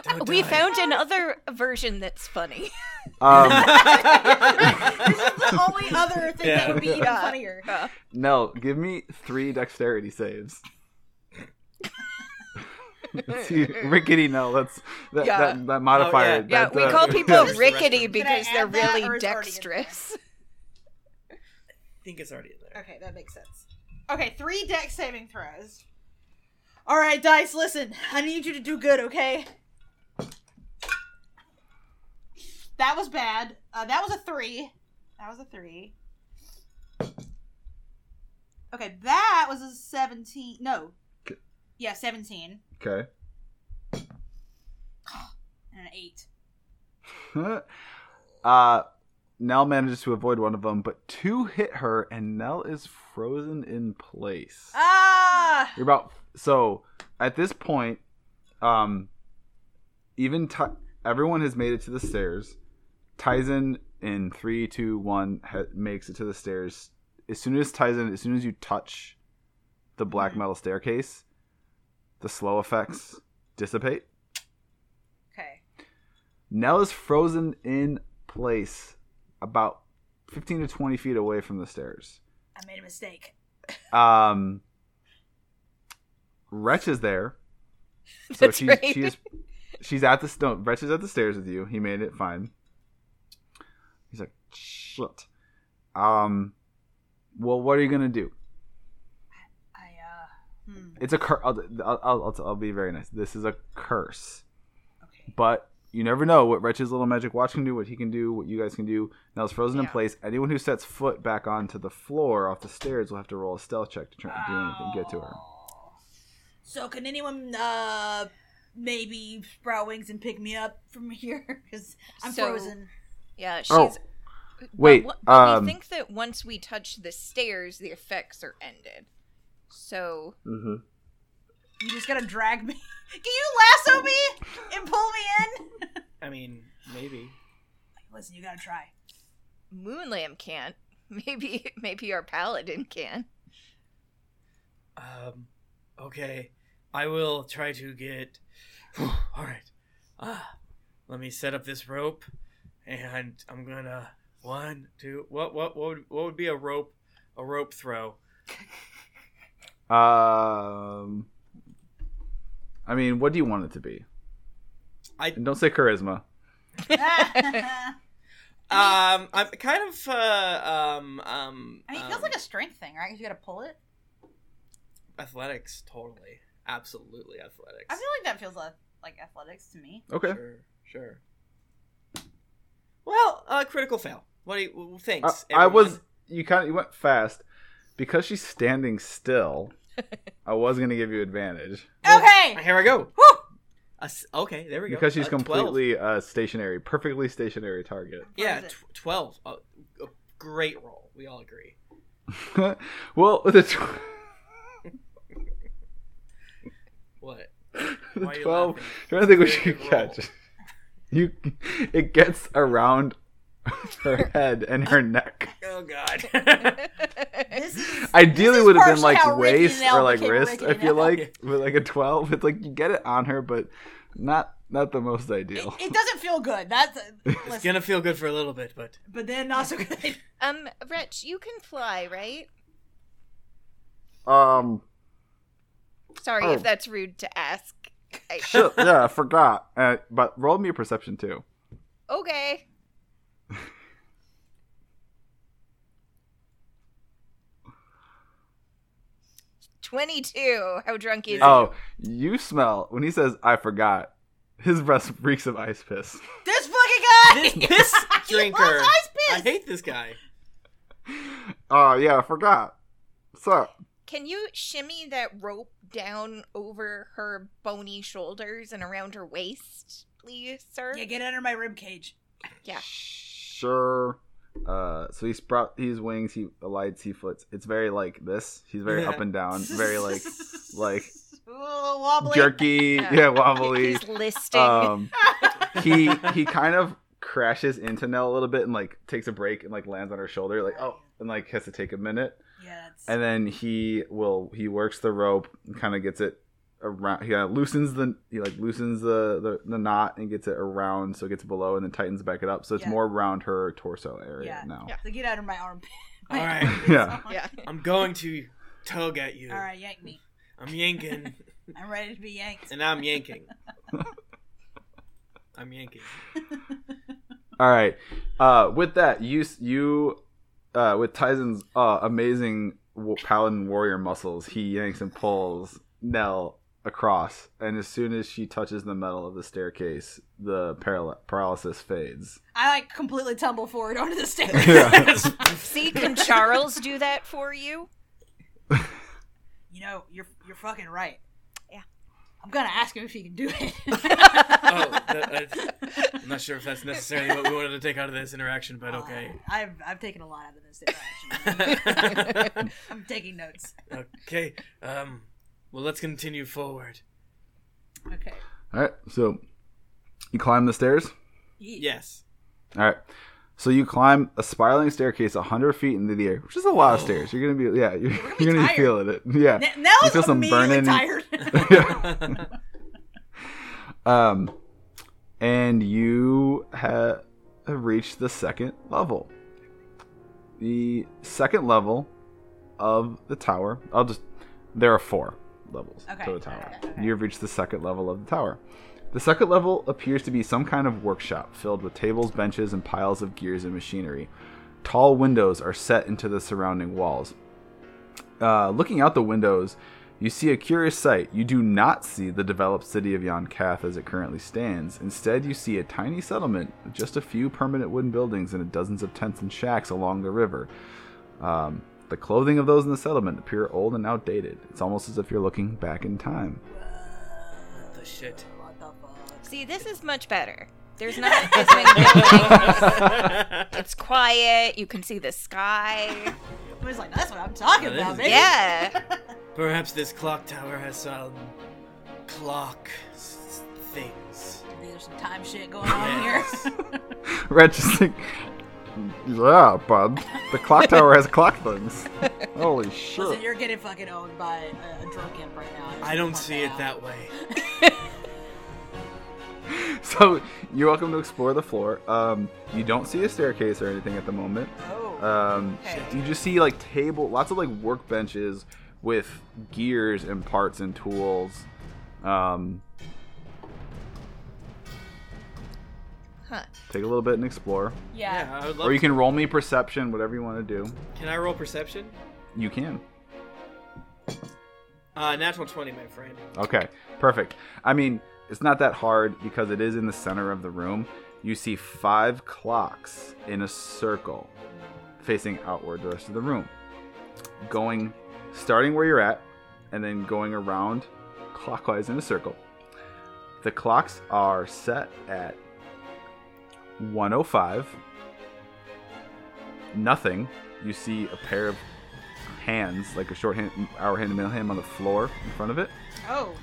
S3: Don't
S5: We
S3: die. *laughs*
S5: found *laughs* another version that's funny. *laughs*
S1: *laughs*
S2: *laughs*
S1: um,
S2: This is the only other thing that would be even
S5: Yeah.
S2: funnier.
S1: nell give me three dexterity saves Let's see, rickety nell that's that,
S5: Yeah.
S1: that, that
S2: Oh,
S1: modifier
S3: yeah.
S5: Yeah,
S1: that,
S5: we
S1: uh, *laughs*
S5: call people
S3: Just the rest of
S5: rickety
S3: it.
S5: because
S2: Did I
S5: they're
S2: add that, or
S5: really
S2: it's already in
S5: dexterous.
S3: I think it's already in there.
S2: Okay, that makes sense. Okay, three deck saving throws. All right, dice. Listen, I need you to do good. Okay. That was bad. Uh, that was a three. That was a three. Okay, that was a seventeen. No. Yeah, seventeen
S1: okay *laughs*
S2: and an eight.
S1: uh Nell manages to avoid one of them, but two hit her, and Nell is frozen in place.
S2: Ah.
S1: You're about so at this point, um, even Ty- everyone has made it to the stairs. Tizen in three, two, one ha- makes it to the stairs. As soon as Tizen, as soon as you touch the black metal staircase, the slow effects dissipate.
S2: Okay.
S1: Nell is frozen in place, about fifteen to twenty feet away from the stairs.
S2: I made a mistake.
S1: Um, Wretch is there.
S5: *laughs*
S1: So
S5: That's
S1: she's
S5: right.
S1: she is she's at the stone. Wretch is at the stairs with you. He made it fine. He's like, shit. Um, well, what are you gonna do?
S2: I uh. Hmm.
S1: It's a curse. I'll, I'll, I'll, I'll be very nice. This is a curse,
S2: Okay.
S1: but you never know what Wretch's little magic watch can do, what he can do, what you guys can do. Now it's frozen in
S5: Yeah.
S1: place. Anyone who sets foot back onto the floor off the stairs will have to roll a stealth check to try and do anything, get to her.
S2: Oh. So can anyone uh maybe sprout wings and pick me up from here? *laughs* Because I'm
S5: So-
S2: frozen.
S5: Yeah, she's.
S1: Oh,
S5: but
S1: wait,
S5: what- but
S1: um,
S5: we think that once we touch the stairs, the effects are ended. So
S1: Mm-hmm.
S2: You just gotta drag me. *laughs* Can you lasso me and pull me in? *laughs*
S3: I mean, maybe.
S2: Listen, you gotta try. *laughs*
S5: Moonlam can't. *laughs* Maybe maybe our paladin can. *laughs*
S3: Um, okay. I will try to get. *sighs* all right. Ah, let me set up this rope, and I'm gonna one, two. What what what would, what would be a rope? A rope throw.
S1: Um, I mean, what do you want it to be?
S3: I-
S1: And don't say charisma.
S2: I
S3: Um, I'm kind of uh um um.
S2: mean, it feels like a strength thing, right? 'Cause you gotta pull it.
S3: athletics. Totally, absolutely athletics.
S2: I feel like that feels like, like athletics to me.
S1: Okay.
S3: Sure, sure. Well, uh, critical fail. What do you? Well,
S1: I,
S3: thanks.
S1: I was.
S3: everyone.
S1: You kind of you went fast because she's standing
S3: *laughs*
S1: still. I was gonna give you advantage
S2: Okay.
S3: Here I go.
S2: Woo!
S3: A s- okay, there we go.
S1: because she's
S3: A 12.
S1: completely uh, stationary, perfectly stationary target. *laughs*
S3: Yeah,
S2: Frozen.
S3: tw- twelve. A, a great roll. We all agree.
S1: well, with a tw- *laughs* *laughs*
S3: What?
S1: the
S3: Why are you
S1: twelve.
S3: laughing?
S1: Trying to think what
S3: Very
S1: *laughs* you could
S3: good roll.
S1: catch. You, it gets around *laughs*
S3: *laughs*
S1: her head and her neck.
S2: *laughs*
S3: Oh God.
S2: This is
S1: Ideally,
S2: is
S1: would have been
S2: partially
S1: like
S2: how Ricky
S1: waist
S2: Nell
S1: or like
S2: became
S1: wrist.
S2: Ricky
S1: I feel
S2: Nell.
S1: like with like a twelve. It's like you get it on her, but not not the most ideal.
S2: *laughs* it doesn't feel good. That's listen,
S3: *laughs* it's gonna feel good for a little bit,
S2: *laughs*
S3: but
S2: but then not so good.
S5: Um, Wretch, you can fly, right?
S6: Um,
S5: Sorry
S6: Oh.
S5: if that's rude to ask.
S1: *laughs*
S5: I-
S6: shit, yeah, I forgot.
S1: Uh, but roll me a perception too.
S5: okay. Twenty-two. How drunk is
S1: Oh, you smell when he says "I forgot." His breath *laughs* reeks of ice piss. *laughs*
S2: This fucking *laughs* guy.
S3: this piss drinker.
S2: loves ice
S3: I hate this guy.
S6: Oh,
S1: Uh,
S6: yeah, I forgot. So,
S5: Can you shimmy that rope down over her bony shoulders and around her waist, please, sir?
S2: yeah, get under my rib *laughs* cage.
S5: Yeah.
S1: Sure. Uh, so he sprout his wings. He alights. He flits. It's very like this. He's very
S3: Yeah.
S1: up and
S2: *laughs*
S1: down. Um, Very like like
S2: Ooh, wobbly. *laughs*
S1: jerky.
S5: Yeah.
S1: Yeah, wobbly.
S5: He's listing.
S1: Um, he he kind of crashes into Nell a little bit and like takes a break and like lands on her shoulder. Like oh, and like has to take a minute.
S2: Yeah, that's
S1: And then he will he works the rope and kind of gets it around. He kinda loosens the he like loosens the, the the knot and gets it around so it gets below and then tightens back it up. So it's
S2: Yeah.
S1: more around her torso area
S2: Yeah.
S1: now.
S5: Yeah.
S2: so get out of my armpit.
S3: *laughs* All right,
S1: *laughs* Yeah.
S2: *laughs*
S5: yeah.
S3: *laughs* I'm going to tug at you.
S2: All right, yank
S3: *laughs*
S2: me.
S3: I'm yanking,
S2: I'm ready to be yanked.
S3: and
S1: *laughs*
S3: I'm yanking. I'm yanking.
S1: All right. Uh, with that, you s- you uh, with Tyson's uh, amazing w- paladin warrior muscles, he yanks and pulls Nell across, and as soon as she touches the metal of the staircase, the paral- paralysis fades.
S2: I like completely tumble forward onto the stairs.
S1: *laughs*
S5: See, can Charles do that for you?
S2: *laughs* You know, you're you're fucking right.
S5: Yeah.
S2: I'm gonna ask him if he can do
S3: *laughs*
S2: it.
S3: oh, that, I,
S2: *laughs*
S3: I'm not sure if that's necessarily what we wanted to take out of this interaction, but okay.
S2: Uh, I've I've taken a lot out of this interaction.
S3: *laughs*
S2: I'm taking notes.
S3: okay. Um. Well, let's continue forward.
S2: Okay.
S1: All right. So you climb the stairs.
S2: Yeah.
S3: Yes.
S1: All right. So you climb a spiraling staircase 100 feet into the air, which is a lot of stairs. You're gonna be yeah, *laughs* you're,
S2: be
S1: you're gonna be
S2: tired.
S1: feeling it. Yeah.
S2: N- now
S1: You feel
S2: I'm
S1: some
S2: immediately
S1: burning-
S3: *laughs*
S2: tired.
S1: Um, and you ha- have reached the second level. The second level of the tower. I'll just. There are four levels
S2: Okay,
S1: to the tower.
S2: okay, okay.
S1: You have reached the second level of the tower. The second level appears to be some kind of workshop filled with tables, benches, and piles of gears and machinery. Tall windows are set into the surrounding walls. Uh, looking out the windows, you see a curious sight. You do not see the developed city of Yonkath as it currently stands. Instead, you see a tiny settlement with just a few permanent wooden buildings and dozens of tents and shacks along the river. Um, the clothing of those in the settlement appear old and outdated. It's almost as if you're looking back in time. *laughs*
S3: the *laughs* shit.
S2: What the fuck?
S5: See, this is much better. There's not as many buildings. It's quiet. You can see the sky.
S2: I was like, that's what I'm talking
S3: Oh, this
S2: about,
S3: is-
S2: baby.
S5: Yeah.
S3: Perhaps this clock tower has some clock s- things.
S2: There's some time shit going on here. *laughs*
S1: Red just like,
S6: yeah, bud. The clock tower has clock things. Holy
S2: Listen,
S6: shit.
S2: you're getting fucking owned by a, a drunk imp right now.
S3: I don't
S2: Fuck
S3: see it
S2: out.
S3: that way.
S1: so you're welcome to explore the floor. Um, you don't see a staircase or anything at the moment.
S2: Oh.
S1: Um, You just see like table, lots of like workbenches with gears and parts and tools. Um,
S5: Huh.
S1: take a little bit and explore,
S2: yeah.
S3: Yeah, I would love.
S1: or you can roll me perception, whatever you want to do.
S3: Can I roll perception?
S1: You can.
S3: Uh, natural twenty, my friend.
S1: Okay, perfect. I mean, it's not that hard because it is in the center of the room. You see five clocks in a circle facing outward the rest of the room. Going, starting where you're at, and then going around clockwise in a circle. The clocks are set at 105. Nothing. You see a pair of hands, like a short hand, hour hand and middle hand on the floor in front of it.
S2: Oh.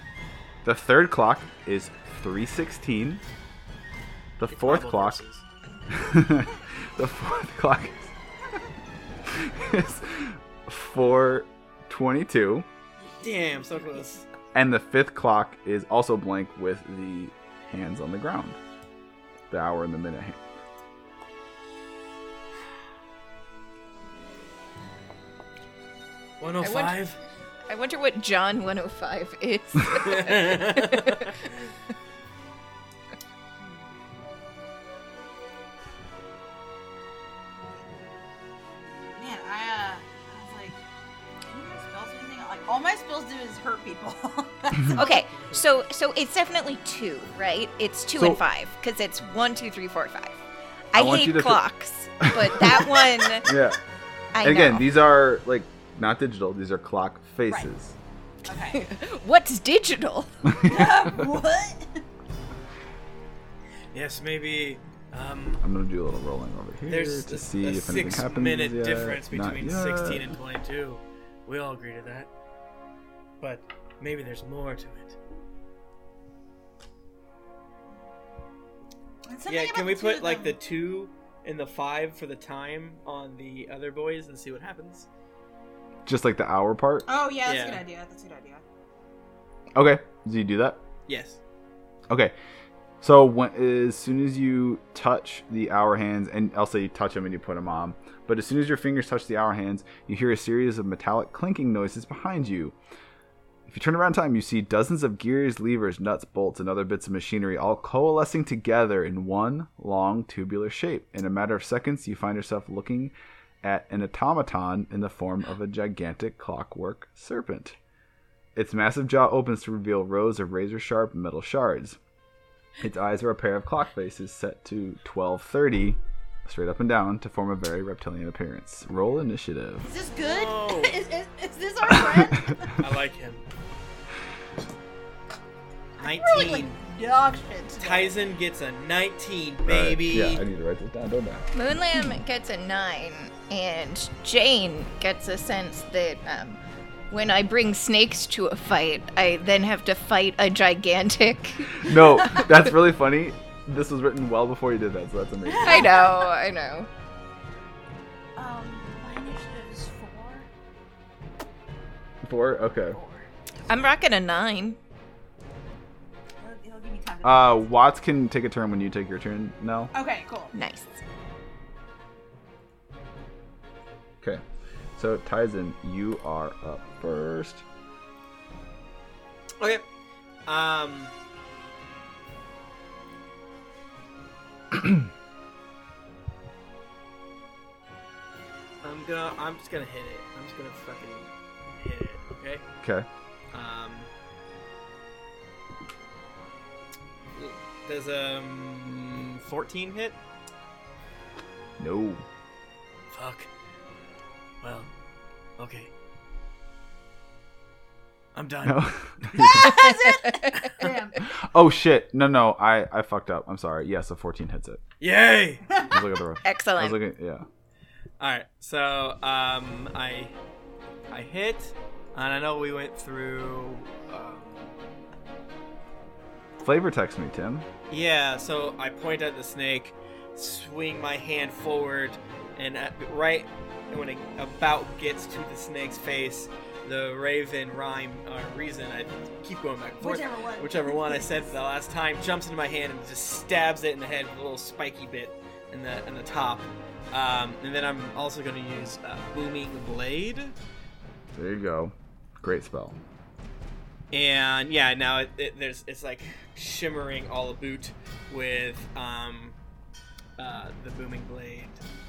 S1: The third clock is 316. The fourth
S3: Bible
S1: clock
S3: verses.
S1: the *laughs* The fourth clock is, *laughs* is 422.
S3: Damn, so close.
S1: And the fifth clock is also blank with the hands on the ground. The hour and the minute hand.
S3: One oh five.
S5: I wonder what John 105 is.
S2: Man, I, uh, I was like, do my spells do anything? Like, all my spells do is hurt people.
S5: *laughs*
S2: *laughs*
S5: okay, so so it's definitely two, right? It's two
S1: So-
S5: and five because it's one, two, three, four, five.
S1: I
S5: I,
S1: want you
S5: hate
S1: to fi- *laughs*
S5: clocks, but that one,
S3: *laughs*
S1: Yeah.
S5: I
S1: And again,
S5: know.
S1: these are like not digital, these are clock faces.
S3: *laughs*
S2: okay. *laughs* Uh,
S5: What's digital?
S2: what?
S3: Yes, maybe. Um,
S1: I'm gonna do a little rolling over here
S3: there's
S1: to
S3: a,
S1: see
S3: a
S1: if anything
S3: six
S1: happens.
S3: minute
S1: yet.
S3: difference
S1: Not
S3: between
S1: yet.
S3: 16 and 22. We all agree to that. But maybe there's more to it.
S2: And something
S3: yeah,
S2: about
S3: can we
S2: two
S3: put
S2: of
S3: like the
S2: them-
S3: two and the five for the time on the other boys and see what happens?
S1: just like the hour part.
S2: Oh yeah, that's a good
S3: Yeah.
S2: idea. That's a good
S3: *laughs*
S2: idea.
S1: Okay, do you do that?
S3: Yes.
S1: Okay. So when, as soon as you touch the hour hands, and I'll say you touch them and you put them on, but as soon as your fingers touch the hour hands, you hear a series of metallic clinking noises behind you. If you turn around in time, you see dozens of gears, levers, nuts, bolts, and other bits of machinery all coalescing together in one long tubular shape. In a matter of seconds, you find yourself looking at an automaton in the form of a gigantic clockwork serpent. Its massive jaw opens to reveal rows of razor sharp metal shards. Its eyes are a pair of clock faces set to 1230, straight up and down, to form a very reptilian appearance. Roll initiative.
S2: Is this good? *laughs*
S3: Whoa.
S2: is, is, is this our
S3: *laughs*
S2: friend?
S3: I like him. 19.
S2: Really like dog shit. today.
S3: Tyson gets a 19, baby.
S1: Yeah, I need to write this down, don't
S5: *laughs*
S1: I?
S5: Moonlam gets a nine, and Jane gets a sense that um, when I bring snakes to a fight, I then have to fight a gigantic. *laughs*
S1: No, that's really funny. This was written well before you did that, so that's amazing.
S5: I know, I know.
S2: Um, my initiative is four.
S1: Four? Okay.
S5: I'm rocking a nine.
S2: He'll, he'll give me time to.
S1: Uh, Watts can take a turn when you take your turn now.
S2: okay, *laughs* cool.
S5: Nice.
S1: Okay. So, Tizen, you are up first.
S3: Okay. Um. I'm gonna. I'm just gonna hit it. I'm just gonna fucking hit it. Okay.
S1: Okay.
S3: Um. Does um 14 hit?
S1: No.
S3: Fuck. Well. Okay. I'm done.
S1: No. *laughs*
S2: *laughs* Damn.
S1: oh, shit. No, no. I, I fucked up. I'm sorry. Yes, a 14 hits it.
S3: Yay!
S1: I was looking at the wrong. I was
S5: *laughs* Excellent.
S1: looking, yeah.
S3: All right, so um, I I hit, and I know we went through. Um,
S1: Flavor text me, Tim.
S3: yeah, so I point at the snake, swing my hand forward, and at, right when it about gets to the snake's face, the raven rhyme uh, reason I keep going back and forth.
S2: Whichever one.
S3: Whichever one I said for the last time jumps into my hand and just stabs it in the head with a little spiky bit in the in the top. Um, and then I'm also going to use uh, booming blade.
S1: There you go. Great spell.
S3: And yeah, now it, it, there's it's like shimmering all about with um, uh, the booming blade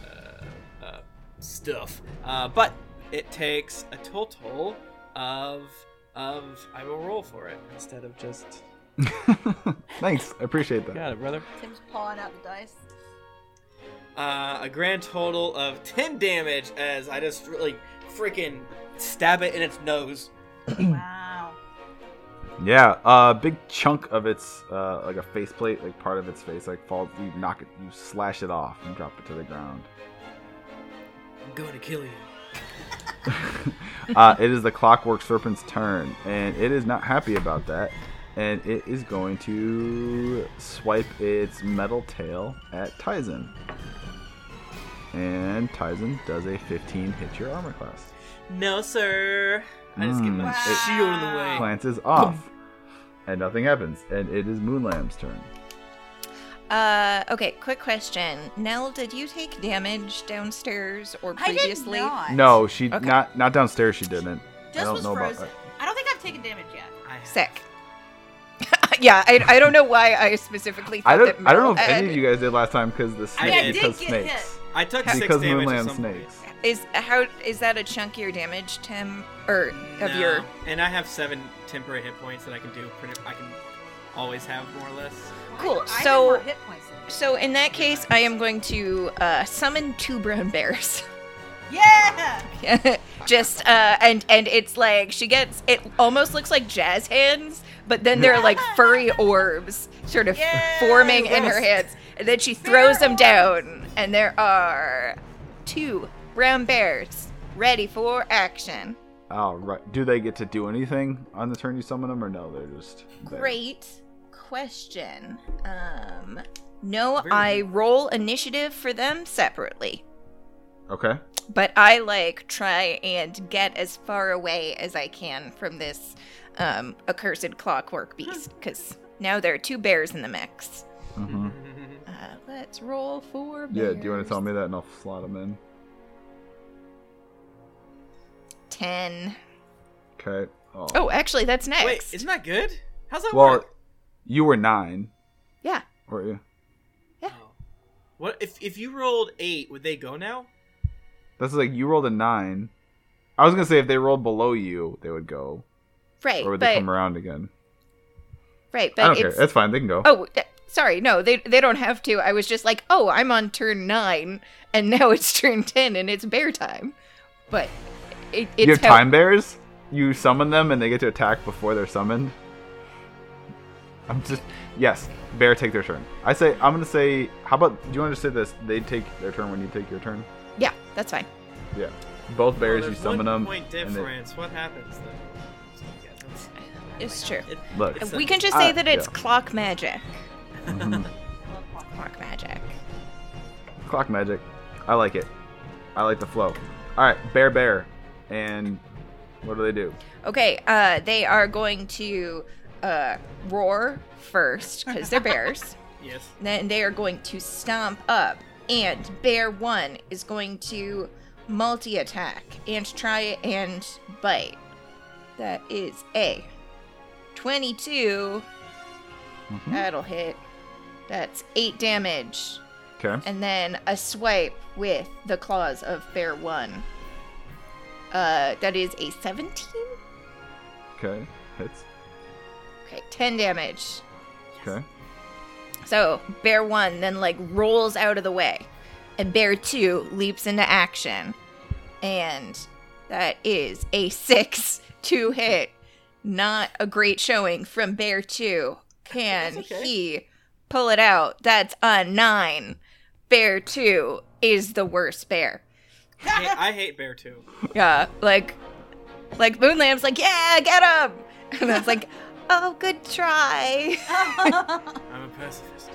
S3: uh, uh, stuff. Uh, but it takes a total of of I will roll for it instead of just
S1: *laughs* Thanks. I appreciate that.
S3: got it, brother.
S2: Tim's pawing out the dice.
S3: Uh, a grand total of ten damage as I just really freaking stab it in its nose.
S2: *clears throat* wow.
S1: Yeah, a uh, big chunk of its uh, like a faceplate, like part of its face, like falls. You knock it, you slash it off, and drop it to the *laughs* ground.
S3: I'm going to kill you.
S1: uh, it is the clockwork serpent's turn, and it is not happy about that, and it is going to swipe its metal tail at Tizen. and Tizen does a 15 hit your armor class.
S3: No, sir. I just get my
S2: Mm. Wow.
S3: shield in the way.
S1: Glances off, and nothing happens. And it is Moonlam's turn.
S5: Uh, okay, quick question. Nell, did you take damage downstairs or
S2: I did
S5: previously?
S2: not.
S1: No, she
S5: Okay.
S1: not not downstairs. She didn't. I
S2: Just
S1: don't
S2: was
S1: know about
S2: frozen. I don't think I've taken damage yet.
S3: I-
S5: Sick. *laughs* yeah, I, I don't know why I specifically thought
S1: I
S5: that
S1: don't. I don't know
S5: Mel
S1: if any of
S5: had-
S1: you guys did last time because the snake,
S3: mean, I did
S1: because
S2: get
S1: snakes.
S2: hit.
S3: I took six
S1: Because
S3: damage at
S1: Moonland
S3: some point.
S1: snakes.
S5: is how is that a chunkier damage, Tim, or of
S3: No.
S5: your?
S3: And I have seven temporary hit points that I can do. Pretty, I can always have more or less.
S5: Cool.
S2: I have more
S5: So
S2: hit points than you.
S5: so in that case, I am going to uh, summon two brown *laughs* bears.
S2: Yeah.
S5: Just uh, and and it's like she gets it almost looks like jazz hands, but then they're like furry orbs
S2: *laughs*
S5: sort of
S2: Yay,
S5: forming in
S2: yes. *laughs*
S5: her hands, and then she throws them down, and there are two brown bears ready for action.
S1: All Oh, right. Do they get to do anything on the turn you summon them, or no? They're just there?
S5: Great question. Um, no,
S3: Very
S5: I roll initiative for them separately,
S1: Okay.
S5: but I like try and get as far away as I can from this um, accursed
S3: Hmm.
S5: clockwork beast because now there are two bears in the mix.
S1: Mm-hmm.
S5: Uh, let's roll for
S1: Yeah.
S5: bears.
S1: Do you want to tell me that, and I'll slot them in?
S5: Ten.
S1: Okay.
S5: Oh, actually, that's
S3: *laughs*
S5: next.
S3: Wait, isn't that good? How's that
S1: Well,
S3: work?
S1: you were nine,
S5: yeah.
S1: weren't you?
S3: Oh. What if if you rolled eight? Would they go now?
S1: That's like you rolled a nine. I was gonna say if they rolled below you, they would go,
S5: Right,
S1: or would they
S5: but
S1: come around again?
S5: right,
S1: I
S5: but
S1: don't care.
S5: it's
S1: That's fine. They can go.
S5: Oh, th- sorry. No, they they don't have to. I was just like, oh, I'm on turn nine, and *laughs* now it's turn ten, and it's bear time. But it, it's
S1: you have
S5: how-
S1: time bears. You summon them, and they get to attack before they're summoned. I'm just yes. Bear take their turn. I say I'm gonna say. How about do you want to say this? They take their turn when you take your turn.
S5: Yeah, that's fine.
S1: Yeah. Both
S3: Well,
S1: bears, you
S3: there's
S1: summon
S3: one
S1: them.
S3: Point
S1: and they-
S3: difference. What happens then? Yeah, that's-
S5: It's true.
S3: it-
S1: Look.
S3: it's
S5: We
S3: a-
S5: can just
S1: uh,
S5: say that it's
S1: yeah.
S5: clock magic.
S1: Mhm.
S3: *laughs*
S5: Clock magic.
S1: Clock magic. I like it. I like the flow. All right, bear, bear, and what do they do?
S5: Okay, uh, they are going to uh, roar first because they're bears.
S3: Yes.
S5: Then they are going to stomp up, and Bear One is going to multi attack and try and bite. That is a 22.
S1: Hmm? Mm-hmm.
S5: That'll hit. That's eight damage.
S1: Okay.
S5: And then a swipe with the claws of Bear One. Uh, that is a 17?
S1: Okay. Hits.
S5: Okay, 10 damage.
S1: Okay.
S5: So bear one then like rolls out of the way, and bear two leaps into action, and that is a six *laughs* to hit. Not a great showing from bear two. Can he pull it out? That's a nine. Bear two is the worst bear.
S3: I hate, I hate bear too.
S5: Yeah, like, like Moonlamp's like, yeah, get him, *laughs* and that's like, oh, good try. *laughs*
S2: Oh,
S3: I'm a pacifist.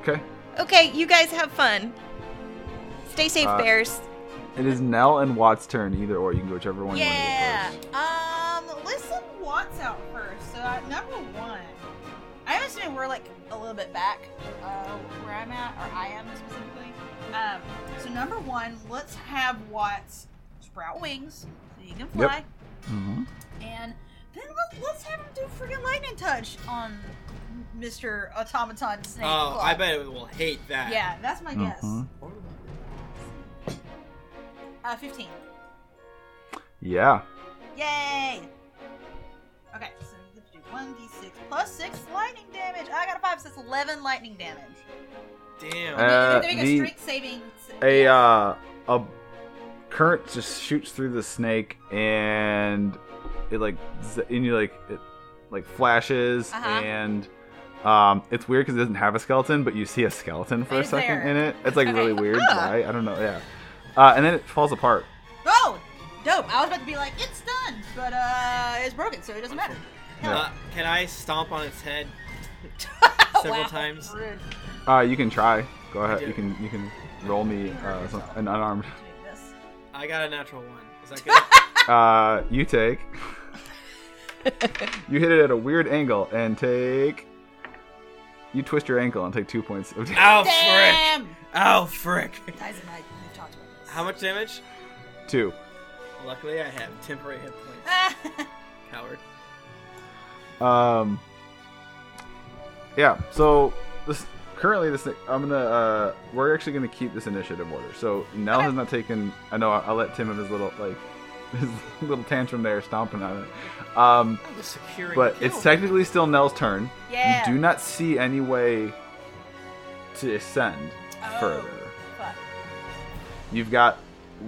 S1: Okay.
S5: Okay, you guys have fun. Stay safe,
S1: Uh,
S5: bears.
S1: It is Nell and Watt's turn. Either or, you can go whichever one
S2: yeah.
S1: you want to go
S2: Um, let's sub Watts out first. So uh, number one, I'm assuming we're like a little bit back uh, where I'm at, or I am specifically. Um, so number one, let's have Watts sprout wings so he can fly,
S1: first. Mhm.
S2: and then let, let's have him do freaking lightning touch on Mr. Automaton Snake.
S3: Oh,
S2: Claw.
S3: I bet it will hate that.
S2: Yeah, that's my guess.
S1: Mhm.
S2: Uh, 15.
S1: Yeah.
S2: Yay! Okay, so let's do 1d6 plus 6 lightning damage. I got a 5, so that's 11 lightning damage.
S3: Damn.
S1: Uh,
S2: They're doing
S1: the-
S2: a strength saving. s-
S1: A
S2: yeah.
S1: uh, a current just shoots through the snake, and it like z- and you like it like flashes,
S2: Uh-huh.
S1: and um, it's weird because it doesn't have a skeleton, but you see a skeleton for a
S2: It's
S1: second
S2: there.
S1: in it. It's like really
S2: Okay.
S1: weird. Why? I don't know. Yeah. Uh, and then it falls apart.
S2: Oh! Dope! I was about to be like, it's done! But uh, it's broken, so it doesn't matter.
S1: Yeah.
S5: *laughs*
S3: Uh, can I stomp on its head several times?
S2: Rude.
S1: Uh, you can try. Go ahead.
S3: do.
S1: You can you can roll me uh, some- an unarmed.
S2: Take this.
S3: I got a natural one. Is
S2: *laughs*
S3: that good?
S1: Uh, you take. you hit it at a weird angle and take. You twist your ankle and take two points of damage. *laughs*
S3: Ow, frick!
S2: Damn!
S3: Ow, frick!
S2: Guys and I, we've talked about this.
S3: How much damage?
S1: Two.
S3: Luckily, I have temporary hit points. Coward.
S1: Um. Yeah. So this currently this thing, I'm gonna uh we're actually gonna keep this initiative order. So Nell has not taken. I know I, I let Tim have his little like *laughs* his little tantrum there stomping on it. Um,
S3: I'm just securing.
S1: but
S3: the
S1: it's
S3: kill.
S1: technically still Nell's turn.
S2: yeah.
S1: You do not see any way to ascend further.
S2: *laughs* fuck.
S1: You've got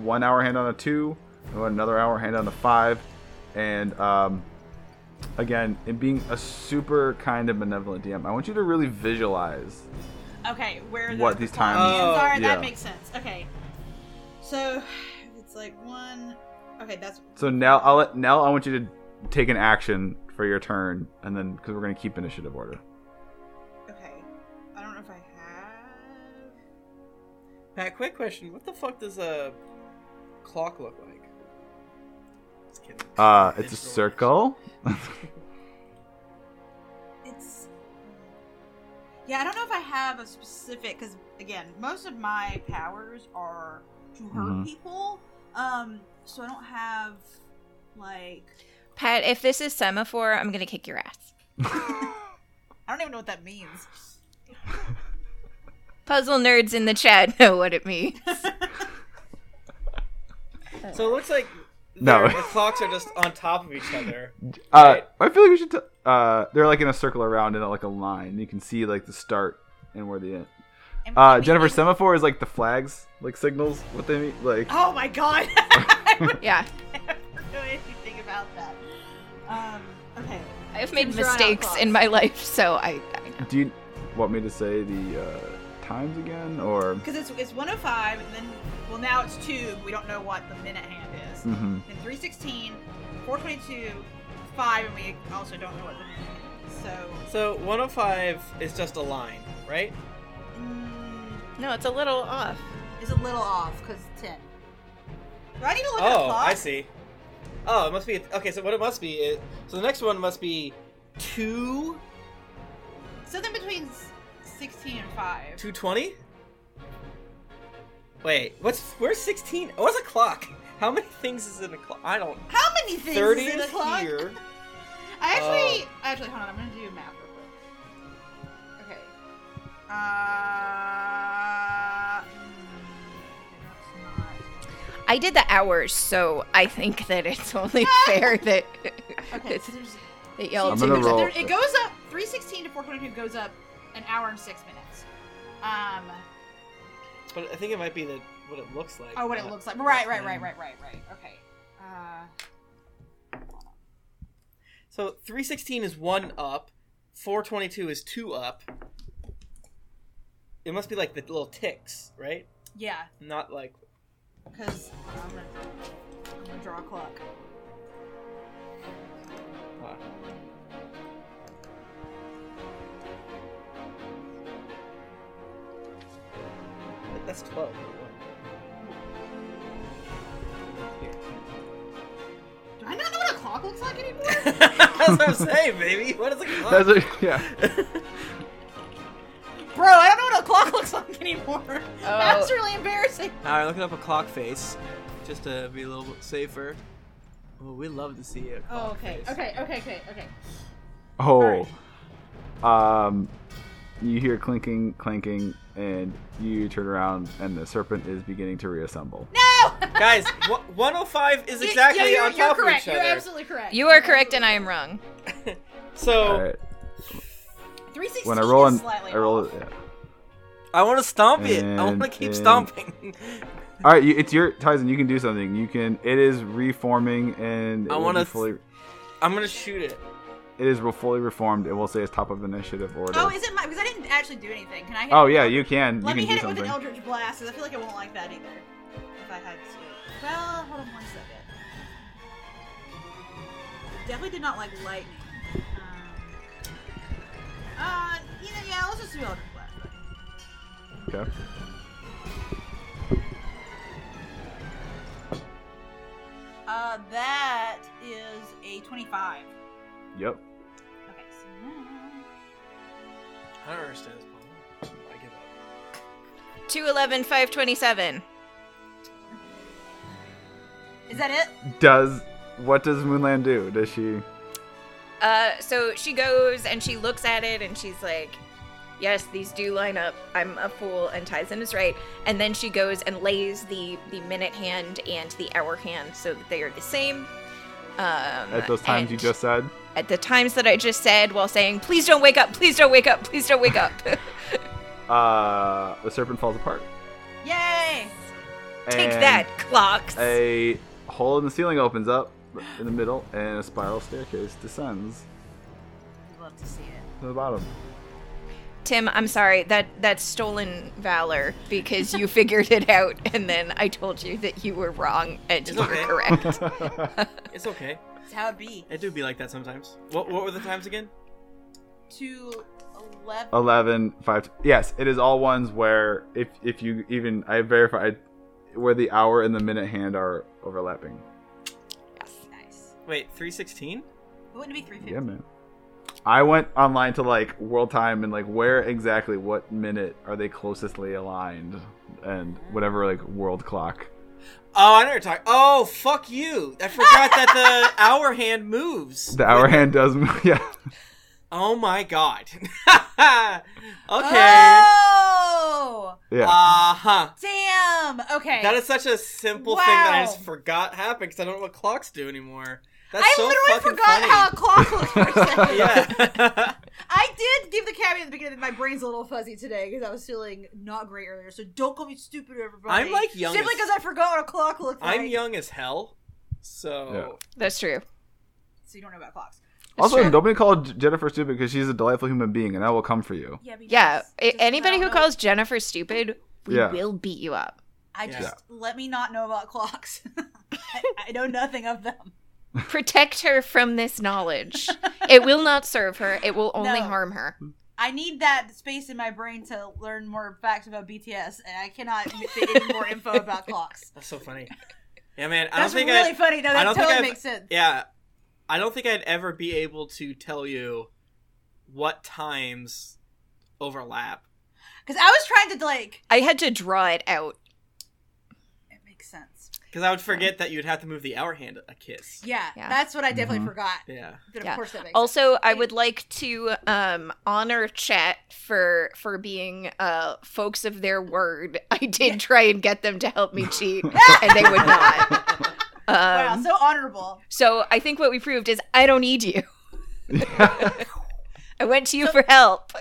S1: one hour hand on a two, and another hour hand on a five, and um, again, in being a super kind of benevolent DM, I want you to really visualize.
S2: Okay, where
S1: What,
S2: the
S1: these
S2: clock
S1: times?
S2: hands are,
S1: Yeah.
S2: that makes sense. Okay. So *sighs* it's like one okay, that's
S1: So Nell, I'll let Nell. I want you to take an action for your turn, and then because we're gonna keep initiative order.
S2: okay. I don't know if I have
S3: Pat, quick question: What the fuck does a clock look like? Just kidding.
S1: Uh, it's a
S3: Digital
S1: circle.
S2: it's Hmm. yeah, I don't know if I have a specific because again, most of my powers are to hurt
S1: Mhm.
S2: people. Um, so I don't have like
S5: Pat, if this is semaphore, I'm gonna kick your ass.
S2: I don't even know what that means.
S5: Puzzle nerds in the chat *laughs* know what it means.
S3: So it looks like
S1: No.
S3: their- the clocks are just on top of each other.
S1: Uh, I feel like we should. T- uh, they're like in a circle around in a, like a line. You can see like the start and where the end.
S2: And
S1: Uh,
S2: maybe-
S1: Jennifer semaphore is like the flags, like signals. What they mean, like
S2: Oh my god! *laughs* I would
S5: yeah,
S2: never know anything about that. Um, okay.
S5: I've made
S2: Tim's drawn out
S5: mistakes
S2: clocks.
S5: in my life, so I, I know.
S1: Do you want me to say the uh, times again, or?
S2: Because it's it's 105, and then well now it's two. We don't know what the minute hand is.
S1: hmm
S2: Then 316, 422, five, and we also don't know what the minute hand is. So
S3: So 105 is just a line, right?
S5: uh,
S2: mm,
S5: No, it's a little off.
S2: it's a little off because 10. Do I need to look at a
S3: Oh,
S2: clock?
S3: I see. Oh, it must be. Okay, so what it must be is so the next one must be two
S2: Something between s- 16 and five.
S3: two twenty. Wait, what's where's sixteen? What's a clock? How many things is in a clock? I don't.
S2: How many things
S3: Thirty
S2: is in a
S3: is
S2: clock?
S3: here. Oh.
S2: I actually, actually, hold on. I'm gonna do math real quick. Okay. Uh. mm, *laughs* that's
S5: I did the hours, so I think that it's *laughs* only fair that
S2: not- Okay.
S5: *laughs* that
S2: So there's,
S5: y'all
S1: I'm
S5: do
S1: gonna
S5: the
S1: roll.
S2: there, it goes up 316 to 422 goes up an hour and six minutes. Um.
S3: But I think it might be the what it looks like.
S2: Oh, what it
S3: not
S2: looks like. Right.
S3: what's
S2: Right. Right. Right.
S3: in.
S2: Right. Right. Okay. Uh.
S3: So three sixteen is one up. Four twenty two is two up. It must be like the little ticks, right?
S2: Yeah.
S3: Not like
S2: Because I'm gonna, I'm gonna draw a clock.
S3: uh, that's twelve. Here.
S2: Do I not know what a clock looks like anymore?
S3: *laughs*
S5: *laughs*
S3: that's what I'm saying, baby. What is a clock?
S1: That's a, *laughs* yeah.
S3: *laughs*
S2: Bro, I don't know what a clock *laughs* looks like anymore.
S5: Oh.
S2: That's really embarrassing.
S3: All right, looking up a clock face, just to be a little bit safer. Well, we love to see a
S2: Oh,
S3: clock
S2: okay.
S3: face.
S2: Okay, okay, okay, okay.
S1: Oh. Um, you hear clinking, clanking, and you turn around, and the serpent is beginning to reassemble.
S3: Guys, wha- 105 is
S2: *laughs*
S3: exactly
S2: yeah, you're,
S3: on
S2: you're
S3: top
S2: correct.
S3: of each other.
S2: You're absolutely correct.
S5: You are correct, and I am wrong.
S3: so
S1: All right.
S2: 316
S1: When I roll,
S2: is
S1: an,
S2: slightly
S1: I roll.
S2: off.
S1: Yeah.
S3: I want to stomp it. I want to
S1: And- uh,
S3: keep
S1: and-
S3: stomping. *laughs*
S1: All right, you, it's your Tyson. You can do something. You can. It is reforming, and it
S3: I
S1: will be
S3: wanna-
S1: fully.
S3: I'm gonna shoot it.
S1: It is fully reformed. It will say it's top of initiative order.
S2: Oh, is it my? Because I didn't actually do anything. Can I? Hit
S1: Oh,
S2: it?
S1: yeah, you can.
S2: Let
S1: you
S2: me
S1: can
S2: hit it
S1: do something.
S2: with an Eldritch Blast, because I feel like I won't like that either. If I had to. Well, hold on one second. Definitely did not like lightning. Um, uh, yeah, yeah. Let's just do Eldritch Blast.
S1: Okay.
S2: Uh, that is a 25.
S1: Yep.
S2: Okay, so now.
S3: I don't understand this problem. I give up.
S5: 211, 527.
S2: Is that it?
S1: Does what does Moonland do? Does she?
S5: Uh, so she goes and she looks at it and she's like, "Yes, these do line up. I'm a fool." And Tyson is right. And then she goes and lays the the minute hand and the hour hand so that they are the same. Um,
S1: At those times you
S5: and
S1: just said.
S5: at the times that I just said while saying, "Please don't wake up! Please don't wake up! Please don't wake up!" *laughs*
S1: Uh, the serpent falls apart.
S2: Yay!
S5: Take
S1: and
S5: that, clocks.
S1: A hole in the ceiling opens up in the middle, and a spiral staircase descends
S2: Love to see it.
S1: to the
S5: *laughs*
S1: bottom.
S5: Tim, I'm sorry that that's stolen valor because you *laughs* figured it out and then I told you that you were wrong and
S3: It's
S5: you were
S3: okay.
S5: correct.
S3: It's okay.
S2: It's how it be.
S3: It do be like that sometimes. What What were the times again?
S2: To 11.
S1: 11 5 yes it is all ones where if if you even i verified where the hour and the minute hand are overlapping
S2: Nice.
S3: Wait, three sixteen?
S2: Wouldn't it be 350?
S1: yeah man i went online to like world time and like where exactly what minute are they closestly aligned and whatever like world clock
S3: Oh, I know you're talking. Oh, fuck you! I forgot that
S2: *laughs*
S3: the hour hand moves.
S1: the hour hand does *laughs* move yeah
S3: Oh my god. *laughs* okay.
S2: Oh!
S1: yeah
S3: Uh huh.
S2: Damn! Okay.
S3: That is such a simple thing that I
S2: Wow.
S3: just forgot happened because I don't know what clocks do anymore. That's
S2: I
S3: so
S2: literally
S3: fucking
S2: forgot
S3: funny.
S2: how a clock looks for a
S3: *laughs*
S2: second. *laughs*
S3: yeah.
S2: I did give the caveat at the beginning that my brain's a little fuzzy today because I was feeling not great earlier. So don't call me stupid, everybody.
S3: I'm, like, young
S2: simply
S3: as-
S2: because I forgot what a clock looked like.
S3: I'm young as hell. So
S5: That's true.
S2: so you don't know about clocks.
S1: also
S5: Sure.
S1: nobody called jennifer stupid because she's a delightful human being and i will come for you *laughs*
S2: Yeah, because
S5: Yeah, i-
S2: just 'cause I
S5: anybody
S2: don't
S5: who
S2: know-
S5: calls Jennifer stupid, we
S1: Yeah.
S5: will beat you up.
S2: I
S3: Yeah.
S2: just let me not know about clocks. *laughs* I, I know nothing of them.
S5: Protect her from this knowledge. it will not serve her. It will only
S2: No.
S5: harm her.
S2: I need that space in my brain to learn more facts about BTS, and I cannot fit any more
S3: *laughs*
S2: info about clocks.
S3: that's so funny. Yeah, man. I don't
S2: That's
S3: think
S2: really
S3: I.
S2: funny, though.
S3: I
S2: That
S3: don't think
S2: totally
S3: I've-
S2: makes sense.
S3: Yeah, I don't think I'd ever be able to tell you what times overlap.
S2: Because I was trying to, like,
S5: I had to draw it out.
S2: it makes sense.
S3: Because I would forget that you'd have to move the hour hand a kiss.
S2: Yeah,
S5: Yeah.
S2: that's what I definitely
S1: Mhm.
S2: forgot.
S3: Yeah.
S2: But of
S5: Yeah.
S2: course that makes sense.
S5: Also, I would like to um, honor chat for for being uh, folks of their word. *laughs* I did try and get them to help me cheat, and they would not.
S2: *laughs*
S5: Um,
S2: Wow, so honorable.
S5: so I think what we proved is I don't need you.
S1: yeah
S5: I went to you for help.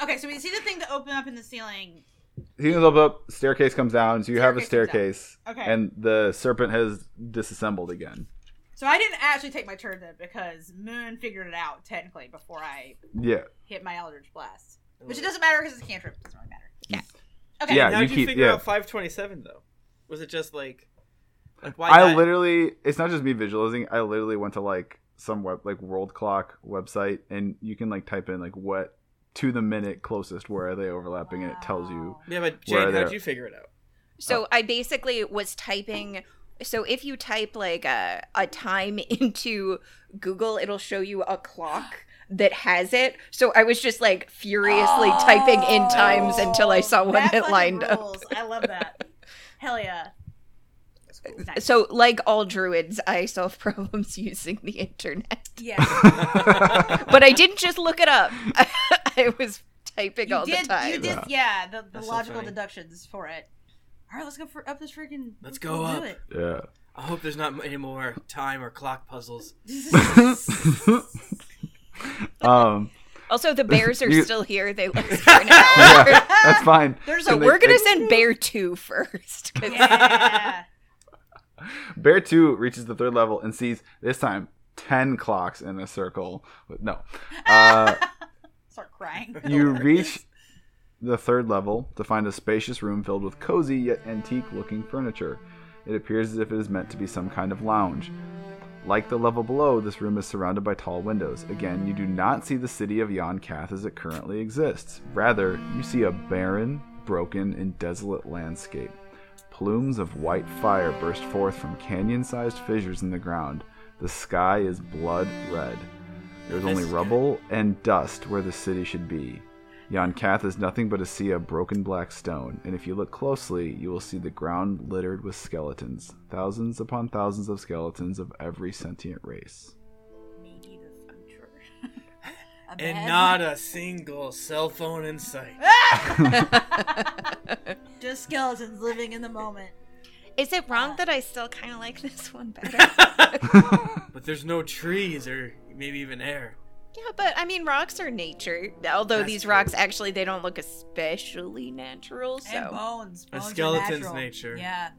S2: Okay, so we see the thing that opened up in the ceiling.
S1: he goes up, up staircase comes down so you have a
S2: Staircase
S1: staircase
S2: Okay.
S1: and the serpent has disassembled again
S2: so I didn't actually take my turn then because Moon figured it out technically before I
S1: yeah
S2: hit my Eldritch Blast. Which it doesn't matter because it's a cantrip. It doesn't really matter.
S5: Yeah.
S2: Okay.
S1: Yeah.
S3: How
S1: you
S3: did you
S1: keep-
S3: figure
S1: yeah.
S3: out 527 though? Was it just like, like why?
S1: I
S3: that?
S1: literally, it's not just me visualizing. I literally went to like some web, like World Clock website, and you can like type in like what to the minute closest where are they overlapping, and it tells you.
S2: Wow.
S3: Yeah, but
S1: Where
S3: Jane,
S1: they're-
S3: how'd you figure it
S1: *laughs*
S3: out? *laughs*
S2: Oh.
S5: So I basically was typing. So if you type like a, a time *laughs* into Google, it'll show you
S2: *gasps*
S5: a clock that has it. So I was just like furiously
S2: Oh.
S5: typing in times until I saw one
S2: That
S5: that,
S2: fucking
S5: lined up.
S2: rules. I love that. Hell yeah. Nice.
S5: So, like all druids, I solve *laughs* problems using the internet.
S2: yeah,
S5: But I didn't just look it up. *laughs* I was typing
S2: you
S5: all
S2: did.
S5: the time.
S2: You did. Yeah, the, the
S3: That's so
S2: logical
S3: funny.
S2: deductions for it. All right, let's go for, up this freaking.
S3: Let's go
S2: do
S3: up.
S2: it.
S1: *laughs* Yeah. *laughs*
S3: I hope there's not any more time or clock puzzles.
S1: um.
S5: Also, the bears are
S1: You-
S5: still here.
S2: *laughs*
S5: They last for an hour.
S1: Yeah, that's fine.
S2: There's
S5: So
S1: And they-
S5: we're gonna
S1: they-
S5: send Bear Two *laughs*
S3: *laughs*
S5: first. 'cause
S2: *laughs* Yeah.
S1: Bear two reaches the third level and sees this time ten clocks in a circle. But no. Uh,
S2: Start
S3: *laughs*
S2: crying.
S1: you reach the third level to find a spacious room filled with cozy yet antique looking furniture. It appears as if it is meant to be some kind of lounge. Like the level below, this room is surrounded by tall windows. Again, you do not see the city of Yon Kath as it currently exists. Rather, you see a barren, broken, and desolate landscape. Plumes of white fire burst forth from canyon sized fissures in the ground. The sky is blood red. There's only
S3: This-
S1: rubble and dust where the city should be. Yonkath is nothing but a sea of broken black stone, and if you look closely, you will see the ground littered with skeletons. Thousands upon thousands of skeletons of every sentient race. *laughs*
S4: Maybe the future.
S2: *laughs*
S4: A bed?
S3: and
S5: *laughs*
S3: not a single cell phone in sight.
S2: *laughs* Just skeletons living in the moment.
S5: Is it wrong that I still kind of like *laughs* this
S2: *laughs*
S5: one better?
S3: But there's no trees or maybe even air.
S5: Yeah, but I mean, rocks are nature. Although
S3: That's
S5: these
S3: true.
S5: rocks actually they don't look especially natural.
S2: And
S5: So
S2: bones.
S3: A
S2: bones are
S3: skeleton's
S2: natural.
S3: nature.
S2: Yeah.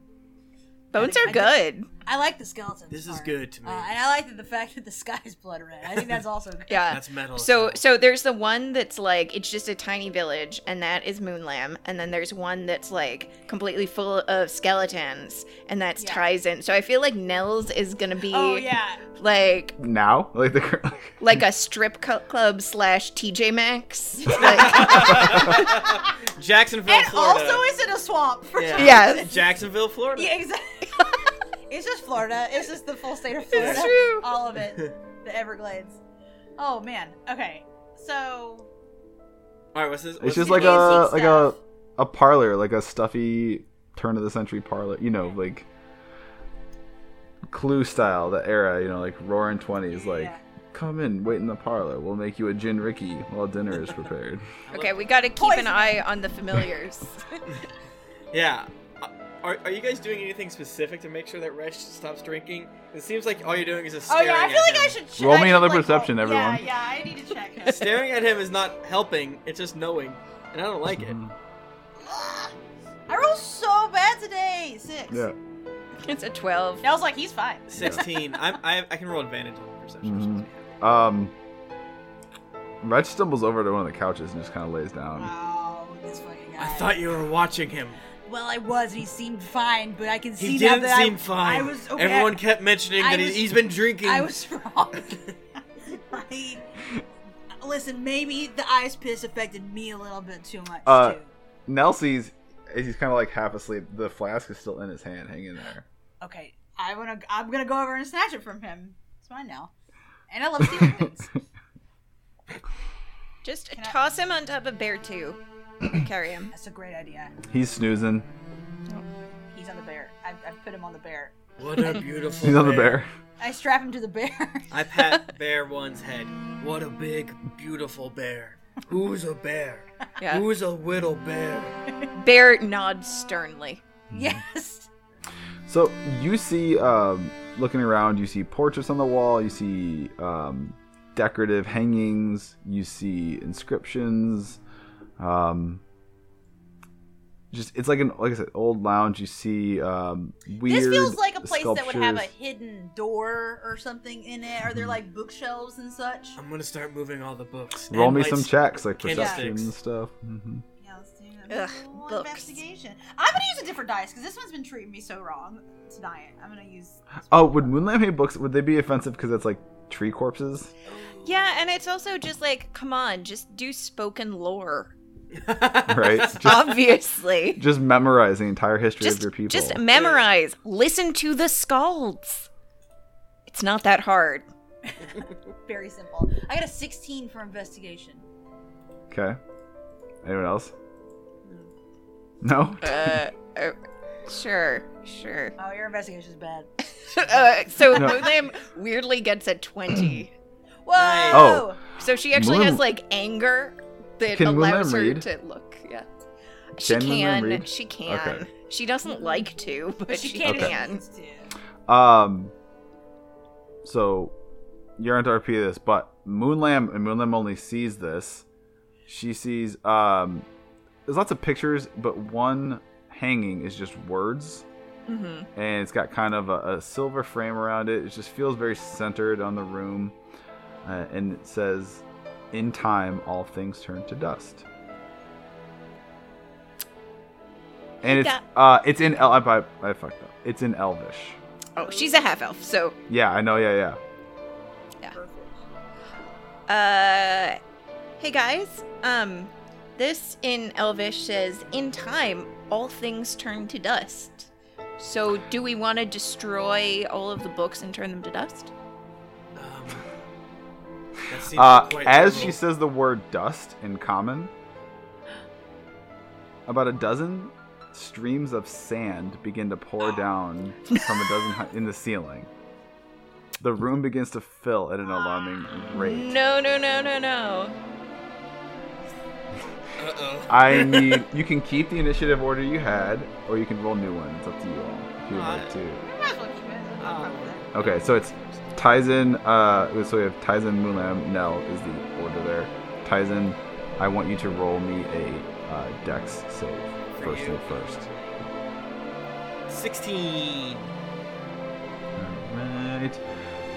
S5: bones
S2: I
S5: are
S2: think-
S5: good.
S2: I like the skeletons.
S3: This is
S2: part.
S3: good to me.
S2: Uh, and I like that the fact that the sky is blood red. I think that's
S5: *laughs*
S2: also good.
S5: Yeah.
S3: That's metal. as
S5: So
S3: hell.
S5: so there's the one that's like it's just a tiny village, and that is Moonlam, and then there's one that's like completely full of skeletons, and that's
S2: Yeah.
S5: Tizen. So I feel like Nell's is gonna be
S2: Oh yeah.
S5: like
S1: Now? Like the *laughs*
S5: like a strip cu- club slash
S2: *laughs*
S5: TJ Maxx. Like, *laughs*
S3: Jacksonville,
S2: And
S3: Florida.
S2: also, it's in a swamp. *laughs* For
S3: Yeah.
S2: yeah.
S5: yes,
S3: Jacksonville, Florida.
S2: exactly.
S3: *laughs*
S2: it's just Florida. It's just the full state of Florida.
S5: it's true.
S2: All of it. The Everglades. Oh man. Okay. So
S3: All right, what's this?
S1: It's
S3: what's
S1: just like
S3: this-
S1: a
S2: Fancy
S1: like a a parlor, like a stuffy turn of the century parlor. You know, like Clue style, the era. You know, like Roaring Twenties. Like,
S2: Yeah.
S1: come in, wait in the parlor. We'll make you a gin Ricky while dinner is prepared.
S5: Okay, we gotta keep
S2: Poisoning.
S5: an eye on the *laughs* familiars.
S3: Yeah. Uh, Are, are you guys doing anything specific to make sure that Resh stops drinking? It seems like all you're doing is just
S2: Oh
S3: staring
S2: yeah, I feel
S3: at
S2: like I
S3: him.
S2: should. Ch-
S1: Roll
S2: I
S1: me
S2: should,
S1: another
S2: like,
S1: perception,
S2: roll-
S1: everyone.
S2: Yeah, yeah, I need to check. *laughs* that.
S3: *laughs* staring at him is not helping. It's just knowing, and I don't like it.
S1: Mm-hmm.
S2: I rolled so bad today. Six.
S1: Yeah.
S5: it's a twelve.
S2: Nell's like he's fine.
S3: Sixteen. I'm, I I can roll advantage on perception.
S1: Mhm. Um. Reg stumbles over to one of the couches and just kind of lays down.
S2: Wow, Oh, this fucking guy.
S3: Um, I thought you were watching him.
S2: Well, I was, and he seemed fine, but I can
S3: He
S2: see now
S3: didn't
S2: that I-
S3: seem fine.
S2: I was okay.
S3: Everyone kept mentioning
S2: I
S3: that he-
S2: was-
S3: he's been drinking.
S2: I was wrong. *laughs* I, listen, maybe the ice piss affected me a little bit too much
S1: Uh,
S2: too.
S1: Nelsie's, he's kind of like half asleep. The flask is still in his hand, hanging there.
S2: Okay, I wanna. I'm gonna go over and snatch it from him. It's mine now, and I love stealing
S1: *laughs*
S2: things.
S5: Just
S2: Can I-
S5: toss him on top of Bear *clears throat* Two. Carry him.
S2: That's a great idea.
S1: He's snoozing.
S2: He's on the bear. I've, I've put him on the bear.
S3: What a beautiful.
S1: He's on the bear.
S2: I strap him to the
S1: Mm-hmm.
S2: bear. *laughs*
S3: I pat Bear One's head. What a big, beautiful bear. Who's a bear?
S5: Yeah.
S3: Who's a little bear?
S5: Bear nods sternly.
S2: yes.
S1: So you see, um, looking around, you see portraits on the wall, you see um, decorative hangings, you see inscriptions. Um, just it's like an like I said, old lounge. You see um, weird.
S2: This feels like a place that would have a
S1: sculptures.
S2: hidden door or something in it. Are there like bookshelves and such?
S3: I'm gonna start moving all the books.
S1: Roll
S3: And
S1: me
S3: lights-
S1: some checks, like
S3: candlesticks.
S1: perception and stuff. hmm
S2: Yeah, let's do
S5: Ugh,
S2: that. Roll
S5: books.
S2: investigation. I'm gonna use a different dice because this one's been treating me so wrong tonight. I'm gonna use. this
S1: Oh,
S2: one.
S1: would Moonlamp hate books? Would they be offensive because it's like tree
S2: *laughs*
S1: corpses?
S5: Yeah, and it's also just like, come on, just do spoken lore.
S1: Right? just, *laughs*
S5: *laughs* Obviously.
S1: just memorize the entire history of
S5: just
S1: your people.
S5: just memorize. Listen to the scalds. It's not that hard.
S2: very simple. I got a 16 for investigation.
S1: Okay. Anyone else? No.
S5: Uh, uh sure, sure.
S2: Oh, your investigation's bad.
S5: *laughs* uh, so
S1: No.
S5: Moonlam weirdly gets a *clears throat* 20.
S2: Whoa!
S3: Nice.
S1: Oh.
S5: So she actually
S1: Moonlam-
S5: has like anger that
S1: Can
S5: allows
S1: Moonlam
S5: her
S1: read?
S5: to look. Yeah. She
S1: Can Moonlam
S5: can.
S1: read?
S5: She can.
S1: Okay.
S5: She doesn't like to, but, she,
S2: can't if she
S5: can.
S2: needs to.
S1: Um. So, you're on to RP this, but Moonlam and Moonlam only sees this. She sees um. There's lots of pictures, but one hanging is just words,
S5: hmm
S1: and it's got kind of a, a silver frame around it. It just feels very centered on the room, uh, and it says, "In time, all things turn to dust." And it's uh, it's in El- I, I, I fucked up. It's in Elvish.
S5: Oh, she's a half elf, so
S1: Yeah, I know. Yeah, yeah.
S5: Uh, hey guys, um, This in Elvish says, In time, all things turn to dust. So, do we want to destroy all of the books and turn them to dust?
S3: *laughs* Um, that seems
S1: Uh,
S3: quite
S1: as
S3: liberal.
S1: she says the word dust in common, about a dozen streams of sand begin to pour down from a dozen hi- in the ceiling. The room begins to fill at an alarming rate.
S5: No, no, no, no, no.
S3: Uh-oh.
S1: I need. You can keep the initiative order you had, or you can roll new ones. It's up to you all. If you would like to. Okay, so it's Tizen. Uh, so we have Tizen, Mulam, Nell is the order there. Tizen, I want you to roll me a uh, Dex save
S3: For
S1: first
S3: you.
S1: thing first.
S3: 16.
S1: All right,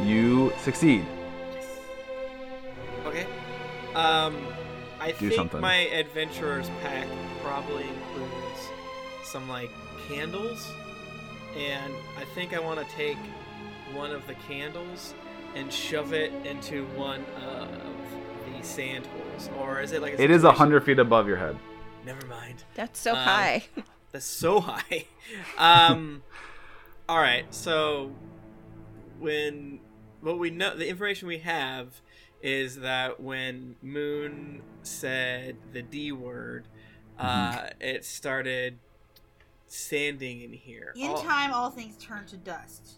S1: you succeed.
S3: Okay. Um, I
S1: Do
S3: think
S1: something.
S3: my adventurer's pack probably includes some like candles, and I think I want to take one of the candles and shove it into one of the sand holes, or is it like a
S1: It is a
S3: situation-
S1: hundred feet above your head.
S3: Never mind.
S5: That's so
S3: Um,
S5: high.
S3: That's so *laughs* high. Um, all right. So when what we know, the information we have is that when Moon said the D word,
S1: Mm-hmm.
S3: uh, it started sanding in here.
S2: In
S3: All-
S2: time, all things turn to dust.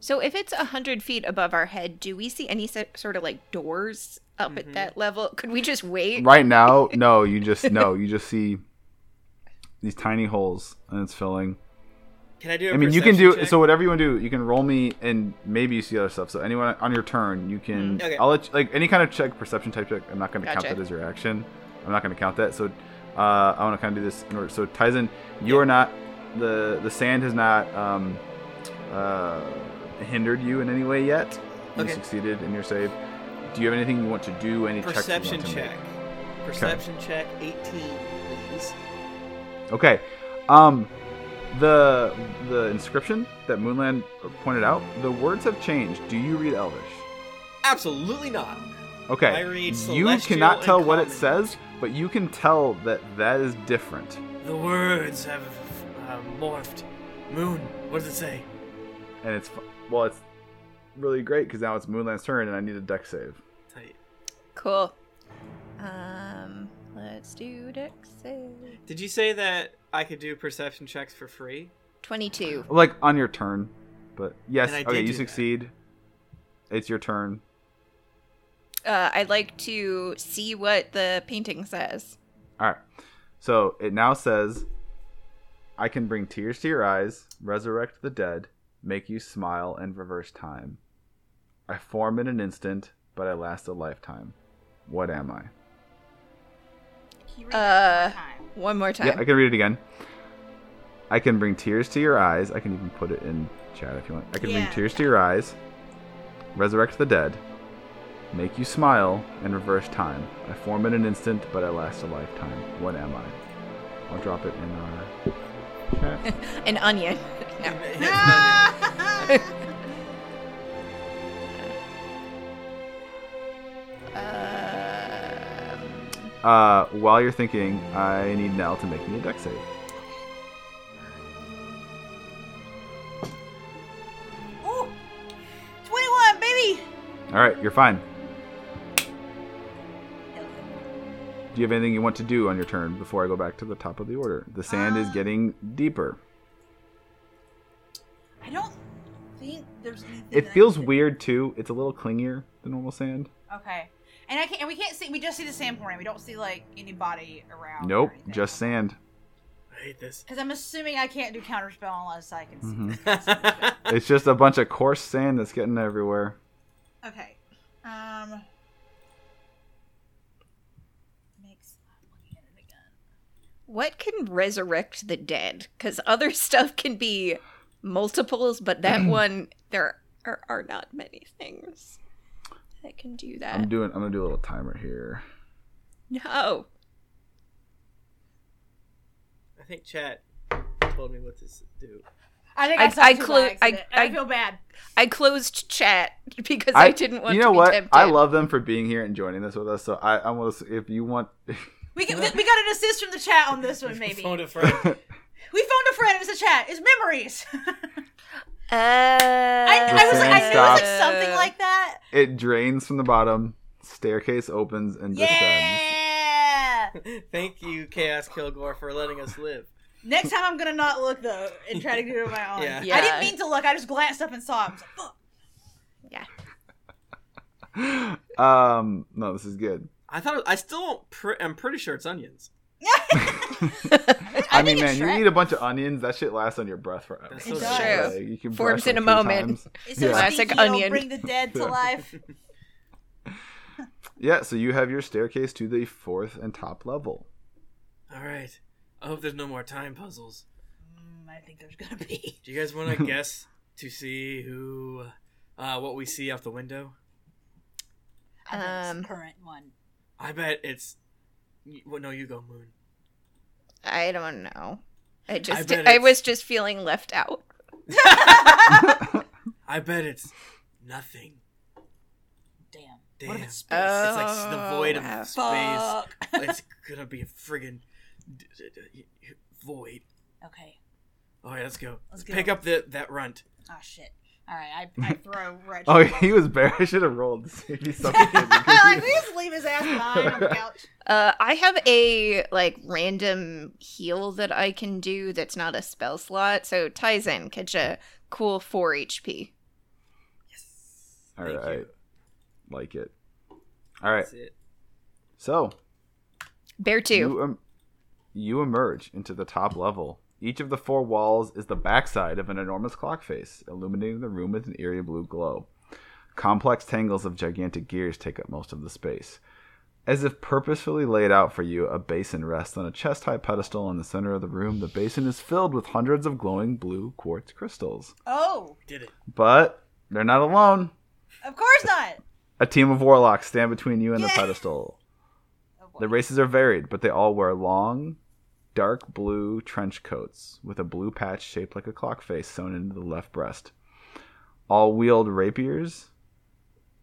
S5: So, if it's 100 feet above our head, do we see any so- sort of like doors up
S3: Mhm.
S5: at that
S2: Mm-hmm.
S5: level? Could we just wait?
S1: Right
S3: *laughs*
S5: *laughs*
S1: now, no, you just no, you just see these tiny holes, and it's filling.
S3: Can I do? I
S1: I mean, you can do so whatever you want to do. You can roll me, and maybe you see other stuff. So anyone on your turn, you can.
S3: Mm. Okay.
S1: I'll let you, like any kind of check, perception type check. I'm not going to
S5: Gotcha.
S1: count that as your action. I'm not going to count that. So uh, I want to kind of do this in order. So Tizen, you are not the the sand has not um, uh, hindered you in any way yet. You
S3: Okay.
S1: succeeded in your save. Do you have anything you want to do? Any checks you
S3: perception
S1: want to make?
S3: check. Perception check. Eighteen, please.
S1: Okay. Um the the inscription that Moonland pointed out, the words have changed. Do you read Elvish?
S3: Absolutely not.
S1: Okay.
S3: I read
S1: you
S3: Celestial
S1: cannot
S3: and
S1: tell what it
S3: Common.
S1: says, but you can tell that that is different.
S3: The words have uh, morphed. Moon, what does it say?
S1: And it's fu- well, it's really great cuz now it's Moonland's turn and I need a deck save.
S3: Tight.
S5: Cool. Um, let's do deck save.
S3: Did you say that I could do perception checks for free?
S5: 22.
S1: Like on your turn. But yes,
S3: And I
S1: okay,
S3: did
S1: you
S3: do that.
S1: succeed. It's your turn.
S5: Uh, I'd like to see what the painting says.
S1: All right. So it now says, I can bring tears to your eyes, resurrect the dead, make you smile, and reverse time. I form in an instant, but I last a lifetime. What am I?
S2: Can you read
S5: Uh,
S2: that one more time?
S5: one more time.
S1: Yeah, I can read it again. I can bring tears to your eyes. I can even put it in chat if you want. I can
S2: Yeah.
S1: bring tears to your eyes, resurrect the dead, make you smile, and reverse time. I form in an instant, but I last a lifetime. What am I? I'll drop it in our chat.
S5: An onion. *laughs*
S3: *laughs*
S5: No. Um,
S1: Uh, while you're thinking, I need Nell to make me a deck save.
S2: *laughs* Ooh, 21, baby!
S1: All right, you're fine. Do you have anything you want to do on your turn before I go back to the top of the order? The sand is
S5: Um,
S2: Uh,
S1: getting deeper.
S2: I don't think there's anything.
S1: It
S2: that I
S1: feels
S2: can-
S1: weird too. It's a little clingier than normal sand.
S2: Okay. And I can't. And we can't see. We just see the sand pouring. We don't see like anybody
S5: Oh,
S2: around.
S1: Nope, just sand.
S3: I hate
S2: *laughs*
S3: this.
S2: Because I'm assuming I can't do counterspell unless I can see.
S5: *laughs*
S1: Mhm.
S3: I
S1: It's just a bunch of coarse sand that's getting everywhere.
S2: Okay. Um. Makes. I'm looking at it again.
S5: what can resurrect the dead? Because other *laughs* stuff can be multiples,
S1: *clears throat*
S5: but that one, there are, are not many things that can do that.
S1: I'm doing. I'm gonna do a little timer here.
S5: no.
S3: think chat told me what to s- do.
S2: I think
S5: I-
S2: I, saw
S5: I
S2: two
S5: clu-
S2: by
S5: I-
S2: accident, and I,
S5: I-
S2: feel bad.
S5: I closed chat *laughs* because I, didn't want
S1: You know
S5: to be
S1: what?
S5: tempted.
S1: I love them for being here and joining this with us. So I, I want to. If you want, *laughs*
S2: We, get, we got an assist from the chat on
S3: *laughs*
S2: this one, maybe.
S3: Phone a friend. *laughs*
S2: We phoned a friend. It was a chat. It's memories.
S5: Uh,
S2: I, I was like, I knew it was like
S1: Sandstone.
S2: something like that.
S1: it drains from the bottom. Staircase opens and descends.
S2: Yeah.
S3: Thank you, Chaos Kilgore, for letting us live.
S2: Next time I'm gonna not look though and try to do it on my own.
S3: *laughs* Yeah.
S5: Yeah.
S2: I didn't mean to look. I just glanced up and saw him. I was like, Fuck. *laughs*
S1: *laughs* Um, no, this is good.
S3: I thought I still pr- I'm pretty sure it's onions.
S1: I,
S2: I
S1: mean,
S2: think
S1: man,
S2: it's
S1: you
S2: Shrek.
S1: eat a bunch of onions. That shit lasts on your breath forever.
S3: That's
S2: It
S3: so
S2: does.
S3: true.
S5: True.
S1: you can
S5: Forms
S1: brush
S5: in
S1: it
S5: a
S1: three
S5: moment.
S1: times.
S2: It's so
S1: Yeah.
S5: Classic
S2: sneaky, it'll
S5: onion.
S2: Bring the dead
S3: *laughs*
S2: to life.
S1: Yeah, so you have your staircase to the fourth and top level.
S2: *laughs*
S1: *laughs*
S3: All right. I hope there's no more time puzzles.
S2: Mm, I think there's gonna be.
S3: Do you guys want to guess to see who, uh, what we see out the window?
S4: I think it's
S5: Um,
S4: the current one.
S3: I bet it's. y- Well, no, you go, Moon.
S5: I don't know. I just
S3: bet
S5: I,
S3: it's-
S5: was just feeling left out.
S3: I bet it's nothing.
S4: Damn.
S3: Damn.
S4: What if it's
S3: it's,
S4: space?
S5: Oh.
S3: like s- the void of
S5: wow.
S3: Oh, space.
S4: Fuck.
S3: *laughs* it's gonna be a friggin' d- d- d- y- void.
S4: Okay.
S3: All right, let's go.
S4: Let's go.
S3: Pick up the that runt.
S4: Oh shit.
S2: Ah, All right, I,
S3: *laughs*
S2: I throw Reggie.
S1: Oh, he was bare. I should have rolled to see if he
S2: *laughs*
S1: suffocated.
S2: like, we just leave his ass behind on the couch.
S5: Uh, I have a like random heal that I can do that's not a spell slot. So Tizen, catch a cool four HP.
S1: All
S3: Thank
S1: right,
S3: you.
S1: *laughs* like it. All right,
S3: That's it.
S1: so
S5: Bear two.
S1: You, em- you emerge into the top level. Each of the four walls is the backside of an enormous clock face, illuminating the room with an eerie blue glow. Complex tangles of gigantic gears take up most of the space. As if purposefully laid out for you, a basin rests on a chest high pedestal in the center of the room. The basin is filled with hundreds of glowing blue quartz crystals.
S2: Oh,
S3: Did it.
S1: But they're not alone.
S2: of course not.
S1: A team of warlocks stand between you and the
S2: Yeah.
S1: pedestal.
S2: Oh,
S1: Their races are varied, but they all wear long, dark blue trench coats with a blue patch shaped like a clock face sewn into the left breast. All wield rapiers.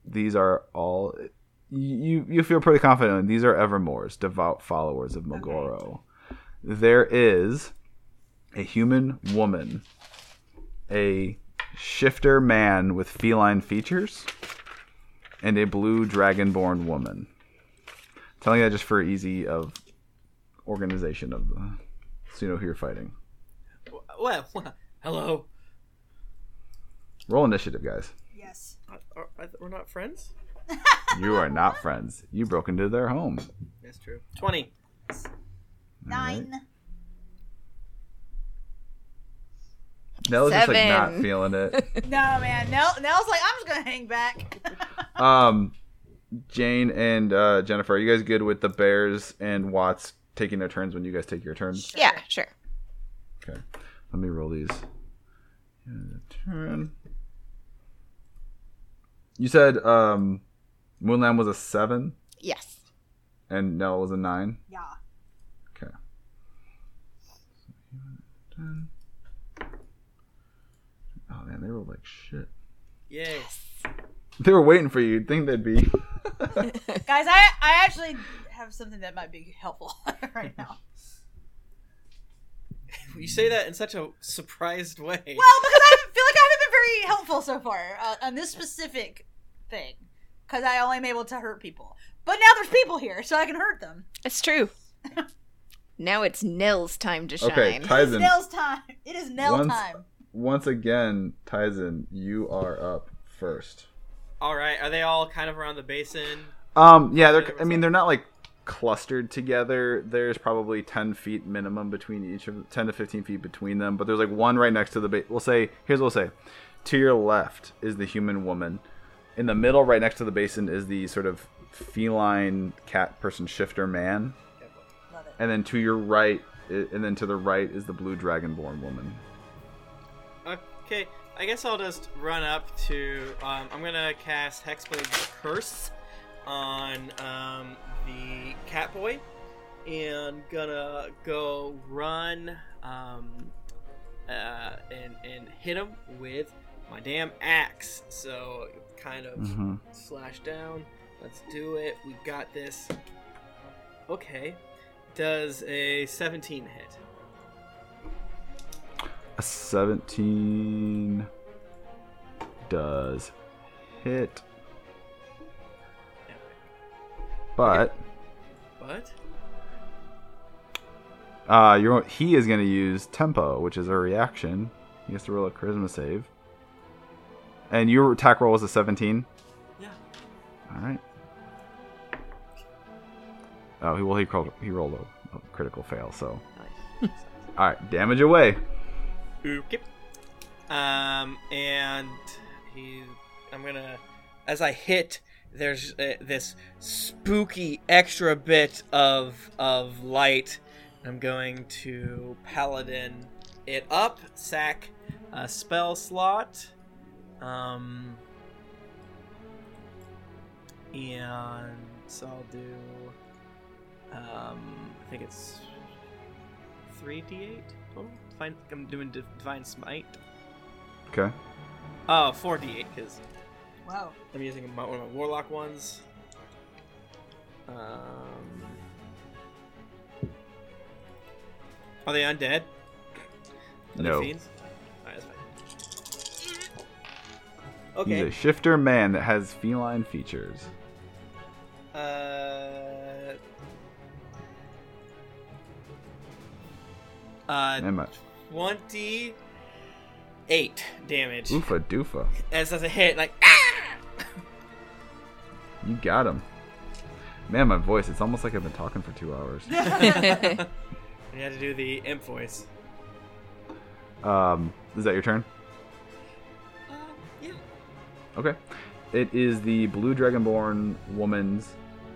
S1: These are all you you feel pretty confident in. these are evermores, devout followers of Mogoro. There is a human woman, a shifter man with feline features, and a blue dragonborn woman. Telling you that just for easy of organization of the so you know who you're fighting.
S3: Well, well, *laughs* hello.
S1: Roll initiative, guys.
S2: Yes.
S3: Uh, are- are- we're not friends.
S1: You are not friends. You broke into their home.
S3: That's true. Twenty.
S2: Nine.
S1: Nella's just like not
S5: Seven.
S1: feeling
S2: *laughs*
S1: it.
S2: No, man. Nell, Nell's like, I'm just gonna
S1: *laughs*
S2: hang back.
S1: Um, Jane and uh, Jennifer, are you guys good with the Bears and Watts taking their turns when you guys take your turns?
S5: Yeah, sure.
S1: Okay. Let me roll these. Turn. You said um, Moonland was a seven
S5: Yes.
S1: and Nell was a nine.
S2: Yeah.
S1: Okay. Um, Oh man, they were like shit.
S3: Yay.
S1: They were waiting for you. You'd think they'd be.
S2: Guys, I I actually have something that might be helpful *laughs* right now.
S3: You say that in such a surprised way.
S2: Well, because I *laughs* feel like I haven't been very helpful so far uh, on this specific thing, because I only am able to hurt people. But now there's people here, so I can hurt them.
S5: It's true. *laughs* now it's Nil's time to shine.
S1: Okay,
S2: It's
S1: Tizen.
S2: Nell's time. It is Nell
S1: Once-
S2: time.
S1: Once again, Tizen, you are up first.
S3: All right. Are they all kind of around the basin?
S1: Um, yeah,
S3: Yeah,
S1: they're.
S3: what's
S1: I mean,
S3: up?
S1: they're not like clustered together. There's probably ten feet minimum between each of ten to fifteen feet between them. But there's like one right next to the. Ba- we'll say here's what we'll say. To your left is the human woman. In the middle, right next to the basin, is the sort of feline cat person shifter man. And then to your right, i- and then to the right is the blue dragonborn woman.
S3: Okay, I guess I'll just run up to. Um, I'm gonna cast Hexblade's Curse on um, the cat boy, and gonna go run um, uh, and and hit him with my damn axe. So kind of
S1: Mhm.
S3: slash down. Let's do it. We got this. Okay. Does a 17 hit?
S1: A 17 does hit,
S3: Epic.
S1: but
S3: But
S1: uh, you're, he is going to use tempo, which is a reaction. He has to roll a charisma save. And your attack roll was a 17.
S3: yeah,
S1: All right. Oh, he well he rolled he rolled a, a critical fail. So
S3: nice.
S1: all right, damage away.
S3: okay. Um, and he, I'm gonna, as I hit, there's uh, this spooky extra bit of of light. I'm going to paladin it up, sack a spell slot, um, and so I'll do. Um, I think it's three d8 total. Divine, I'm doing div- divine smite.
S1: Okay.
S3: Oh, 4d8 because
S2: Whoa.
S3: I'm using my, one of my warlock ones. Um, are they undead? Are they
S1: No.
S3: fiends? Alright, that's fine.
S1: He's
S3: Okay.
S1: a shifter man that has feline features.
S3: Uh. Uh, *laughs*
S1: Am I-
S3: 28 damage.
S1: Oofa doofa.
S3: As as a hit, like *laughs* ah!
S1: You got him. Man, my voice, it's almost like I've been talking for two hours.
S3: We had to do the imp voice.
S1: um, is that your turn?
S3: Uh, yeah.
S1: Okay. It is the blue dragonborn woman's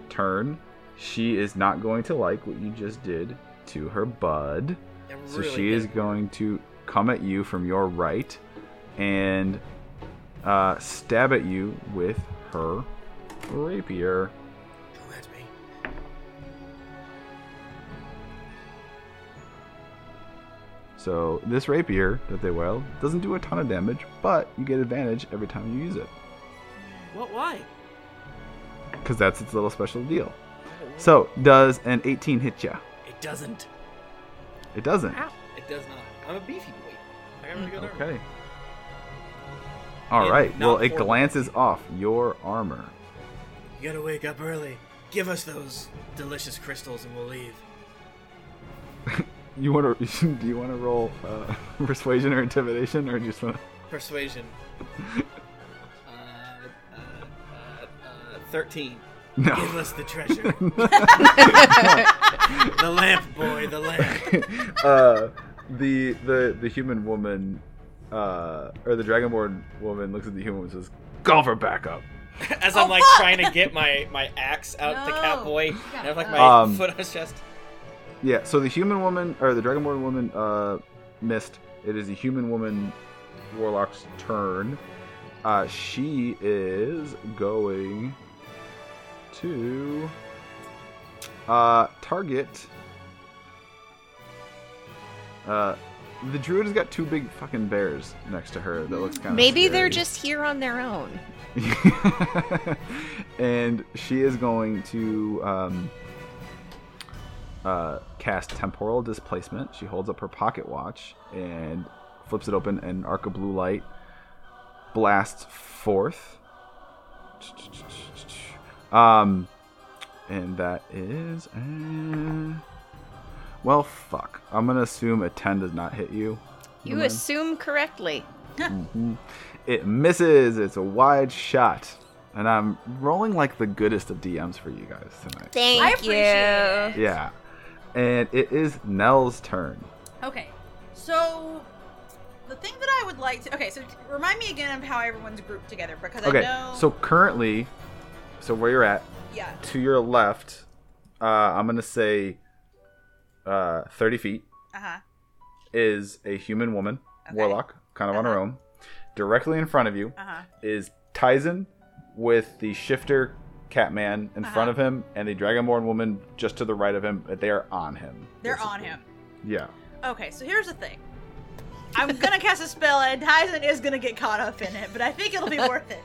S1: turn. She is not going to like what you just did to her bud.
S3: I
S1: So
S3: really
S1: she is
S3: did.
S1: going to come at you from your right and uh, stab at you with her rapier.
S3: Don't let me.
S1: So this rapier that they wield doesn't do a ton of damage, but you get advantage every time you use it
S3: What? Why?
S1: because that's its little special deal. So does an 18 hit ya?
S3: It doesn't.
S1: It doesn't.
S3: It does not. I'm a beefy boy. I got really good armor.
S1: Okay. All
S3: And
S1: right.
S3: not
S1: Well, it
S3: for the-
S1: glances off your armor.
S3: You gotta wake up early. Give us those delicious crystals and we'll leave.
S1: You want to? *laughs* Do you want to roll uh, *laughs* persuasion or intimidation, or just want to?
S3: Persuasion. uh, uh, uh, uh, 13.
S1: *laughs* No.
S3: *laughs* Give us
S1: *laughs*
S3: the treasure. the lamp, boy, the lamp.
S1: uh, the the the human woman, uh, or the dragonborn woman looks at the human and says, "Golf her back up."
S3: *laughs* As I'm like trying to get my, my axe out the
S2: No.
S3: cowboy, and I have like my
S1: Um,
S3: foot on his chest.
S1: Yeah. So the human woman or the dragonborn woman uh, missed. It is the human woman warlock's turn. Uh, she is going to uh, target. Uh, the druid has got two big fucking bears next to her that looks kind of
S5: Maybe they're just here on their own.
S1: *laughs* and she is going to um, uh, cast temporal displacement. She holds up her pocket watch and flips it open, and arc of blue light blasts forth. Um, and that is uh, well, fuck. I'm gonna assume a ten does not hit you.
S5: You assume correctly.
S1: Mm-hmm. It misses. It's a wide shot. And I'm rolling like the goodest of DMs for you guys tonight.
S5: Thank
S2: I appreciate
S5: you.
S2: it.
S1: Yeah. And it is Nell's turn.
S2: Okay. So the thing that I would like to okay, so remind me again of how everyone's grouped together because I
S1: Okay.
S2: know
S1: So currently, so where you're at,
S2: yeah.
S1: to your left, uh, I'm going to say uh, 30 feet
S2: Uh-huh.
S1: is a human woman,
S2: Okay.
S1: warlock, kind of on her own. Directly in front of you
S2: Uh-huh.
S1: is Tizen with the shifter catman
S2: Uh-huh.
S1: in front of him and the dragonborn woman just to the right of him. They are on him.
S2: They're on
S1: basically.
S2: him.
S1: Yeah.
S2: Okay, so here's the thing. I'm gonna cast a spell, and Tyson is gonna get caught up in it, but I think it'll be worth it.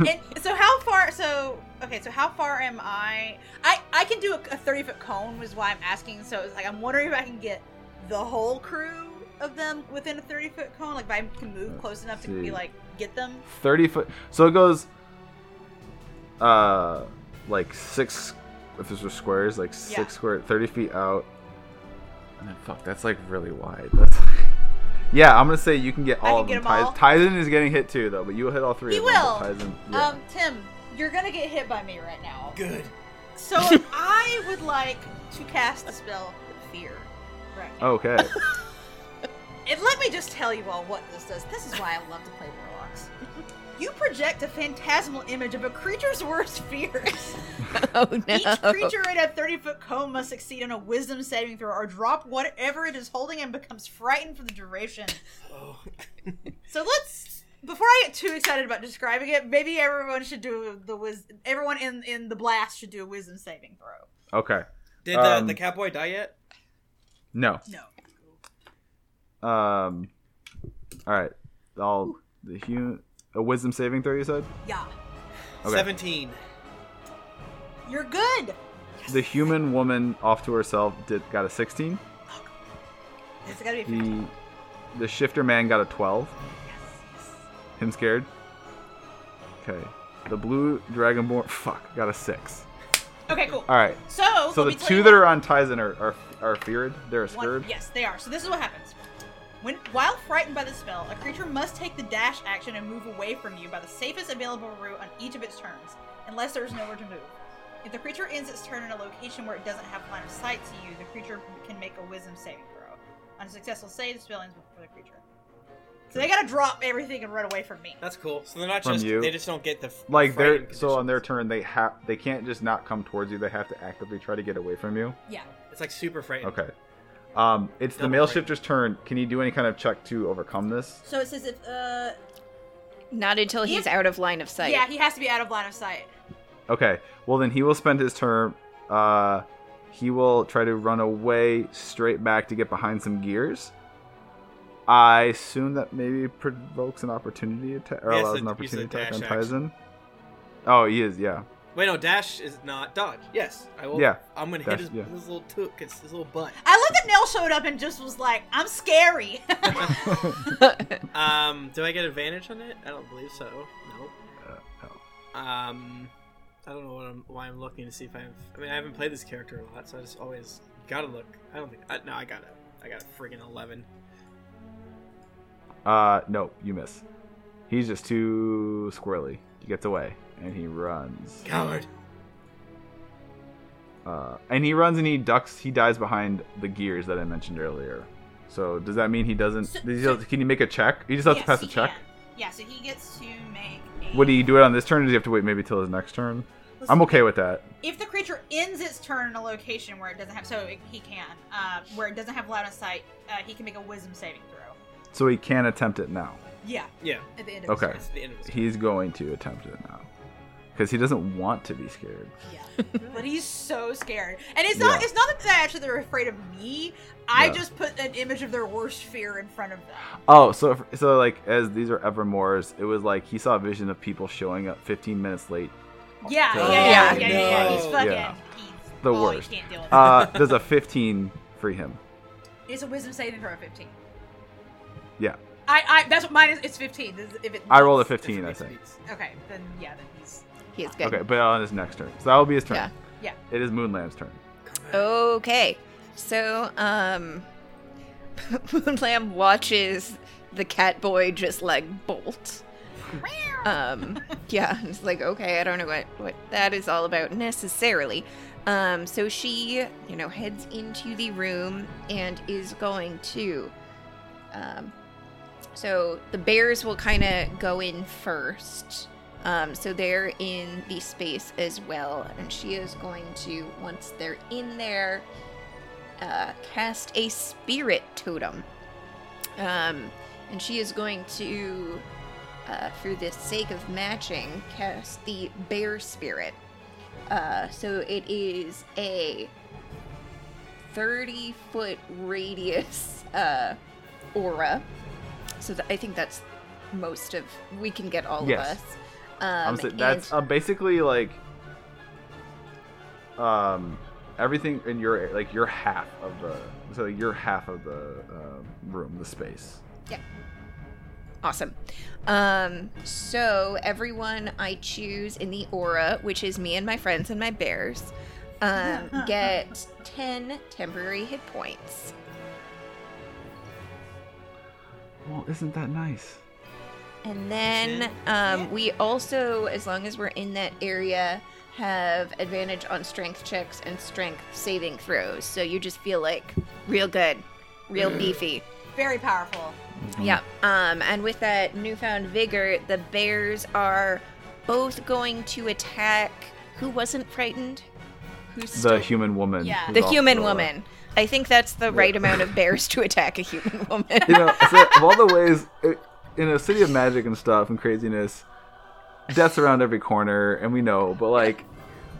S2: And so, how far? So, okay, so how far am I? I I can do a, a 30 foot cone, was why I'm asking. So it's like I'm wondering if I can get the whole crew of them within a 30 foot cone, like if I can move close enough to
S1: see.
S2: be like get them.
S1: 30 foot so it goes uh like six if those were squares like six
S2: Yeah.
S1: square 30 feet out and then fuck that's like really wide that's *laughs* yeah i'm gonna say you can get
S2: I
S1: all
S2: can
S1: of
S2: get
S1: them,
S2: them all?
S1: Tizen is getting hit too though but you will hit all three
S2: He
S1: of them but
S2: will.
S1: Tizen- yeah.
S2: Um, Tim, you're gonna get hit by me right now.
S3: *laughs* Good.
S1: *laughs*
S2: So I would like to cast the spell fear. Right. now.
S1: okay *laughs*
S2: And let me just tell you all what this does. This is why I love to play warlocks. You project a phantasmal image of a creature's worst fears.
S5: *laughs* Oh no.
S2: *laughs* Each creature in a 30 foot cone must succeed on a wisdom saving throw or drop whatever it is holding and becomes frightened for the duration.
S3: Oh.
S2: So let's. Before I get too excited about describing it, maybe everyone should do the wis. Everyone in in the blast should do a wisdom saving throw.
S1: okay
S3: Did the,
S1: Um,
S3: the cowboy die yet?
S1: no
S2: No.
S1: um all right i'll the human a wisdom saving throw you said
S2: Yeah.
S1: okay.
S3: 17.
S2: You're good.
S1: the human woman off to herself did got a 16
S2: It's gotta be.
S1: The the shifter man got a twelve. Him scared. Okay. The blue dragonborn fuck got a six.
S2: Okay, cool.
S1: All right.
S2: So,
S1: So the
S2: let me tell
S1: two
S2: you
S1: that
S2: what-
S1: are on Tizen are are, are feared. They're
S2: One-
S1: scared.
S2: yes, they are. So this is what happens. When while frightened by the spell, a creature must take the dash action and move away from you by the safest available route on each of its turns, unless there is nowhere to move. If the creature ends its turn in a location where it doesn't have line of sight to you, the creature can make a wisdom saving throw. On a successful save, the spell ends before the creature. So they gotta drop everything and run away from me.
S3: That's cool. So they're not
S1: From
S3: just.
S1: you?
S3: They just don't get the. f-
S1: Like
S3: fighting
S1: they're so on their
S3: conditions.
S1: turn they have they can't just not come towards you. They have to actively try to get away from you.
S3: It's like super frightened.
S1: Okay. Um, it's the
S3: Double
S1: male
S3: break.
S1: shifter's turn. Can you do any kind of check to overcome this?
S2: So it says if uh
S5: *laughs* Not until he's
S2: Yeah.
S5: out of line of sight.
S2: yeah, he has to be out of line of sight.
S1: Okay. Well, then he will spend his turn. Uh, he will try to run away straight back to get behind some gears. I assume that maybe provokes an opportunity attack or
S3: Yes,
S1: allows
S3: it-
S1: an
S3: you
S1: opportunity
S3: said
S1: attack on
S3: dash action.
S1: Tizen. Oh, he is. Yeah.
S3: Wait, no, dash is not dodge. Yes, I will. *laughs*
S1: Yeah, *laughs*
S3: I'm gonna
S1: dash,
S3: hit his,
S1: yeah.
S3: his little took, his, his little butt.
S2: I love that Nell showed up and just was like, I'm scary.
S3: Um, do I get advantage on it? I don't believe so. No.
S1: Uh,
S3: Um, I don't know what I'm, why I'm looking to see if I have. I mean, I haven't played this character a lot, so I just always gotta look. I don't think. I, no, I got it. I got a friggin' eleven.
S1: no. Uh, no, you miss. He's just too squirrely. He gets away and he runs.
S3: Coward.
S1: Uh, and he runs and he ducks. He dies behind the gears that I mentioned earlier. So does that mean he doesn't?
S2: So-
S1: does he-
S2: so-
S1: can he make a check? He just has to pass a
S2: he
S1: check.
S2: can. Yeah, so he gets to make. A...
S1: Would he do it on this turn, or does he have to wait maybe till his next turn?
S2: Let's-
S1: I'm okay with that.
S2: If the creature ends its turn in a location where it doesn't have, so it, he can, uh, where it doesn't have line of sight, uh, he can make a Wisdom saving throw.
S1: So he can attempt it now.
S2: Yeah,
S3: Yeah,
S2: at the end of
S1: Okay.
S2: his
S3: it's the end of his.
S1: He's going to attempt it now because he doesn't want to be scared.
S2: *laughs* turn. But he's so scared, and it's not.
S1: Yeah.
S2: It's not that they actually they're afraid of me. I
S1: Yeah.
S2: just put an image of their worst fear in front of them.
S1: Oh, so if- so like as these are evermores, it was like he saw a vision of people showing up 15 minutes late.
S2: Yeah,
S1: Oh,
S2: yeah, yeah, yeah,
S5: no.
S2: yeah, yeah, He's
S3: Yeah.
S2: fucking.
S1: Yeah.
S2: He's
S1: The
S2: oh,
S1: worst.
S2: He can't deal with it.
S1: Uh, does a 15 free him?
S2: It's a Wisdom saving throw of fifteen.
S1: Yeah.
S2: I, I, that's what mine is. It's fifteen. This is- If it
S1: I rolled a
S2: knocks-
S1: 15, I think.
S2: Okay, then yeah, then he's.
S5: *laughs* He is good.
S1: Okay, but on his next turn, so that will be his turn.
S5: Yeah.
S2: Yeah.
S1: It is Moonlam's turn.
S5: Okay. So, um, *laughs* Moonlam watches the cat boy just like bolt. um, yeah, it's like, okay, I don't know what, what that is all about necessarily. Um, so she, you know, heads into the room and is going to, um, so the bears will kind of go in first. Um, so they're in the space as well, and she is going to, once they're in there, uh, cast a spirit totem. Um, and she is going to, uh, for the sake of matching, cast the bear spirit. Uh, so it is a 30 foot radius uh, aura So th- I think that's most of we can get all
S1: Yes.
S5: of us. Um,
S1: I'm saying that's
S5: and-
S1: uh, basically like um everything in your like your half of the so your half of the uh, room, the space.
S5: awesome. Um, so everyone I choose in the aura, which is me and my friends and my bears, um, get ten temporary hit points.
S1: Well, isn't that nice?
S5: And then um, we also, as long as we're in that area, have advantage on strength checks and strength saving throws. So you just feel like real good,
S1: Mm.
S5: real beefy.
S2: Very powerful.
S5: Yeah. Um, and with that newfound vigor, the bears are both going to attack. Who wasn't frightened? Who's
S1: The
S5: still-
S1: human woman.
S2: Yeah.
S1: who's
S5: the
S1: off
S5: human
S1: the-
S5: woman. I think that's the right amount of bears to attack
S1: *laughs*
S5: a human woman.
S1: You know, so of all the ways it, in a city of magic and stuff and craziness, death's around every corner, and we know. But like,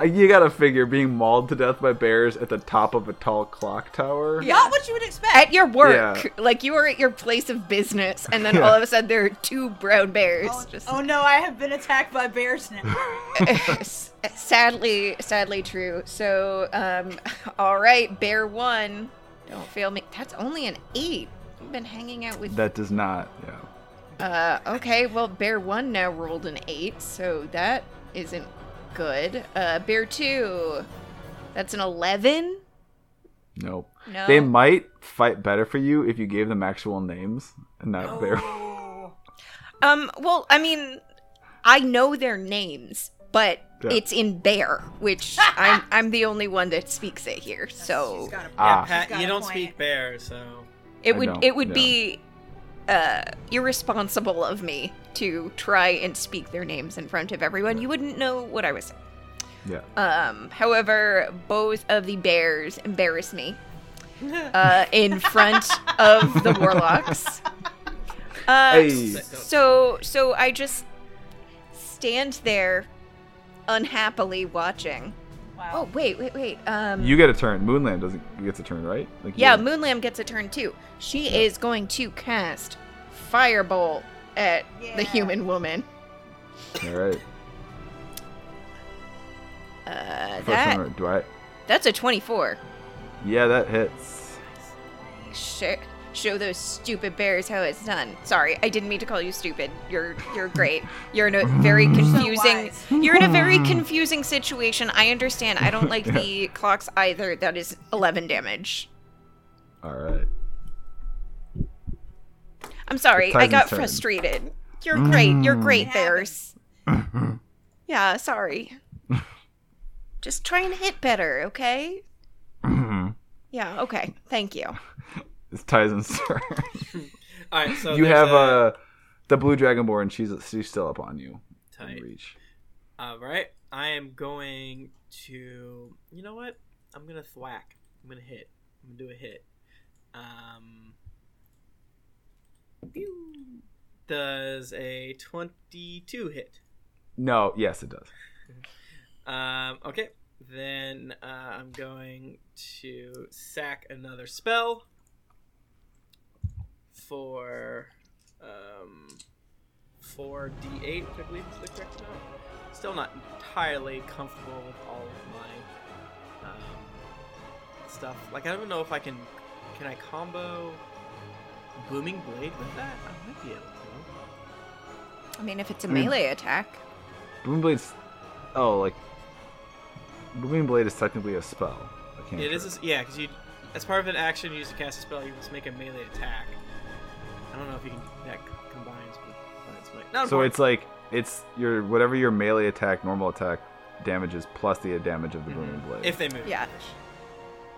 S1: you gotta figure being mauled to death by bears at the top of a tall clock tower.
S5: Yeah.
S2: Not what you would expect.
S5: *laughs* at your work. Like you are at your place of business, and then
S1: Yeah.
S5: all of a sudden there are two brown bears.
S2: oh,
S5: *laughs* just
S2: oh no, I have been attacked by bears now.
S1: *laughs*
S5: s- sadly, sadly true. So, um, *laughs* all right, bear one, don't fail me. That's only an eight. You've been hanging out with.
S1: That does not. Yeah.
S5: Uh, okay, well, bear one now rolled an eight, so that isn't good. Uh, bear two, that's an eleven.
S1: Nope.
S5: No.
S1: They might fight better for you if you gave them actual names and not bear.
S2: Oh.
S5: Um, well, I mean, I know their names, but
S1: Yeah.
S5: it's in bear, *laughs* which I'm I'm the only one that speaks it here. So
S2: She's got a-
S1: Ah.
S3: yeah,
S2: She's got
S3: Pat, you
S2: a
S3: don't
S2: point.
S3: speak bear, so
S5: it
S1: I
S5: would
S1: don't,
S5: it would
S1: yeah.
S5: be uh irresponsible of me to try and speak their names in front of everyone. You wouldn't know what I was saying.
S1: Yeah.
S5: Um, however, both of the bears embarrass me uh, in front of
S1: *laughs*
S5: the warlocks. Uh,
S1: Hey.
S5: So, so I just stand there, unhappily watching.
S2: *laughs* Wow.
S5: Oh wait, wait, wait. Um,
S1: You get a turn. Moonland doesn't gets a turn, right? Like
S5: yeah,
S1: you-
S5: Moonlam gets a turn too. She is going to cast Firebolt at
S2: Yeah.
S5: the human woman.
S1: All right.
S5: Uh,
S1: First
S5: that
S1: one, do I?
S5: that's a twenty-four.
S1: Yeah, that hits.
S5: Show, show those stupid bears how it's done. Sorry, I didn't mean to call you stupid. You're you're great. You're in a
S1: *laughs*
S5: very confusing.
S2: wise.
S5: you're in a very
S3: Hmm.
S5: confusing situation. I understand. I
S3: *laughs*
S5: don't like the clocks either. That is eleven damage.
S1: All right.
S5: I'm sorry.
S1: It's
S5: I got
S1: Titan's turn.
S5: frustrated. You're great.
S3: Hmm.
S5: You're great,
S2: It
S5: bears.
S3: *laughs*
S5: yeah, sorry. Just try and hit better, okay?
S1: *laughs*
S5: Yeah, okay. Thank you.
S1: It's Tyson's
S3: *laughs*
S1: turn.
S3: all right. So
S1: you
S3: there's
S1: have
S3: a,
S1: uh, the blue dragonborn. She's she's still up on you. in
S3: Tight.
S1: reach.
S3: All right, I am going to. You know what? I'm gonna thwack. I'm gonna hit. I'm gonna do a hit. Um. pew. Does a twenty-two hit?
S1: No. Yes, it does.
S3: Um, okay, then uh, I'm going to sack another spell for um, 4d8, which I believe is the correct amount. Still not entirely comfortable with all of my um, stuff. Like, I don't know if I can. Can I combo Booming Blade with that? I might be able to.
S5: I mean, if it's a
S1: I mean-
S5: melee attack,
S1: Boomblade's. Oh, like. Booming blade is technically a spell. I can't.
S3: It is, a s yeah, because you, as part of an action, you use to cast a spell. You must make a melee attack. I don't know if you can that c- combines, but but it's like not
S1: So
S3: important.
S1: it's like it's your whatever your melee attack, normal attack damage is plus the damage of the booming blade.
S3: Mm-hmm. if they move.
S5: Yeah.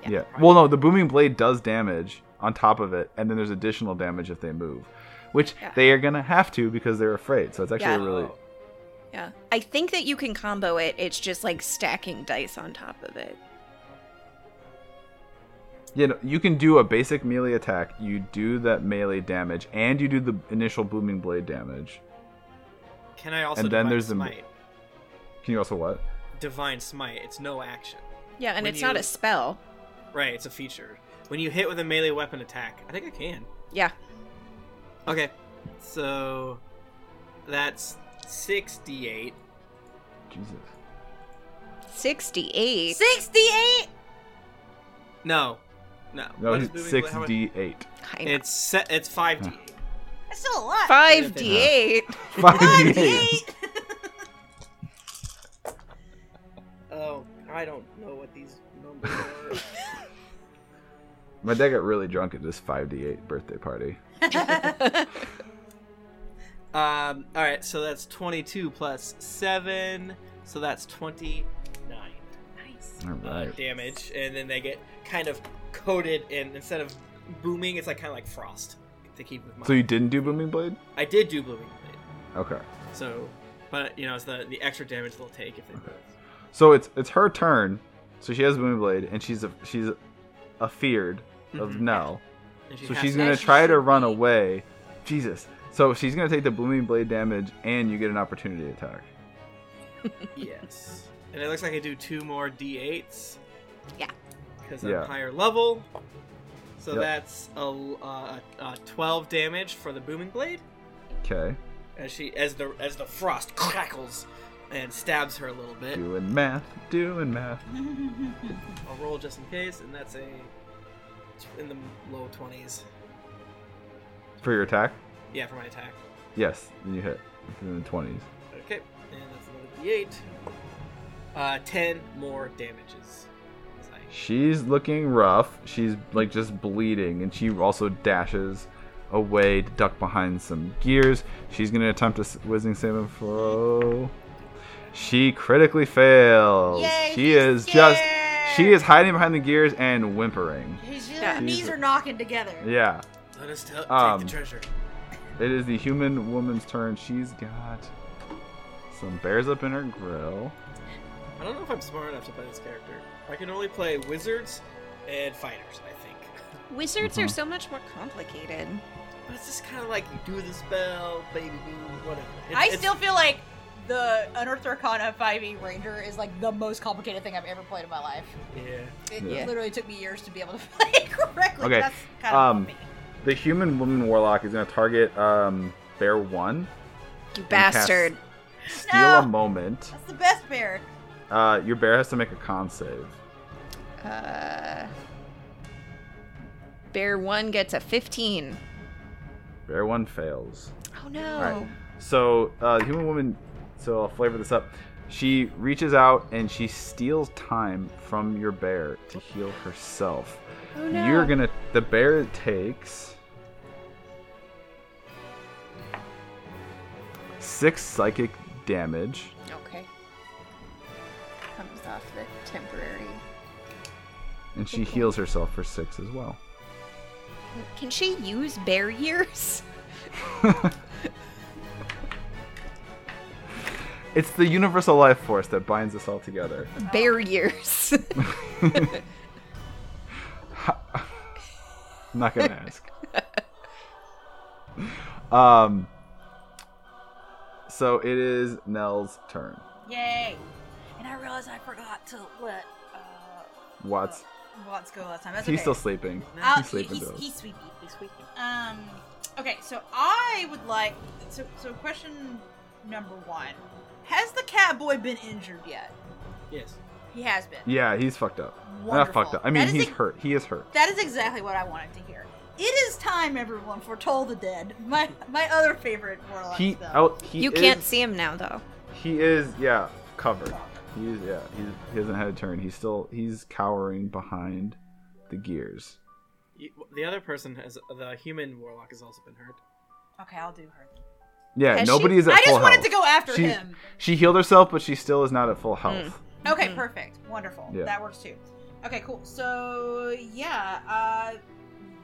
S1: yeah. Well, no, the booming blade does damage on top of it, and then there's additional damage if they move, which
S5: Yeah.
S1: they are gonna have to because they're afraid. So it's actually
S5: Yeah.
S1: a really
S3: Oh.
S5: yeah. I think that you can combo it. It's just like stacking dice on top of it.
S1: you know you can do a basic melee attack, you do that melee damage, and you do the initial booming blade damage.
S3: Can I also
S1: And then
S3: divine
S1: there's the mo-
S3: smite?
S1: Can you also what?
S3: Divine smite. It's no action.
S5: Yeah, and
S3: When
S5: it's not
S3: you-
S5: a spell.
S3: Right. It's a feature. When you hit with a melee weapon attack, I think I can.
S5: Yeah.
S3: Okay. So that's 68.
S1: Jesus.
S5: 68.
S2: 68!
S3: No. No.
S1: No,
S3: What
S1: he's
S3: is moving-
S1: six
S3: how much-
S1: D eight.
S5: I know.
S3: It's se- it's 5d8.
S2: That's still a lot.
S5: 5d8.
S1: Five D eight. *laughs*
S2: 58!
S3: Oh, I don't know what these numbers are.
S1: My dad got really drunk at this five D eight birthday party.
S3: Um, all right, so that's 22 plus 7, so that's 29
S1: All
S3: uh,
S1: right.
S3: damage. And then they get kind of coated, and instead of booming, it's like kind of like frost to keep with mind.
S1: So you didn't do booming blade?
S3: I did do blooming blade,
S1: Okay.
S3: so, but you know, it's the, the extra damage they'll take if they both.
S1: So it's it's her turn. So she has booming blade, and she's a, she's afeared of
S3: Mhm.
S1: Nell.
S3: And she
S1: So
S3: has
S1: she's
S3: to-
S1: gonna
S2: As she
S1: try to
S2: should
S1: run
S2: be.
S1: away. Jesus. So she's gonna take the booming blade damage, and you get an opportunity attack.
S3: Yes. And it looks like I do two more d8s.
S5: Yeah.
S3: Because
S1: Yeah.
S3: I'm higher level. So
S1: Yep.
S3: that's a, uh, a, a 12 damage for the booming blade
S1: Okay.
S3: as she as the as the frost crackles and stabs her a little bit.
S1: Doing math. Doing math.
S3: I'll roll just in case, and that's a in the low 20s.
S1: For your attack.
S3: Yeah, for my attack.
S1: Yes. Then you hit. It's in the twenties.
S3: Okay, and that's another d8. Uh, 10 more damages. As I
S1: She's looking rough. She's like just bleeding, and she also dashes away to duck behind some gears. She's gonna attempt a s- whizzing saving throw. She critically fails.
S5: Yay,
S1: she is just she is hiding behind the gears and whimpering.
S2: *laughs* His
S5: Yeah.
S2: knees are knocking together.
S1: Yeah,
S3: Let us tell
S1: Um,
S3: take the treasure.
S1: it is the human woman's turn. She's got some bears up in her grill.
S3: I don't know if I'm smart enough to play this character. I can only play wizards and fighters, I think.
S5: Wizards
S1: Mhm.
S5: are so much more complicated.
S3: But it's just kind of like you do the spell, baby, boo, whatever. It-
S2: I
S3: it's-
S2: still feel like the Unearthed Arcana 5e Ranger is like the most complicated thing I've ever played in my life.
S3: Yeah.
S2: It
S1: Yeah.
S2: literally took me years to be able to *laughs* play it correctly.
S1: Okay,
S2: That's kind of
S1: um,
S2: me.
S1: The human woman warlock is gonna target um, bear one.
S5: You
S1: cast-
S5: bastard.
S1: Steal a
S2: No.
S1: moment.
S2: That's the best bear.
S1: Uh, your bear has to make a con save.
S5: Uh, bear 1 gets a 15.
S1: Bear one fails.
S5: Oh no.
S1: Right. So uh, the human woman. So I'll flavor this up. She reaches out and she steals time from your bear to heal herself.
S5: Oh no.
S1: You're gonna. The bear takes six psychic damage.
S5: Okay. Comes off the temporary.
S1: And she heals herself for six as well.
S5: Can she use bear *laughs* years?
S1: It's the universal life force that binds us all together.
S5: Bear years.
S1: I'm not gonna ask. um. So it is Nell's turn.
S2: Yay.
S4: And I realized I forgot to let. Uh,
S1: Watts,
S2: Well, let's go last time. That's
S1: he's
S2: okay.
S1: still sleeping.
S2: I'll-
S1: He's sleeping.
S2: he's,
S1: though.
S2: he's sleepy. He's sleepy. Um. Okay, so I would like. So, so question number one: Has the cat boy been injured yet?
S3: Yes.
S2: He has been.
S1: yeah, he's fucked up. Not
S2: Wonderful.
S1: fucked up. I mean,
S2: That is
S1: he's
S2: ex-
S1: hurt. He is hurt.
S2: That is exactly what I wanted to hear. It is time, everyone, for Toll the Dead. My my other favorite warlock
S1: He
S2: spell.
S1: out. He
S5: you
S1: is-
S5: can't see him now though.
S1: He is. Yeah, covered. He is. Yeah. He's, he hasn't had a turn. He's still. He's cowering behind the gears.
S3: You- The other person has the human warlock has also been hurt.
S2: Okay, I'll do her.
S1: Yeah.
S5: Has
S1: nobody
S5: she-
S1: is at
S2: I just
S1: full
S2: wanted
S1: health.
S2: to go Hmm. after
S1: She's-
S2: him.
S1: She healed herself, but she still is not at full health.
S2: Okay,
S5: Mhm.
S2: perfect. Wonderful.
S1: Yeah.
S2: That works too. Okay, cool. So yeah, uh,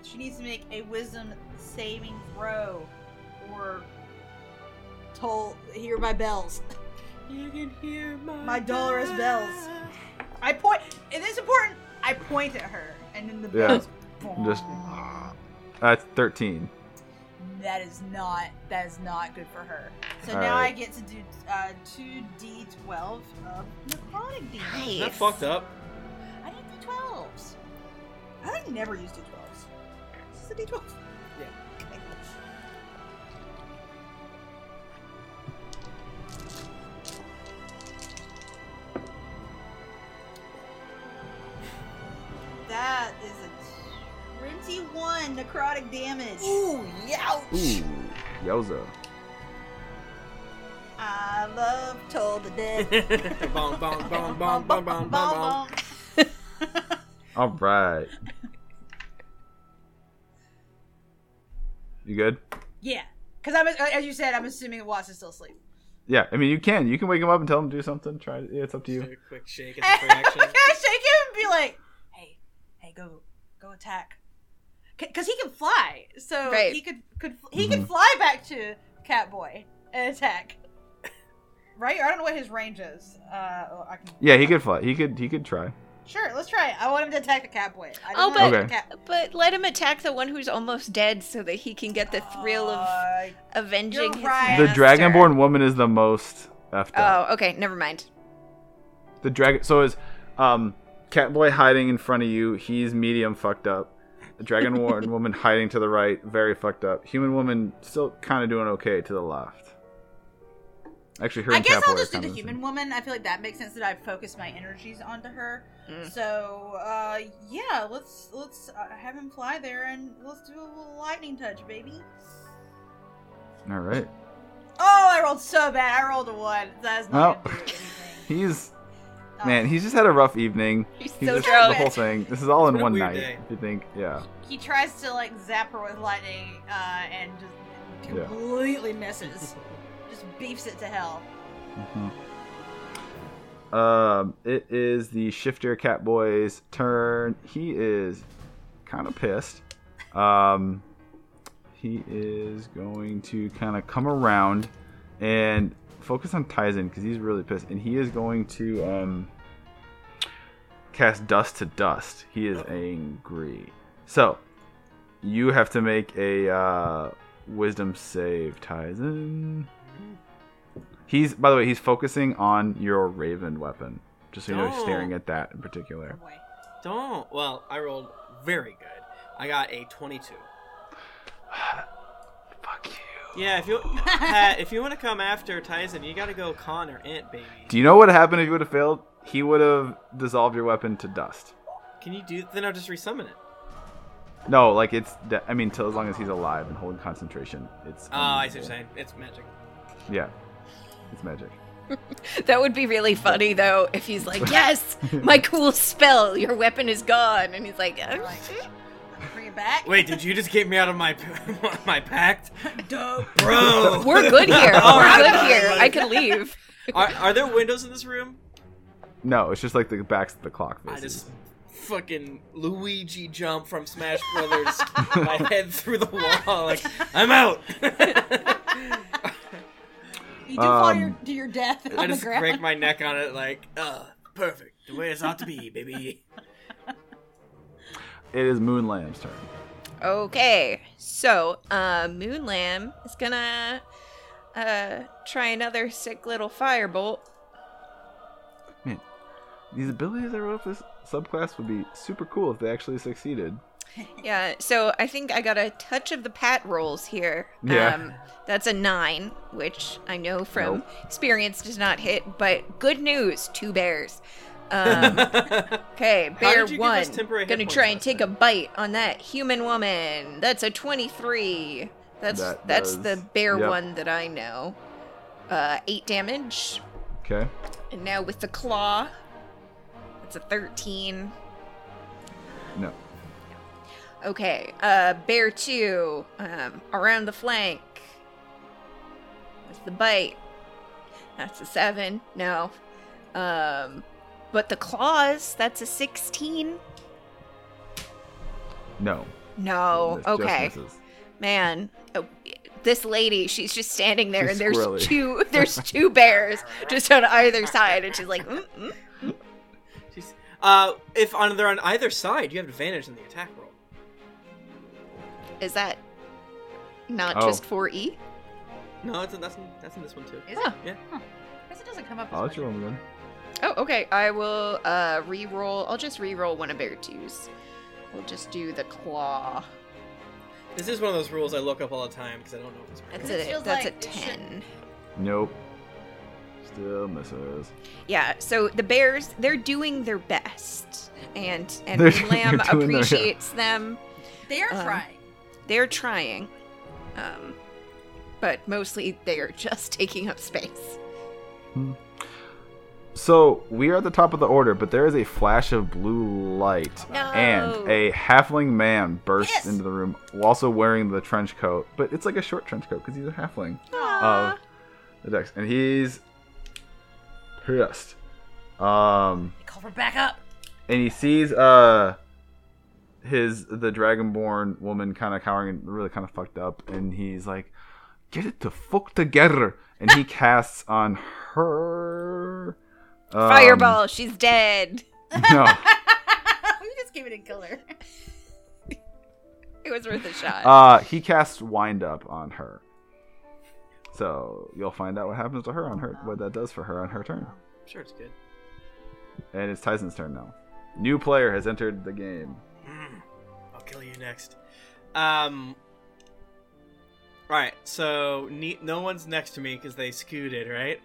S2: she needs to make a wisdom saving throw, or toll hear my bells. *laughs*
S3: You can hear
S2: My dolorous bells. I point. It is important. I point at her, and then the
S1: Yeah.
S2: bells.
S1: Just- That's thirteen.
S2: That is not. That is not good for her. So
S1: All
S2: now
S1: right.
S2: I get to do uh, two d12 of necrotic damage.
S5: Nice.
S3: Is that fucked up?
S2: *laughs* I need D12s. I like never use D12s. Is this a D12?
S3: Yeah.
S2: Okay. 21 necrotic damage.
S4: Ooh, yeah.
S1: Ooh, Yoza.
S2: I love Toll the Dead.
S3: bong, bong, bong, bong, bong, bong, bong, bong.
S1: All right. You good?
S2: Yeah, because I'm as you said, I'm assuming Watts is still asleep.
S1: Yeah, I mean you can. You can wake him up and tell him to do something. Try. Yeah, it's up to
S3: Do
S1: you.
S3: a quick
S2: *laughs*
S3: shake
S2: Can
S3: as a free action.
S2: I shake him and be like, "Hey, hey, go, go attack," because he can fly, so
S5: Right.
S2: he could could he
S1: Mm-hmm.
S2: could fly back to Catboy and attack. *laughs* Right? I don't know what his range is. Uh, oh, I can.
S1: Yeah, he could fly. He could. He could try.
S2: Sure, let's try it. I want him to attack the Catboy. I
S5: Oh,
S2: want him to
S1: but-
S2: attack the cat-
S5: But let him attack the one who's almost dead so that he can get the thrill of
S2: Uh,
S5: avenging his
S2: right.
S1: The
S5: master.
S1: Dragonborn woman is the most effed up.
S5: Oh, okay, never mind.
S1: The dragon. So is, um, Catboy hiding in front of you. He's medium fucked up. The
S3: *laughs*
S1: Dragonborn woman hiding to the right, very fucked up. Human woman still kind of doing okay to the left. Actually, her
S2: I
S1: and
S2: guess
S1: Catboy
S2: I'll
S1: are
S2: just do
S1: kinda
S2: the
S1: the same.
S2: human woman. I feel like that makes sense that I focus my energies onto her.
S5: Mm.
S2: So uh, yeah, let's let's uh, have him fly there and let's do a little lightning touch, baby.
S1: All right.
S2: Oh, I rolled so bad. I rolled a one. That's not
S1: Oh.
S2: gonna do
S1: *laughs*
S2: anything.
S1: He's
S2: Oh.
S1: man. He's just had a rough evening.
S5: He's
S1: He's
S5: so
S1: just
S5: drunk.
S1: the whole thing. This is all in
S3: What a
S1: one
S3: weird
S1: night.
S3: day.
S1: You think? Yeah.
S2: he tries to like zap her with lightning uh, and just
S1: Yeah.
S2: completely misses. just beefs it to hell.
S1: Mm-hmm. Um, it is the shifter catboy's turn. He is kind of pissed. Um, he is going to kind of come around and focus on Tizen because he's really pissed, and he is going to um cast dust to dust. He is angry. So you have to make a uh, wisdom save, Tizen. He's by the way, he's focusing on your raven weapon. Just so you know, he's staring at that in
S2: Oh
S1: particular.
S2: boy.
S3: *laughs* Don't. Well, I rolled very good. I got a 22.
S1: Fuck you.
S3: Yeah,
S2: *laughs*
S3: if you Pat, if you want to come after Tyson, you got to go con or int, baby.
S1: Do you know what happened if you would have failed? He would have dissolved your weapon to dust.
S3: Can you do? Then I'll just resummon it.
S1: No, like it's. De- I mean, till as long as he's alive and holding concentration, it's.
S3: Oh, I
S1: unusable.
S3: see what you're saying. It's magic.
S1: Yeah, it's magic.
S5: That would be really funny though if he's like, "Yes, my cool spell, your weapon is gone," and he's like, "Oh,
S2: Bring it back.
S3: Wait, did you just get me out of my *laughs* my pact,
S2: Dope.
S3: bro?
S5: "We're good here.
S3: *laughs* All
S5: We're
S3: right,
S5: good
S3: all
S5: here.
S3: right.
S5: I can leave."
S3: Are, are there windows in this room?
S1: No, it's just like the backs of the clock
S3: I
S1: faces.
S3: just fucking Luigi jump from Smash *laughs* Brothers, my head through the wall. Like I'm *laughs* out.
S2: You do fall
S1: Um,
S2: your, to your death
S3: I
S2: on the
S3: just
S2: ground.
S3: break my neck on it. Like, uh, perfect. The way it's ought to be, baby.
S1: It is Moonlamb's turn.
S5: Okay, so uh, Moon Lamb is gonna uh, try another sick little firebolt.
S1: These abilities I wrote for this subclass would be super cool if they actually succeeded.
S5: Yeah, so I think I got a touch of the pat rolls here. Um,
S1: Yeah.
S5: that's a nine, which I know from experience does not hit, but good news, two bears.
S3: *laughs*
S5: Um, okay, bear
S3: did you give
S5: one.
S3: us temporary hit
S5: Gonna
S3: points
S5: try and
S3: last
S5: take a
S3: time?
S5: bite on that human woman. That's a 23. That's
S1: That
S5: that's
S1: does-
S5: the bear
S1: yep.
S5: one that I know. Uh, eight damage.
S1: Okay.
S5: And now with the claw, it's a 13.
S1: No.
S5: Okay, uh, bear two, um, around the flank with the bite. That's a seven. No. Um, but the claws, that's a 16.
S1: No.
S5: No.
S1: This just
S5: Oh, Okay.
S1: misses.
S5: Man, oh, this lady, she's just standing there,
S1: She's
S5: and there's
S1: squirrely.
S5: two, there's two bears just on either side, and
S1: *laughs*
S5: she's like, mm, mm.
S3: Jeez. Uh, if on they're on either side, you have advantage in the attack roll.
S5: is that not
S1: Oh.
S5: just for E?
S3: No, it's in, that's in, that's in this one too.
S2: Is
S5: Huh.
S2: it?
S3: Yeah.
S2: Huh. Guess it doesn't come up.
S1: I'll
S2: as
S1: let you
S2: much.
S1: roll one.
S5: Oh, okay. I will uh re-roll. I'll just re-roll one of bear twos. We'll just do the claw.
S3: This is one of those rules I look up all the time because I don't know if it's.
S5: That's
S2: It
S5: a
S2: feels
S5: that's
S2: like
S5: a
S2: it should-
S5: ten.
S1: Nope. Still misses.
S5: Yeah. So the bears, they're doing their best, and and
S1: They're-
S5: Lamb
S1: they're doing their-
S5: appreciates them.
S2: They are
S1: Uh-huh.
S5: Um,
S2: trying.
S5: They're trying, um, but mostly they are just *laughs* taking up space.
S1: So we are at the top of the order, but there is a flash of blue light,
S5: No.
S1: and
S5: Oh.
S1: a halfling man bursts
S2: Yes.
S1: into the room, also wearing the trench coat. But it's like a short trench coat because he's a halfling
S5: Aw.
S1: of the Dex, and he's pissed. Um,
S4: Call for
S2: *laughs*
S4: backup.
S1: and he sees uh his the dragonborn woman kind of cowering and really kind of fucked up, and he's like, "Get it the fuck together!" And he *laughs* casts on her um,
S5: Fireball, she's dead.
S1: *laughs* No.
S2: we just gave it a
S5: *gasps*
S2: killer.
S5: It was worth a shot.
S1: Uh, he casts wind up on her. So you'll find out what happens to her on her, what that does for her on her turn.
S3: sure it's good.
S1: And it's Tyson's turn now. New player has entered the game.
S3: Mm, I'll kill you next. Um. All right, so ne- no one's next to me because they scooted, right?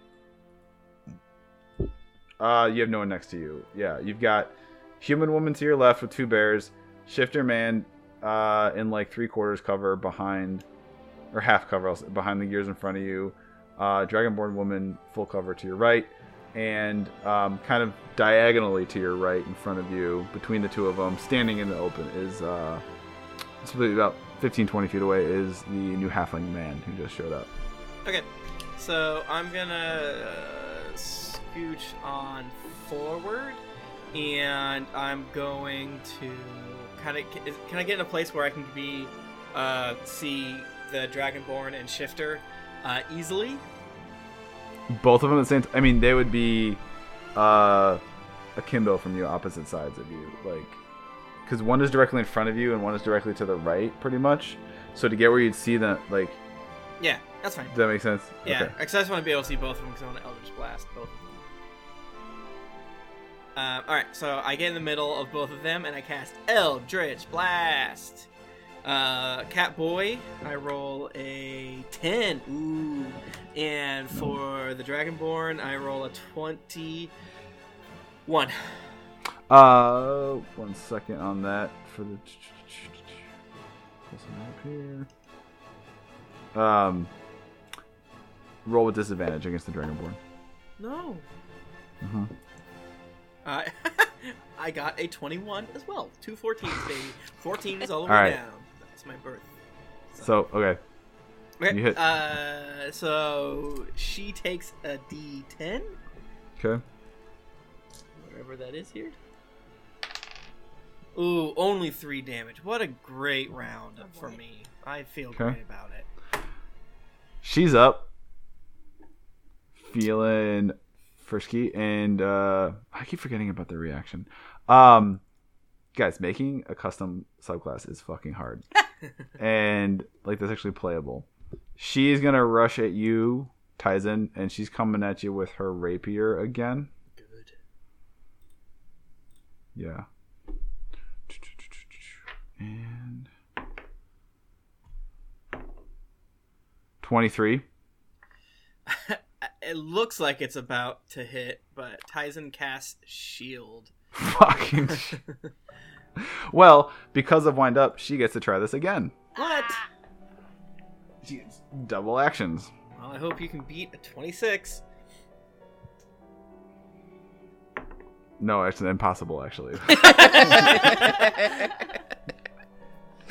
S1: Uh, you have no one next to you. Yeah, you've got human woman to your left with two bears, shifter man, uh, in like three quarters cover behind, or half cover I'll say, behind the gears in front of you, uh, dragonborn woman full cover to your right, and um, kind of diagonally to your right in front of you, between the two of them, standing in the open is uh, it's probably about 15, 20 feet away is the new halfling man who just showed up.
S3: Okay, so I'm gonna uh, scooch on forward, and I'm going to kind of can I get in a place where I can be uh, see the Dragonborn and Shifter uh, easily?
S1: both of them at the same time. I mean, they would be uh, akimbo from you, opposite sides of you, like because one is directly in front of you and one is directly to the right, pretty much. So to get where you'd see them, like,
S3: Yeah, that's fine.
S1: does that make sense?
S3: Yeah,
S1: Okay.
S3: I just want to be able to see both of them because I want to Eldritch Blast both of them. Um, Alright, so I get in the middle of both of them and I cast Eldritch Blast. Uh, Cat Boy, I roll a 10. Ooh. And for the Dragonborn, I roll a 21.
S1: Uh, one second on that for the. Pull something up here. Um, roll with disadvantage against the dragonborn.
S3: No.
S1: Mhm.
S3: Uh, *laughs* I got a 21 as well. Two 14s, baby. 14 is all the way
S1: Alright.
S3: down. That's my birth.
S1: So okay,
S3: Okay.
S1: You hit.
S3: Uh, so she takes a D10,
S1: okay,
S3: wherever that is here. Ooh, only three damage. What a great round for me. I feel
S1: Okay.
S3: great about it.
S1: she's up, feeling frisky, and uh, I keep forgetting about the reaction. Um, guys, making a custom subclass is fucking hard, and like that's actually playable. She's gonna rush at you, Tizen, and she's coming at you with her rapier again.
S3: Good.
S1: Yeah. And twenty-three. *laughs*
S3: Uh, It looks like it's about to hit, but Tizen casts shield. *laughs*
S1: Fucking. sh- well, because of wind up, she gets to try this again.
S3: What?
S1: She gets double actions.
S3: Well, I hope you can beat a 26.
S1: No, actually, impossible. Actually,
S3: *laughs*
S1: *laughs*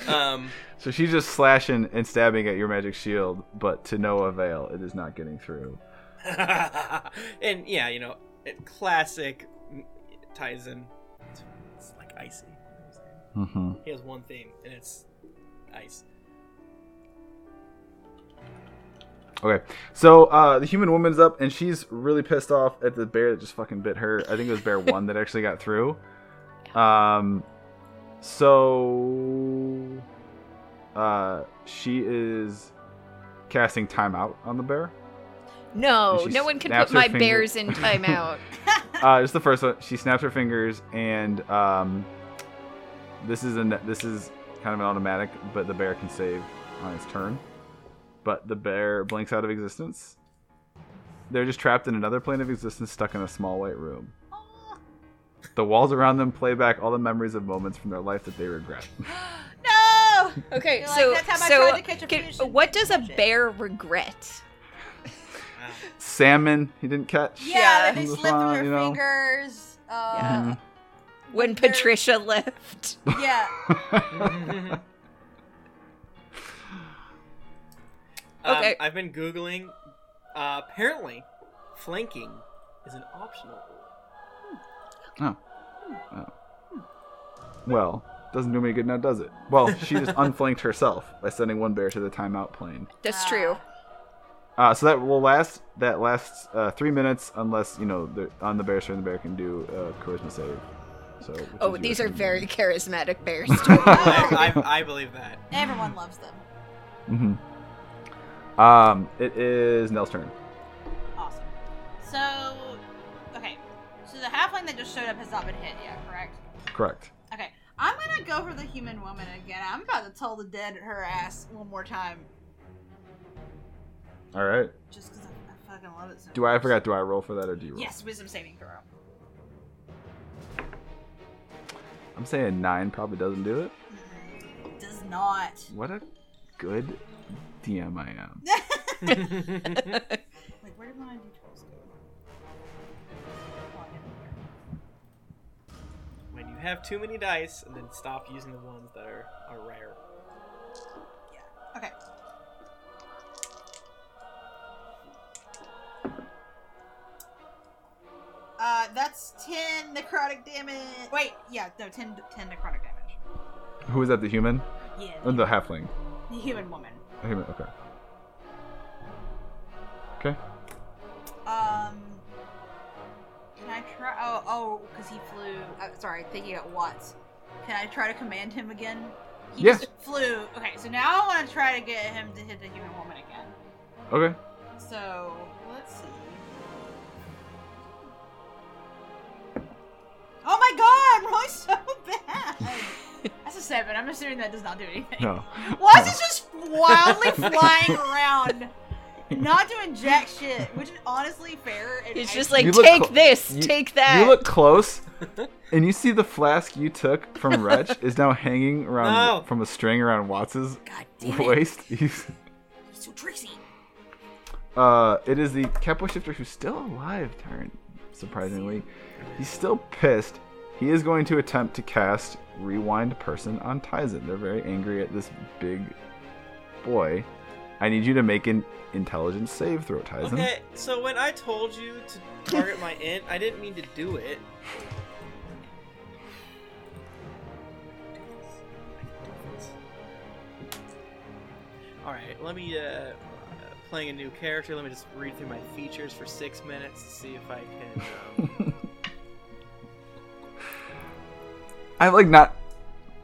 S3: Um,
S1: so she's just slashing and stabbing at your magic shield, but to no avail. It is not getting through.
S3: *laughs* and yeah, you know, it- classic mm, Tizen. It's, it's like icy.
S1: Mm-hmm.
S3: He has one thing, and it's ice.
S1: Okay, so uh, the human woman's up, and she's really pissed off at the bear that just fucking bit her. I think it was bear one that actually got *laughs* through. Um, so uh, she is casting timeout on the bear.
S5: no,
S1: And she
S5: no one can
S1: snaps
S5: put my
S1: her finger.
S5: bears in
S1: *laughs*
S5: timeout.
S1: uh, it's the first one. She snaps her fingers, and um, this is an this is kind of an automatic, but the bear can save on its turn. But the bear blinks out of existence. They're just trapped in another plane of existence, stuck in a small white room. The walls around them play back all the memories of moments from their life that they regret. *laughs*
S2: No!
S5: Okay,
S2: You're like,
S5: so
S2: "That's how I
S5: so
S2: tried to catch a
S5: can-
S2: fish and
S5: what does a
S2: catch it."
S5: bear regret?
S3: Ah. *laughs*
S1: Salmon he didn't catch.
S2: Yeah,
S5: Yeah.
S2: that they
S1: It's
S2: slip through
S1: fine,
S2: their
S1: you know.
S2: fingers.
S5: *laughs*
S2: Uh,
S5: When
S2: Bear-
S5: Patricia left.
S2: *laughs* yeah.
S3: Um,
S5: Okay.
S3: I've been Googling. Uh, apparently, flanking is an optional.
S1: Oh. oh. Well, doesn't do me good now, does it? Well, she just unflanked herself by sending one bear to the timeout plane.
S5: *laughs*
S2: Uh,
S5: That's true.
S1: Uh, so that will last that lasts uh, three minutes unless you know the, on the bear turn the bear can do uh, charisma save. So which
S5: Oh,
S1: is
S5: these
S1: your
S5: are
S1: turn.
S5: *laughs* very
S1: *laughs*
S5: charismatic bears.
S3: I, I, I believe that. *laughs*
S2: Everyone loves them.
S1: Mhm. Um, it is Nell's turn.
S2: Awesome. So, okay. So the halfling that just showed up has not been hit yet, correct?
S1: Correct.
S2: Okay. I'm gonna go for the human woman again. I'm about to tell the dead her ass one more time,
S1: All right.
S2: just because I, I fucking love it so.
S1: Do I, I
S2: much.
S1: forgot? Do I roll for that or do you roll?
S2: Yes, wisdom saving throw.
S1: I'm saying nine probably doesn't do it.
S2: Mm-hmm. Does not.
S1: What a good DM I
S5: *laughs*
S1: am.
S2: Like, where did my d12s go? Oh, I didn't.
S3: when you have too many dice, and then stop using the ones that are, are rare.
S2: Okay. Uh, that's 10 necrotic damage. Wait, yeah, no, 10, 10 necrotic damage.
S1: Who is that? The human
S2: Yeah,
S1: or
S2: the,
S1: the halfling?
S2: the human woman.
S1: The human. Okay. Okay.
S2: Um, can I try? Oh, oh, because he flew. Uh, sorry, thinking at Watts. Can I try to command him again? He
S1: Yeah.
S2: just flew. Okay, so now I want to try to get him to hit the human woman again.
S1: Okay.
S2: So let's see. Oh my god, Roy's so *laughs* bad. That's a seven. I'm assuming that does not do anything.
S5: *laughs*
S1: No.
S2: Why is it just wildly flying around, not doing jack shit? Which is honestly fair. And
S5: It's
S2: I-
S5: just like
S1: You look
S5: take
S1: cl-
S5: this,
S1: You-
S5: take that.
S1: You look close, and you see the flask you took from Wretch is now hanging around
S3: No.
S1: from a string around Watts's
S4: God damn it.
S1: waist. *laughs* He's-
S4: He's so tricksy.
S1: uh, it is the Kepler shifter who's still alive. Turn surprisingly, he's still pissed. He is going to attempt to cast Rewind Person on Tizen. They're very angry at this big boy. I need you to make an intelligence save throw, Tizen.
S3: Okay, so when I told you to target my int, I didn't mean to do it. Alright, let me, uh, playing a new character, let me just read through my features for six minutes to see if I can, um,
S1: *laughs* I've like not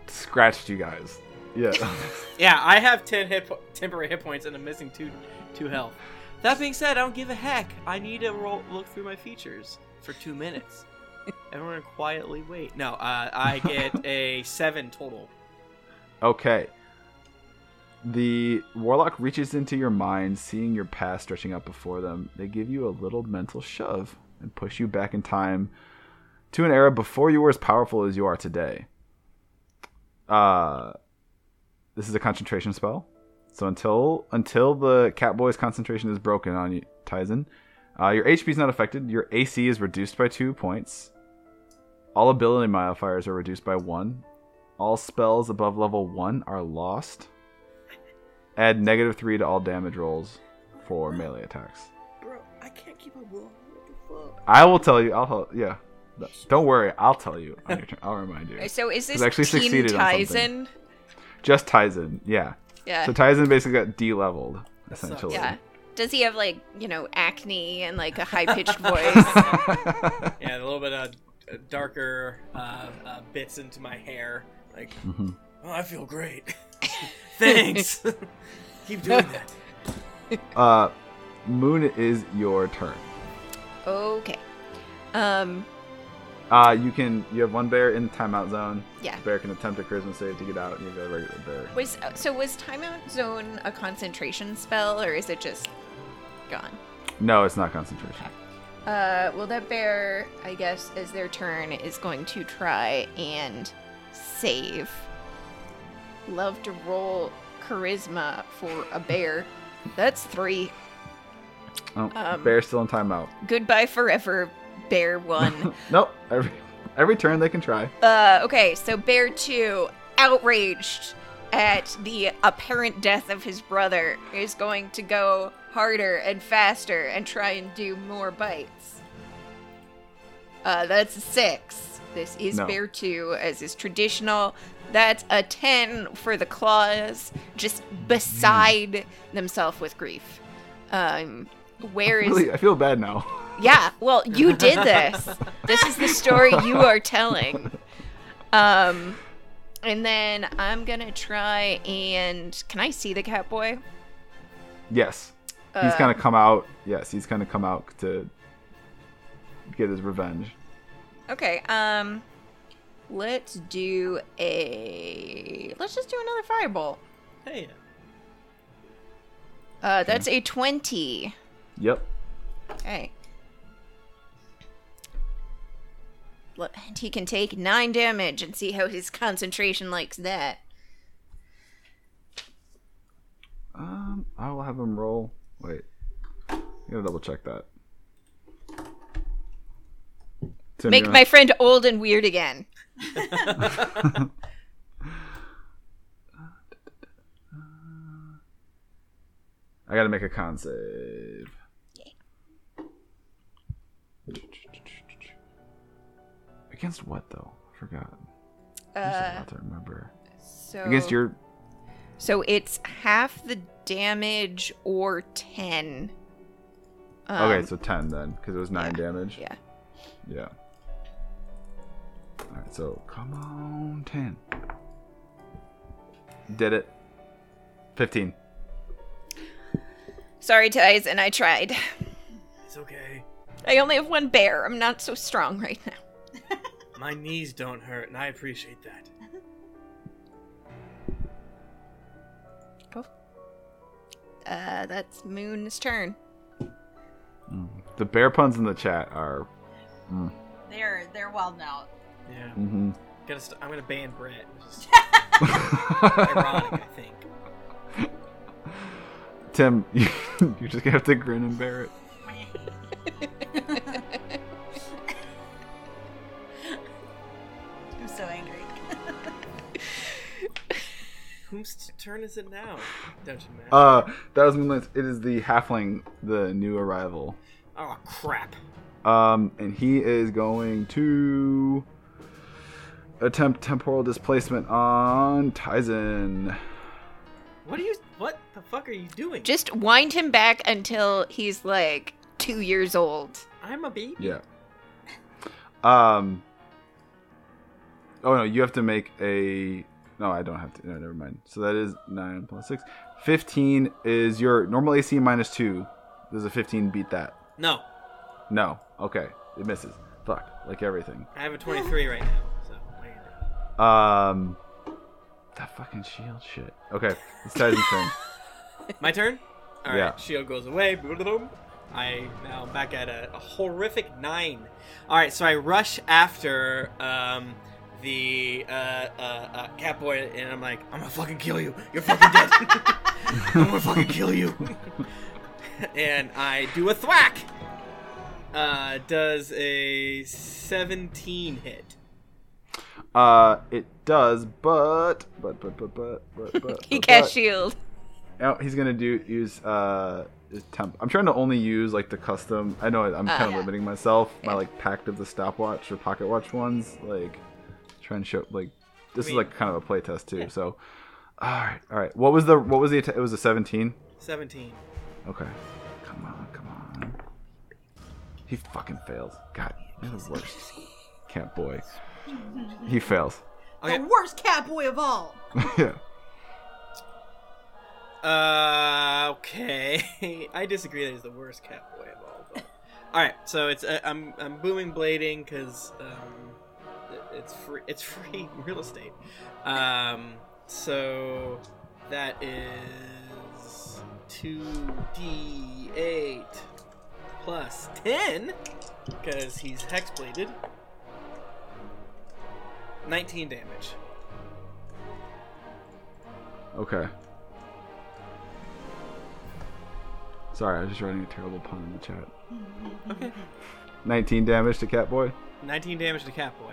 S1: scratched you guys. *laughs* Yeah.
S3: Yeah, I have ten hit po- temporary hit points and I'm missing two two health. That being said, I don't give a heck. I need to roll, look through my features for two *laughs* minutes. Everyone quietly wait. No, uh, I *laughs* get a seven total.
S1: Okay. The warlock reaches into your mind, seeing your past stretching out before them. They give you a little mental shove and push you back in time to an era before you were as powerful as you are today. Uh, this is a concentration spell. So until until the Catboy's concentration is broken on you, Tizen, uh, your HP is not affected. Your AC is reduced by two points. All ability modifiers are reduced by one, all spells above level 1 are lost. Add negative 3 to all damage rolls for melee attacks.
S3: Bro, I can't keep a roll. What the fuck?
S1: I will tell you. I'll help. Yeah. No, Don't worry. I'll tell you. On your turn. I'll remind you.
S5: so is this
S1: He's actually
S5: Team
S1: succeeded on something.
S5: Tizen?
S1: Just Tizen. Yeah.
S5: Yeah.
S1: So Tizen basically got de leveled,
S3: That sucks.
S1: essentially. *laughs*
S5: yeah. Does he have like, you know, acne and like a high
S1: *laughs*
S5: pitched voice?
S1: Mm-hmm.
S3: Yeah, a little bit of uh, darker uh, uh, bits into my hair. Like,
S1: Mhm.
S3: oh, I feel *laughs* great. *laughs* Thanks. keep doing *laughs* that.
S1: Uh, Moon it is your turn.
S5: Okay. Um
S1: Uh, you can. You have one bear in the timeout zone.
S5: Yeah.
S1: The bear can attempt a charisma save to get out. and You have a regular bear.
S5: was so was timeout zone a concentration spell or is it just gone?
S1: No, it's not concentration.
S5: Uh well that bear, I guess, as their turn is going to try and save. love to roll charisma for a bear. That's three.
S1: Oh,
S5: Um,
S1: bear's still in timeout.
S5: Goodbye forever, bear one.
S1: Nope. Every every turn they can try.
S5: uh, okay, so bear two, outraged at the apparent death of his brother, is going to go harder and faster and try and do more bites. Uh, that's a six. This is
S1: No.
S5: bear two, as is traditional. That's a ten for the claws, just beside
S1: Mm.
S5: themselves with grief. Um,
S1: *laughs*
S5: where is
S1: Really, I feel bad now.
S5: yeah, well, you did this. this is the story you are telling. Um, and then I'm gonna try and can I see the cat boy?
S1: Yes. he's
S5: Uh,
S1: kind of come out. Yes, he's kind of come out to get his revenge.
S5: Okay. Um, let's do a let's just do another fireball.
S3: Hey.
S5: Uh, that's a twenty.
S1: Yep.
S5: Okay. Let- And he can take nine damage and see how his concentration likes that.
S1: Um, I will have him roll. Wait, I'm gonna double check that. Tim,
S5: Make
S1: you're-
S5: my friend old and weird again.
S1: I gotta make a con save. Against what though? I forgot. I'm just
S5: Uh, oh.
S1: about to remember.
S5: so
S1: Against your
S5: so it's half the damage or ten. Um,
S1: okay, so ten then, because it was nine damage.
S5: yeah.
S1: Yeah. All right, so come on, ten. Did it. Fifteen.
S5: Sorry, Ties, and I tried. *laughs*
S3: It's okay.
S5: I only have one bear. I'm not so strong right now.
S3: My knees don't hurt, and I appreciate that.
S5: Uh, that's Moon's turn.
S1: The bear puns in the chat are.
S2: They're they're wild now.
S3: Yeah.
S1: hmm
S3: Gotta st- I'm gonna ban Brett. Which is ironic,
S1: Ironic.
S3: I think.
S1: *laughs* Tim, *laughs* you, you're just gonna have to grin and bear it.
S2: I'm so angry.
S3: Whom's turn is it now? Dungeon Master.
S1: Uh, that was Moonlight's. It is the halfling, the new arrival.
S3: oh crap.
S1: Um, and he is going to attempt temporal displacement on Tizen.
S3: What are you? What the fuck are you doing?
S5: Just wind him back until he's like two years old.
S3: I'm a baby.
S1: Yeah. Um. Oh no, you have to make a. No, I don't have to. No, never mind. So that is nine plus six. Fifteen is your normal AC minus two. Does a fifteen beat that?
S3: No,
S1: No. Okay, it misses. Fuck, like everything.
S3: I have a 23 right now. So what are you doing?
S1: Um. That fucking shield shit. Okay, it's Tizen's turn.
S3: my turn. All right.
S1: Yeah.
S3: Shield goes away. Boom. I now I'm back at a, a horrific nine. All right. So I rush after um the uh, uh, uh catboy and I'm like, I'm gonna fucking kill you. You're fucking dead. *laughs* I'm gonna fucking kill you. *laughs* and I do a thwack. Uh, does a 17 hit?
S1: Uh, it does, but but but but but but but.
S5: He
S1: but,
S5: cast
S1: but.
S5: shield.
S1: Now he's gonna do use uh his temp. I'm trying to only use like the custom. I know I'm kind of limiting myself. My like packed of the stopwatch or pocket watch ones. Like trying to show like this
S3: mean-
S1: is like kind of a playtest too. So all right, all right. What was the what was the atta- it was a 17.
S3: 17.
S1: Okay, come on, come on. He fucking fails. God, you're the worst cat boy. He fails. *laughs*
S3: Okay.
S2: The worst cat boy of all.
S1: yeah.
S3: Uh, okay. *laughs* I disagree that he's the worst catboy of all. But... all right, so it's uh, I'm I'm booming blading because um, it- it's free it's free *laughs* real estate. Um, so that is two d eight plus ten because he's hex bladed. Nineteen damage.
S1: Okay. Sorry, I was just writing a terrible pun in the chat.
S3: Okay.
S1: 19 damage to Catboy.
S3: 19 damage to Catboy.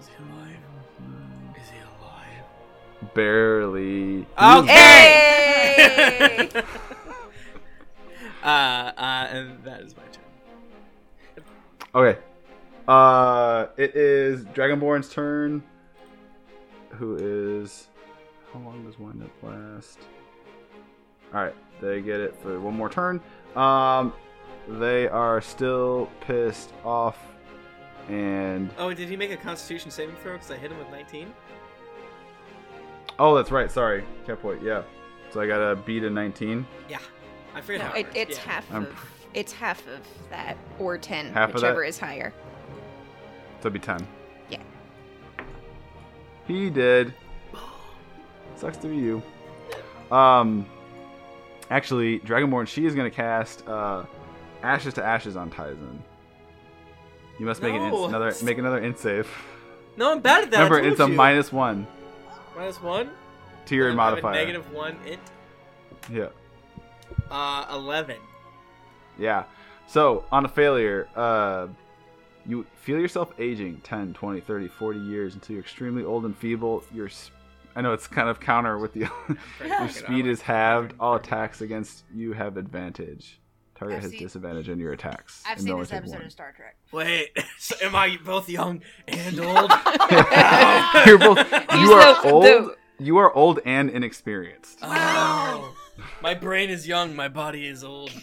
S3: Is he alive? Hmm, Is he alive?
S1: Barely.
S3: Okay.
S1: *laughs*
S5: Hey!
S3: *laughs* uh, uh, and that is my turn.
S1: Okay. Uh, it is Dragonborn's turn. Who is? How long does wind up last? All right, they get it for one more turn. Um, they are still pissed off, and
S3: Oh, did he make a Constitution saving throw? Because I hit him with 19.
S1: oh, that's right. Sorry, Catboy. Yeah. So I got a beat a 19.
S3: Yeah, I forget
S5: No,
S3: how
S5: it,
S3: works.
S5: it's
S3: Yeah.
S5: half
S1: I'm-
S5: of it's half of that or ten,
S1: Half of that?
S5: whichever
S1: *laughs*
S5: is higher. *laughs*
S1: So it'd be 10.
S5: Yeah.
S1: He did. Sucks to be you. Um, actually, Dragonborn, she is going to cast uh, Ashes to Ashes on Tizen. You must make an
S3: No.
S1: int, another make another int save.
S3: No, I'm bad at that. I
S1: Remember,
S3: told
S1: it's a
S3: you.
S1: minus one
S3: minus one.
S1: to your
S3: I have a
S1: modifier.
S3: Negative one. It.
S1: Yeah,
S3: Uh,
S5: *laughs*
S3: 11.
S1: yeah. So on a failure, uh, you feel yourself aging 10, 20, 30, 40 years until you're extremely old and feeble. Your, sp- I know it's kind of counter with the *laughs* Your speed is halved. All attacks against you have advantage. Target
S2: I've
S1: has
S2: seen-
S1: disadvantage on your attacks.
S2: I've
S1: and
S2: seen
S1: they'll
S2: this
S1: take
S2: episode
S1: one.
S2: of Star Trek.
S3: Wait, *laughs* so am I both young and old?
S1: *laughs* You're both, you are
S5: the-
S1: old.
S5: the-
S1: You are old and inexperienced.
S2: *laughs*
S3: wow. My brain is young. My body is old.
S2: *laughs*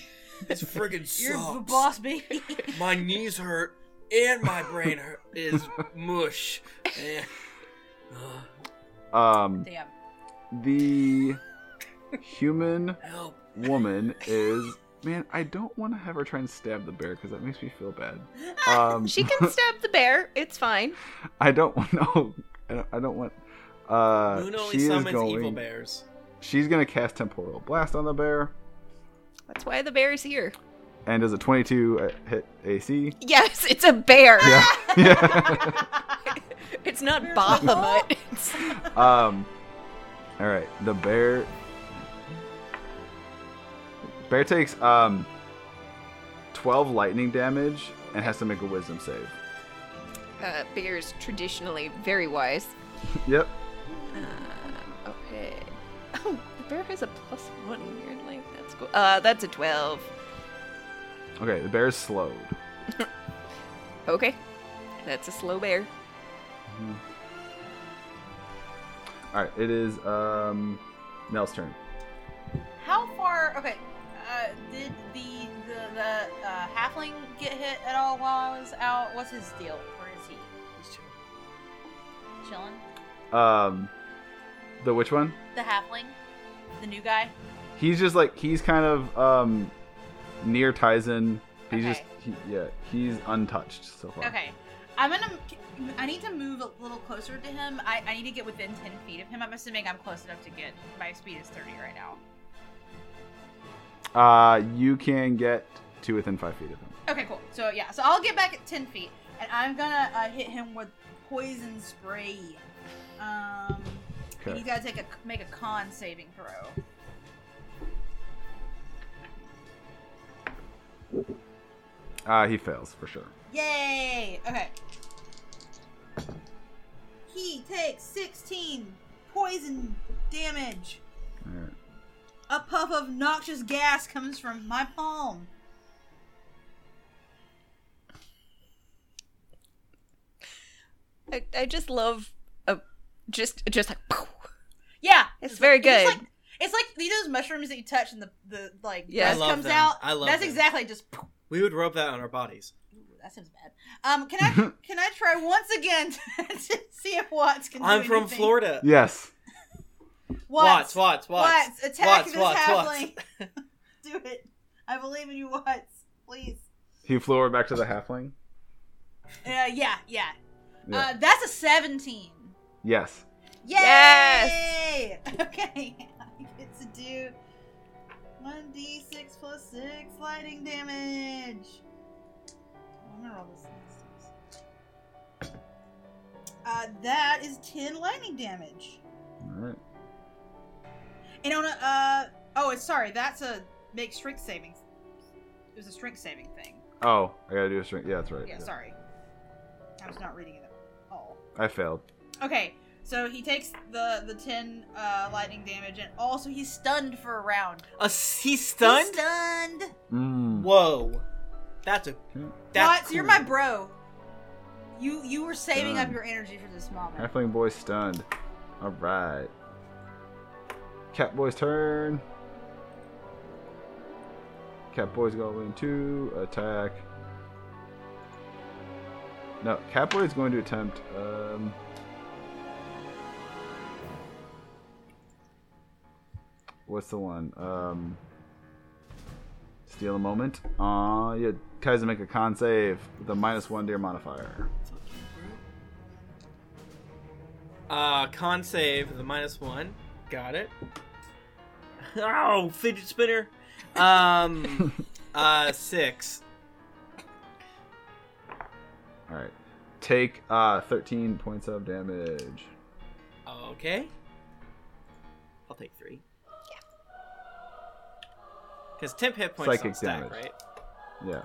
S3: It's friggin'
S2: You're the
S3: sucks.
S2: boss,
S3: *laughs*
S2: baby.
S3: My knees hurt and my brain hurt is mush. Eh. Uh, Ugh,
S1: Um,
S3: *laughs*
S2: Damn.
S1: the human
S3: help.
S1: woman is man. I don't want to have her try and stab the bear because that makes me feel
S2: *laughs*
S1: bad. Um,
S5: She can stab the bear. It's fine.
S1: I don't *laughs* want. No, I don't, I don't want. Uh,
S3: Moon only
S1: she is
S3: summons
S1: going.
S3: evil bears.
S1: She's gonna cast temporal blast on the bear,
S5: That's why the bear's here.
S1: and does a twenty-two uh, hit AC.
S5: Yes, it's a bear.
S1: *laughs* Yeah. yeah.
S5: *laughs*
S1: *laughs*
S5: It's not *laughs* Bahamut. It's-
S1: um. All right. The bear. Bear takes um. Twelve lightning damage and has to make a Wisdom save. *laughs*
S5: uh, bears traditionally very wise.
S1: Yep.
S5: Okay. Oh, the bear has a plus one. Weirdly, that's cool. Uh, that's a twelve.
S1: Okay. The bear is slowed.
S5: Okay, that's a slow bear.
S1: All right. It is um. Nell's turn.
S2: How far? Okay. Uh, did the the, the uh, halfling get hit at all while I was out? What's his deal? Where is he? He's chilling. Chilling.
S1: Um. The which one?
S2: The halfling, the new guy.
S1: He's just like he's kind of um near Tizen. He's
S2: Okay.
S1: just he, yeah. He's untouched so far.
S2: Okay. I'm gonna. I need to move a little closer to him. I, I need to get within ten feet of him. I'm assuming I'm close enough to get. My speed is thirty right now.
S1: Uh, you can get to within five feet of him.
S2: Okay, cool. So yeah, so I'll get back at ten feet, and I'm gonna uh, hit him with poison spray. Um,
S1: Okay.
S2: you gotta take a make a con saving throw.
S1: Uh, he fails for sure.
S2: Yay! Okay. He takes 16 poison damage.
S1: Alright.
S2: A puff of noxious gas comes from my palm.
S5: I, I just love a just just like. Poof.
S2: Yeah,
S5: It's very
S2: like- It's
S5: good.
S2: like, it's like these those mushrooms that you touch and the the like
S5: Yeah. I
S2: dust
S3: love
S2: comes
S3: them.
S2: out.
S3: I love
S2: That's
S3: them.
S2: exactly just. *laughs*
S3: We would rope that on our bodies.
S2: Ooh, that sounds bad. Um, can I can I try once again *laughs* to see if Watts can? do
S3: I'm from
S2: anything?
S3: Florida.
S1: Yes.
S2: Watts,
S3: Watts, Watts,
S2: Watts, attack
S3: Watts,
S2: this
S3: Watts, *laughs*
S2: halfling. *laughs* do it. I believe in you, Watts. Please.
S1: He flew over back to the halfling.
S2: Uh, yeah, yeah.
S1: Yeah.
S2: Uh, that's a 17.
S1: yes.
S2: Yay!
S5: Yes!
S2: *laughs* Okay, I get to do 1d6 plus 6 lightning damage. I'm gonna roll this next. Uh, that is 10 lightning damage.
S6: right.
S2: And on a, uh, oh, it's- sorry, that's a make strength saving. It was a strength saving thing.
S1: Oh, I gotta do a string. Yeah, that's right.
S2: Yeah, sorry. I was not reading it at all.
S1: I failed.
S2: Okay, so he takes the the ten uh, lightning damage, and also he's stunned for a round.
S3: A, s- he's
S2: He's
S3: stunned?
S2: stunned.
S6: Mm.
S3: Whoa. That's a. That's
S2: what? You're my
S3: cool.
S2: bro. You you were saving up
S6: Stunned.
S2: your energy for this moment.
S1: Halfling boy stunned. All right. Catboy's turn. Catboy's going to attack. No, Catboy is going to attempt. Um, what's the one? Um, steal a moment. Aw, yeah. Tries to make a con save with a minus one to your modifier.
S3: Uh, con save the minus one. Got it. Oh, fidget spinner.
S1: *laughs*
S3: Um, uh, six.
S1: All right. Take uh, 13 points of damage.
S3: Okay. I'll take three.
S5: Yeah.
S3: Because temp hit points
S1: Psychic
S3: don't stack,
S1: damage.
S3: right?
S1: Yeah.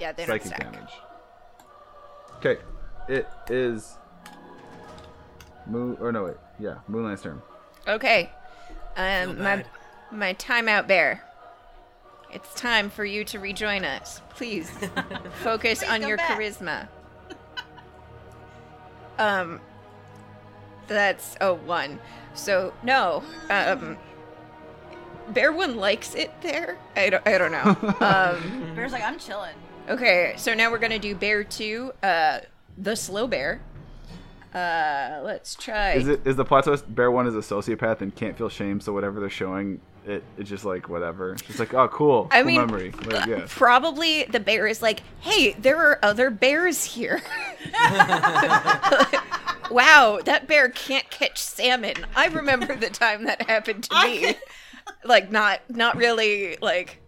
S5: Yeah, they're
S1: Psychic
S5: not stacked.
S1: damage. Okay. It is. Moon. Or no, wait. Yeah. Moonlight's turn.
S5: Okay.
S3: Feel
S5: Um, my
S3: bad.
S5: my timeout bear. It's time for you to rejoin us.
S2: *laughs*
S5: Please focus on
S2: come
S5: your
S2: back.
S5: charisma. um, that's a one. So no, um, bear one likes it there. I don't. I
S1: *laughs*
S5: don't know. um,
S3: Mm-hmm.
S2: Bear's like, I'm chilling.
S5: okay, so now we're gonna do bear two. Uh, the slow bear. Uh, let's try.
S1: Is it is the plateau bear one is a sociopath and can't feel shame, so whatever they're showing, it it's just like whatever. It's just like oh cool,
S5: I
S1: cool
S5: mean,
S1: memory. Like,
S5: *laughs*
S1: yeah.
S5: probably the bear is like, hey, there are other bears here. *laughs* wow, that bear can't catch salmon. I remember the time that happened to me. like not not really like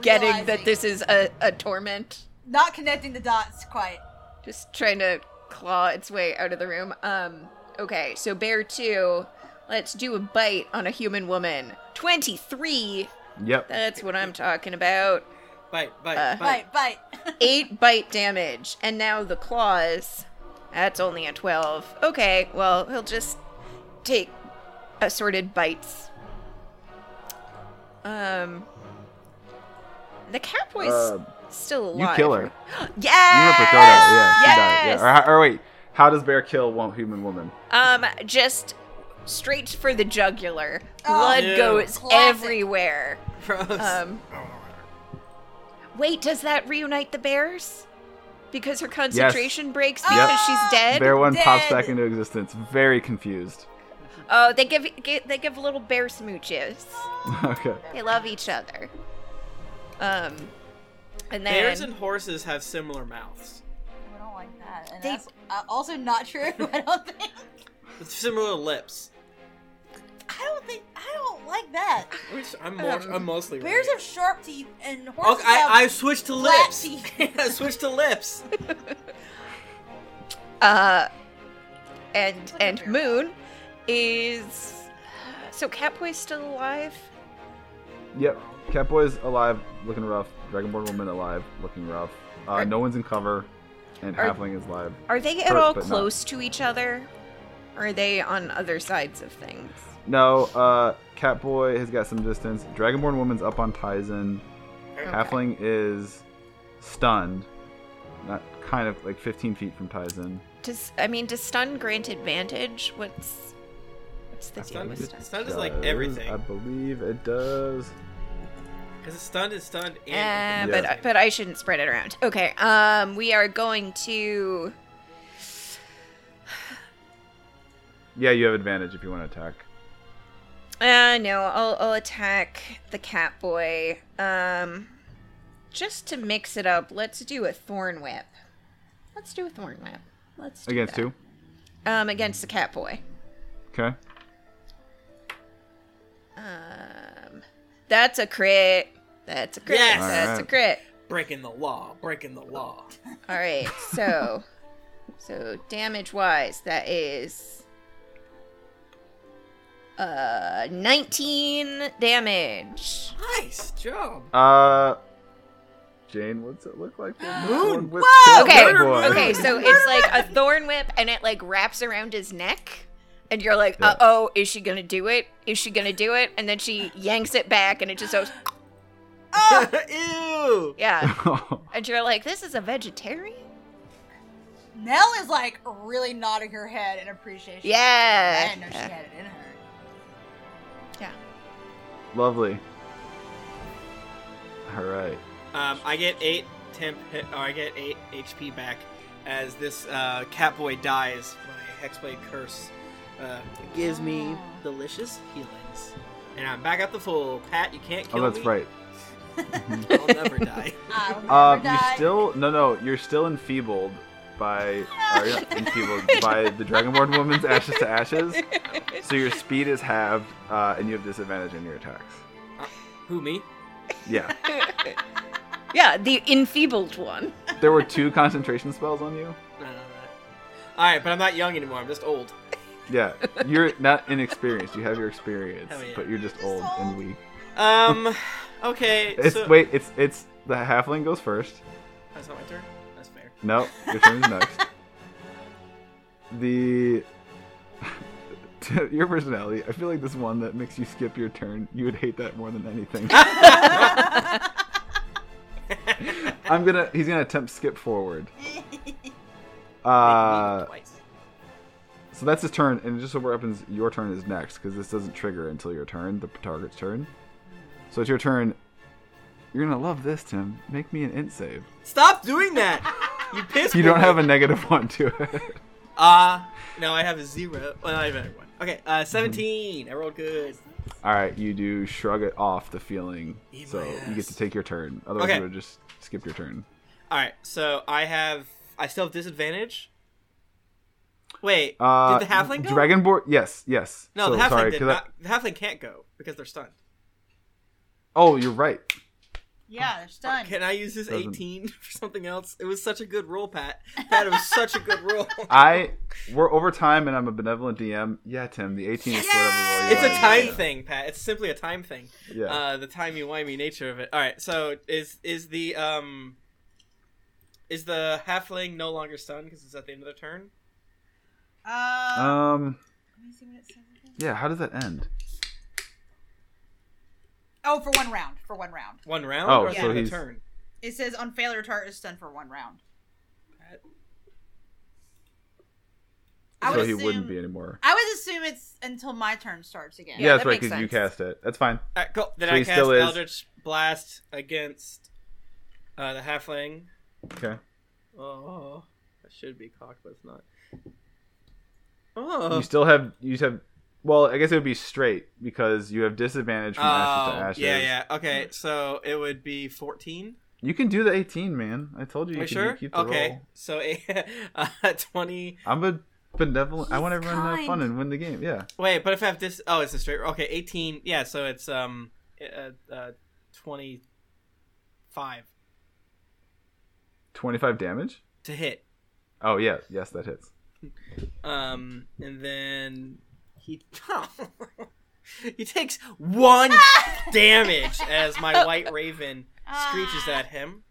S5: getting that
S2: Realizing.
S5: this is a, a torment.
S2: Not connecting the dots quite.
S5: Just trying to claw its way out of the room. Um okay, so bear two, let's do a bite on a human woman. Twenty-three.
S1: Yep.
S5: That's what I'm talking about.
S3: Bite, bite,
S5: Uh,
S3: bite.
S2: Bite, bite. *laughs*
S5: eight bite damage, and now the claws. That's only a 12. Okay, well, he'll just take assorted bites. Um. The catboy's
S1: Uh,
S5: still
S1: you
S5: alive.
S1: kill
S5: *gasps*
S1: her. You have
S5: Yes!
S1: to throw that. Yeah. she died.
S5: yes!
S1: Yeah. Or, or wait, how does bear kill one human woman?
S5: Um, just straight for the jugular. Blood
S3: Ew.
S5: goes
S2: Classic.
S5: everywhere.
S3: *laughs* Gross.
S2: Uh,
S5: Um. Wait, does that reunite the bears? Because her concentration breaks because she's dead.
S1: Bear one pops
S2: dead.
S1: back into existence, very confused. *laughs*
S5: Oh, they give, gi- they give little bear smooches.
S1: okay.
S5: They love each other. Um, and then
S3: Bears and horses have similar mouths.
S2: I don't like that. And
S5: They-
S2: that's uh, also not true. *laughs* I don't think.
S3: With similar lips.
S2: I don't think. I don't like that.
S3: I'm just- I'm, more, I'm
S2: *laughs*
S3: mostly
S2: Um, Bears
S3: right.
S2: have sharp teeth and horses
S3: Okay, I, I
S2: have
S3: switched to
S2: flat
S3: lips.
S2: teeth.
S3: *laughs* I switched
S2: *laughs*
S3: to lips.
S5: uh, and
S2: Look at
S5: and
S2: bear.
S5: Moon is so Catboy's still alive.
S1: Yep. Catboy's alive, looking rough. Dragonborn woman alive, looking rough. Uh,
S5: Are-
S1: no one's in cover, and
S5: Are-
S1: Halfling is alive.
S5: Are they at
S1: Hurt,
S5: all
S1: but not.
S5: close to each other? Or are they on other sides of things?
S1: No, uh, Catboy has got some distance. Dragonborn woman's up on Tizen. Halfling is stunned, not kind of like 15 feet from Tizen.
S5: Does I mean does stun grant advantage? What's what's the deal
S3: Stunned
S5: with
S3: is,
S5: stun?
S3: stunned is like
S1: Does- I
S3: everything.
S1: believe it does.
S3: Because it's stunned is stunned and.
S5: Uh,
S1: Yeah.
S5: but but I shouldn't spread it around. Okay. Um, we are going to.
S1: Yeah, you have advantage if you want to attack.
S5: Uh, no, I'll I'll attack the cat boy. Um, just to mix it up, let's do a thorn whip. Let's do a thorn whip. Let's do
S1: Against
S5: that.
S1: two.
S5: Um, against the cat boy.
S1: Okay.
S5: Um, that's a crit. That's a crit.
S3: Yes!
S5: That's a
S1: Alright.
S5: crit.
S3: breaking the law. Breaking the law.
S5: All right, so so damage wise, that is Uh, 19 damage.
S3: Nice *laughs* job.
S1: Uh, Jane, what's it look
S3: *gasps*
S1: like? when this
S3: Moon.
S1: one whips
S3: Whoa!
S1: the
S5: Okay,
S1: other one?
S5: okay, so it's like a thorn whip and it like wraps around his neck. And you're like,
S1: Yeah.
S5: uh oh, is she gonna do it? Is she gonna do it? And then she yanks it back and it just goes,
S2: Oh,
S3: *laughs* Ew.
S1: *laughs*
S5: yeah.
S3: *laughs*
S5: And you're like, this is a vegetarian?
S2: Nell is like really nodding her head in appreciation. I
S5: Yeah.
S2: didn't know she had it in her.
S1: Lovely. All right.
S3: Um, I get eight temp, hit, or I get eight HP back as this uh, Catboy dies. My Hexblade curse uh, gives me delicious healings, and I'm back up to full. Pat, you can't
S1: Oh,
S3: kill
S1: that's
S3: me.
S1: right. *laughs*
S3: I'll never die.
S2: I will
S1: Uh,
S2: never
S1: you
S2: die.
S1: still no no. You're still enfeebled
S3: *laughs*
S1: by or yeah, enfeebled by the Dragonborn woman's ashes to ashes. So your speed is halved, uh, and you have disadvantage in your attacks.
S3: Who me?
S1: Yeah,
S5: Yeah, the enfeebled one.
S1: there were two concentration spells on you.
S3: No, no, no. All right, but I'm not young anymore. I'm just old.
S1: Yeah, you're not inexperienced. You have your experience,
S3: Hell yeah.
S1: but you're just old and weak. *laughs*
S3: Um. Okay.
S1: It's
S3: so-
S1: wait, it's it's the halfling goes first.
S3: That's not my turn. That's fair.
S1: No, your turn is next. The *laughs* your personality. I feel like this one that makes you skip your turn. You would hate that more than anything. I'm gonna. He's gonna attempt skip forward.
S3: Maybe
S1: Uh,
S3: twice.
S1: so that's his turn, and it just so happens, your turn is next because this doesn't trigger until your turn, the target's turn. So it's your turn. You're gonna love this, Tim. Make me an int save.
S3: Stop doing that. You piss.
S1: You
S3: me
S1: don't
S3: off.
S1: have a negative one to it.
S3: Ah, uh, no, I have a zero. Well, I have a one. Okay,
S1: Mm-hmm.
S3: uh, seventeen. I rolled good.
S1: All right, you do shrug it off the feeling,
S3: Eat
S1: so
S3: my
S1: you get
S3: ass.
S1: to take your turn. Otherwise,
S3: Okay.
S1: you would just skip your turn.
S3: All right, so I have. I still have disadvantage. Wait,
S1: Uh,
S3: did the halfling go?
S1: Dragonborn? Yes, yes.
S3: no,
S1: So,
S3: the halfling
S1: sorry,
S3: did
S1: 'cause I-
S3: not. The halfling can't go because they're stunned.
S1: oh, you're right.
S2: yeah, they're
S1: Oh,
S2: stunned.
S3: Can I use this
S1: Doesn't-
S3: eighteen *laughs* for something else? It was such a good roll, Pat. Pat, it was such a
S1: *laughs*
S3: good roll.
S1: I we're over time, and I'm a benevolent DM. Yeah, Tim, the 18 is whatever. roll you
S3: It's a
S1: want.
S3: time thing, Pat. It's simply a time thing.
S1: Yeah.
S3: Uh, the timey wimey nature of it. All right. So is is the um is the halfling no longer stunned because it's at the end of their turn?
S2: Uh,
S1: um.
S2: let me see what it says. again.
S1: Yeah. How does that end?
S2: Oh, for one round. For one round.
S3: One round
S1: Oh,
S3: or at
S1: so
S3: the end of
S1: he's-
S3: the turn?
S2: It says on failure, target is stunned for one round. I
S1: so
S2: would
S1: he
S2: assume-
S1: wouldn't be anymore.
S2: I would assume it's until my turn starts again.
S1: Yeah, that's
S5: that
S1: right.
S5: makes
S1: Because you
S5: sense.
S1: cast it. That's fine.
S3: All right, cool. Then
S1: So
S3: I
S1: he
S3: cast
S1: still is-
S3: Eldritch Blast against uh, the halfling.
S1: Okay.
S3: Oh, I should be cocked, but it's not. Oh,
S1: You still have you have. Well, I guess it would be straight because you have disadvantage from ashes to
S3: Oh,
S1: ashes.
S3: yeah, yeah. Okay, so it would be fourteen.
S1: You can do the 18, man. I told you.
S3: Are
S1: You
S3: you
S1: can
S3: sure?
S1: keep the
S3: Okay,
S1: roll.
S3: so *laughs* uh, twenty.
S1: I'm a benevolent. I want everyone to have fun
S4: kind.
S1: and win the game. Yeah.
S3: Wait, but if I have this, oh, it's a straight. Okay, eighteen. Yeah, so it's um, uh, uh twenty-five
S1: Twenty-five damage.
S3: to hit.
S1: Oh yeah, yes, that hits.
S3: Um, and then he *laughs* he takes one damage as my white raven screeches at him.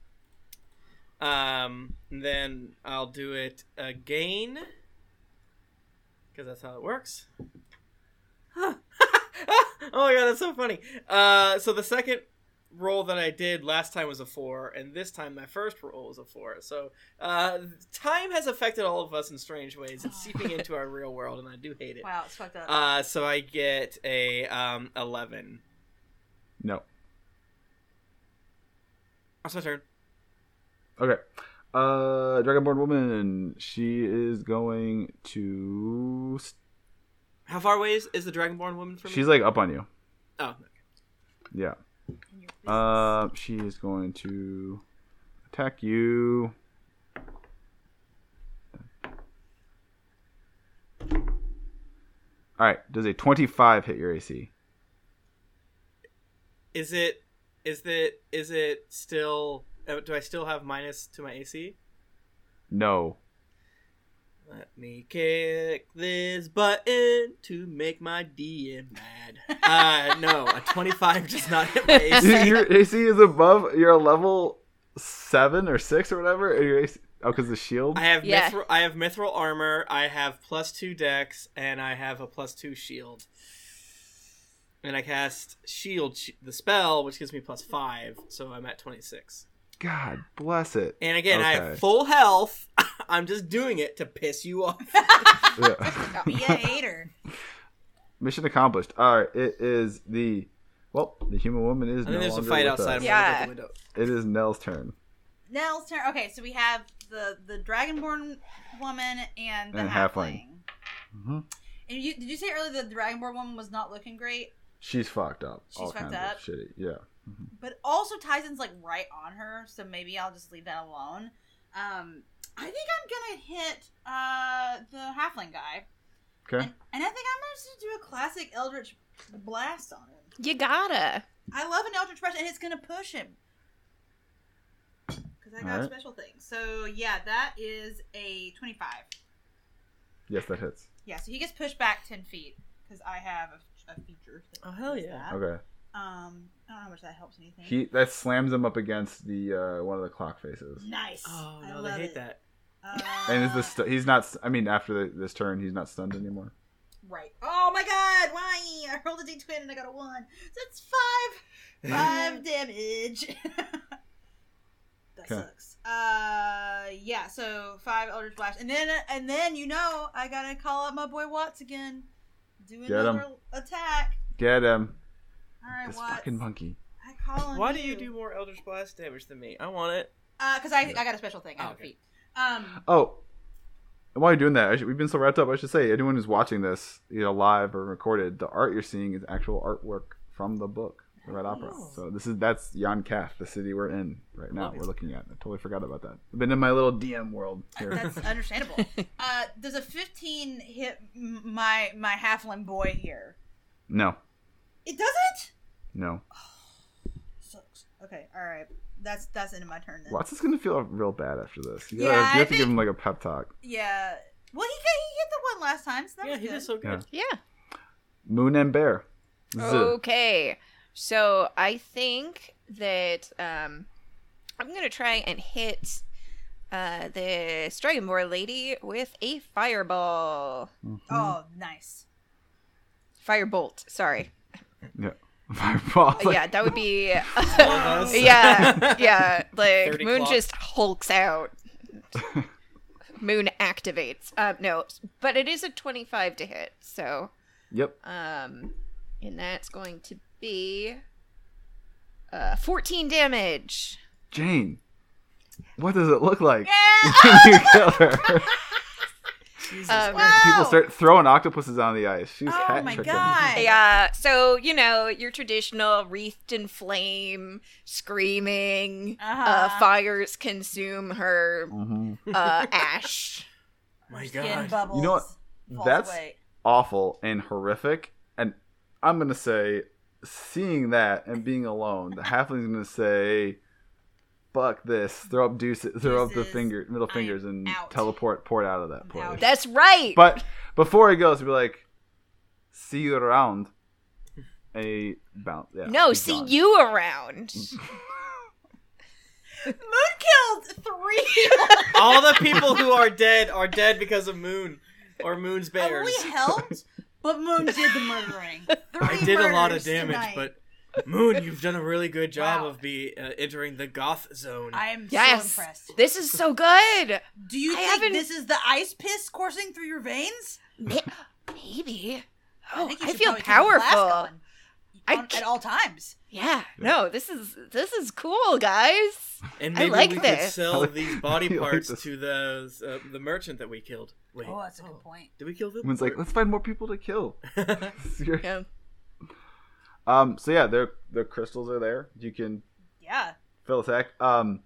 S3: Um, and then I'll do it again because that's how it works. *laughs* oh my god, that's so funny. Uh, so the second roll that I did last time was a four, and this time my first roll was a four. So uh, time has affected all of us in strange ways. It's seeping into our real world, and I do hate it.
S2: Wow, it's fucked up.
S3: Uh, so I get a um, eleven.
S1: No.
S3: That's my turn.
S1: Okay. Uh, Dragonborn woman. She is going to.
S3: How far away is, is the Dragonborn woman from
S1: She's
S3: me?
S1: like up on you.
S3: oh,
S1: Yeah. Uh, she is going to attack you. All right. Does a twenty-five hit your AC?
S3: is it is it is it still? uh, Do I still have minus to my AC?
S1: No.
S3: Oh, Let me kick this button to make my DM mad. Uh, no, a 25 does not hit my
S1: *laughs*
S3: AC.
S1: your, your AC is above. You're a level seven or six or whatever. And your AC, oh, because the shield.
S3: I have
S5: Yeah.
S3: mithril, I have mithril armor. I have plus two dex, and I have a plus two shield. And I cast shield, sh- the spell, which gives me plus five, so I'm at twenty six.
S1: God bless it.
S3: *laughs* And again, I
S1: Okay.
S3: have full health. *laughs* I'm just doing it to piss you off.
S1: Yeah. *laughs*
S2: Be a hater.
S1: Mission accomplished. All right, it is the well, the human woman is.
S3: I think
S1: no
S3: there's a
S1: longer
S3: fight
S1: with
S3: outside.
S1: us.
S3: I'm
S5: Yeah.
S3: gonna look out the window.
S1: It is Nell's turn
S2: Nell's turn. Okay, so we have the the dragonborn woman and the
S1: And
S2: halfling.
S1: halfling. Mhm.
S2: And you, did you say earlier that the dragonborn woman was not looking great,
S1: She's fucked up.
S2: She's
S1: All
S2: fucked
S1: kinds
S2: up.
S1: Of shitty. Yeah.
S2: but also Tyson's like right on her, so maybe I'll just leave that alone. Um, I think I'm gonna hit uh the halfling guy,
S1: Okay.
S2: and, and I think I'm gonna just do a classic eldritch blast on him.
S5: You gotta.
S2: I love an eldritch blast, and it's gonna push him because I got
S1: Alright.
S2: special things. So yeah, that is a twenty-five.
S1: Yes, that hits.
S2: Yeah, so he gets pushed back ten feet because I have a, a feature. that
S3: Oh, hell
S2: does
S3: yeah.
S2: that.
S1: Okay.
S2: Um, I don't know how much that helps anything.
S1: He that slams him up against the uh, one of the clock faces.
S2: nice.
S3: Oh
S2: I
S3: no,
S2: love
S3: they hate
S2: it.
S3: that.
S2: Uh,
S1: And is the stu- he's not? I mean, after the, this turn, he's not stunned anymore.
S2: right? Oh my god! Why I rolled a d20 and I got a one. So it's
S1: *laughs*
S2: five,
S3: *laughs*
S2: five damage. *laughs* that
S1: Okay.
S2: sucks. Uh, yeah. So five Eldritch Blast, and then and then you know I gotta call out my boy Watts again. Do
S1: Get 'em.
S2: another attack.
S1: Get him,
S2: All right,
S1: this
S2: Watts.
S1: fucking monkey.
S2: I call on
S3: Why do you do more Eldritch Blast damage than me? I want it.
S2: because Uh, I, I got a special thing. I
S3: Oh,
S2: have
S3: okay.
S2: a feat. Um,
S1: Oh, and while you're doing that, I should, we've been so wrapped up. I should say, anyone who's watching this, you know, live or recorded, the art you're seeing is actual artwork from the book, the Red Opera.
S2: Oh.
S1: So this is that's Jan Kath, the city we're in right now. We're looking at. I totally forgot about that. I've been in my little DM world here.
S2: that's understandable.
S1: *laughs*
S2: Uh, does a 15 hit m- my my halfling boy here?
S1: no,
S2: It doesn't.
S1: no.
S2: *sighs* Sucks. Okay, all right. That's that's into my turn then.
S1: Watts is gonna feel real bad after this. You, gotta, you
S2: Yeah, I
S1: have to give
S2: think-
S1: him like a pep talk.
S2: Yeah. Well, he ca- he hit the one last time, so that
S3: Yeah,
S2: was
S3: he
S2: good.
S3: did
S1: *laughs*
S3: so good.
S5: Yeah.
S1: Moon and Bear. Z.
S2: Oh.
S5: Okay. So I think that um, I'm gonna try and hit uh, this dragonborn lady with a fireball,
S1: Mm-hmm. *laughs*
S2: Oh,
S3: Mm.
S2: nice.
S5: firebolt. Sorry.
S1: Fireball.
S2: Oh,
S1: It's like,
S5: yeah, that would be.
S3: All of us. *laughs*
S5: *laughs* yeah, yeah. Like
S3: 30
S5: Moon
S3: clock.
S5: just hulks out. Moon activates. Uh, no, but it is a 25 to hit. So,
S1: Yep.
S5: um, and that's going to be uh 14 damage.
S1: Jane. What does it look like *laughs* when you kill her?
S5: Um,
S1: People start throwing octopuses on the ice. She's
S2: Oh
S1: hat
S2: my
S1: tricking.
S2: god.
S5: yeah, uh, so you know your traditional wreathed in flame, screaming. uh
S2: Uh-huh.
S5: fires
S1: *laughs*
S5: consume her
S1: Mhm.
S5: uh, ash.
S3: My
S2: Skin
S3: God.
S2: bubbles.
S1: You know what?
S2: falls
S1: That's
S2: away.
S1: awful and horrific. And I'm gonna say, seeing that and being alone, the halfling's gonna say, "Fuck this! Throw up deuces, throw up the
S2: Deuces.
S1: finger, middle
S2: I'm
S1: fingers, and
S2: out.
S1: teleport, port out of that
S2: I'm
S1: place."
S2: out.
S5: That's right.
S1: But before he goes, he'll be like, "See you around." A bounce. Yeah,
S5: no,
S1: he's
S5: see
S1: gone.
S5: you around.
S2: Moon killed
S1: *laughs*
S2: three.
S3: All the people who are dead are dead because of Moon or Moon's
S2: Oh,
S3: bears.
S2: we helped, but Moon did the murdering. Three
S3: *laughs* I did a lot of
S2: murders
S3: damage,
S2: tonight.
S3: but Moon, you've done a really good job
S2: Wow.
S3: of be uh, entering the goth zone.
S2: I am so
S5: Yes.
S2: impressed.
S5: This is
S1: *laughs*
S5: so good.
S2: Do you
S5: I
S2: think
S5: haven't-
S2: this is the ice piss coursing through your veins?
S5: Maybe. Oh,
S2: think
S5: I,
S2: you should
S5: feel
S2: probably keep a flask
S5: powerful.
S2: on-
S5: I
S2: on-
S5: c-
S2: at all times.
S5: Yeah. No, this is this is cool,
S1: *laughs*
S5: guys.
S3: and
S5: I
S3: maybe
S5: like
S3: we could
S5: this.
S1: I
S3: sell
S1: like- *laughs*
S3: these body
S1: I like
S3: parts
S1: this.
S3: to those uh, the merchant that we killed. Wait,
S2: Oh, that's a good point.
S3: did we kill them?
S1: Moon's like, "Let's find more people to
S2: *laughs*
S1: kill." *laughs*
S5: Yeah.
S1: Um. So yeah, their the crystals are there. You can
S2: Yeah.
S1: Phil Tech. Um,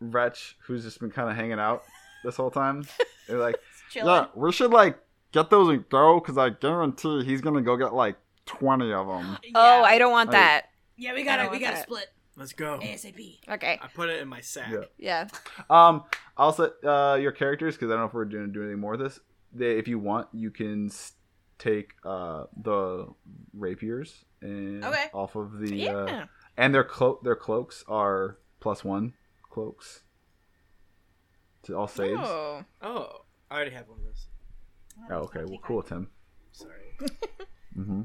S1: Wretch, who's just been kind of hanging out this whole time. They're like,
S2: Chilling.
S6: Yeah, we should like get those and go because I guarantee he's gonna go get like twenty of them.
S2: Yeah.
S5: Oh, I don't want
S1: I-
S5: that.
S2: yeah, we
S5: I
S2: gotta
S5: don't
S2: we
S5: want
S2: gotta
S5: that.
S2: split.
S3: *laughs* Let's
S1: Oh.
S3: go.
S4: ASAP.
S5: Okay.
S3: I put it in my sack.
S1: Yeah.
S5: Yeah.
S1: Um, I'll set uh, your characters because I don't know if we're doing do anything more with this. They, if you want, you can s- take uh, the rapiers and
S2: Okay.
S1: off of the uh,
S5: Yeah.
S1: and their clo- their cloaks are plus one cloaks to all saves. Oh,
S5: Oh.
S3: Oh, I already have one of those.
S1: okay. Well, cool, Tim.
S3: Sorry.
S1: hmm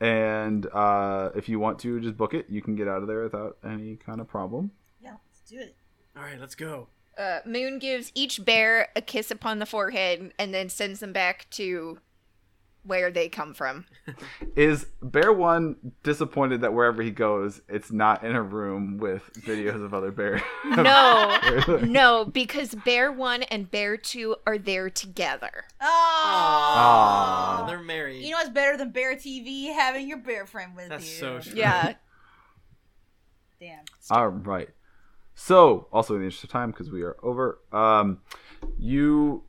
S1: And uh, if you want to just book it, you can get out of there without any kind of problem.
S2: Yeah, let's do it.
S3: All right, let's go.
S5: Uh, Moon gives each bear a kiss upon the forehead and then sends them back to where they come from.
S1: Is Bear One disappointed that wherever he goes, it's not in a room with videos of other bears?
S5: *laughs*
S1: *laughs*
S5: No, no, because Bear One and Bear Two are there together.
S2: Oh.
S1: Aw.
S3: they're married.
S2: You know what's better than Bear TV? Having your bear friend with
S3: That's
S2: you.
S3: so
S1: *laughs*
S3: true.
S5: Yeah.
S2: Damn.
S1: All right. So, also in the interest of time, because we are over, um, you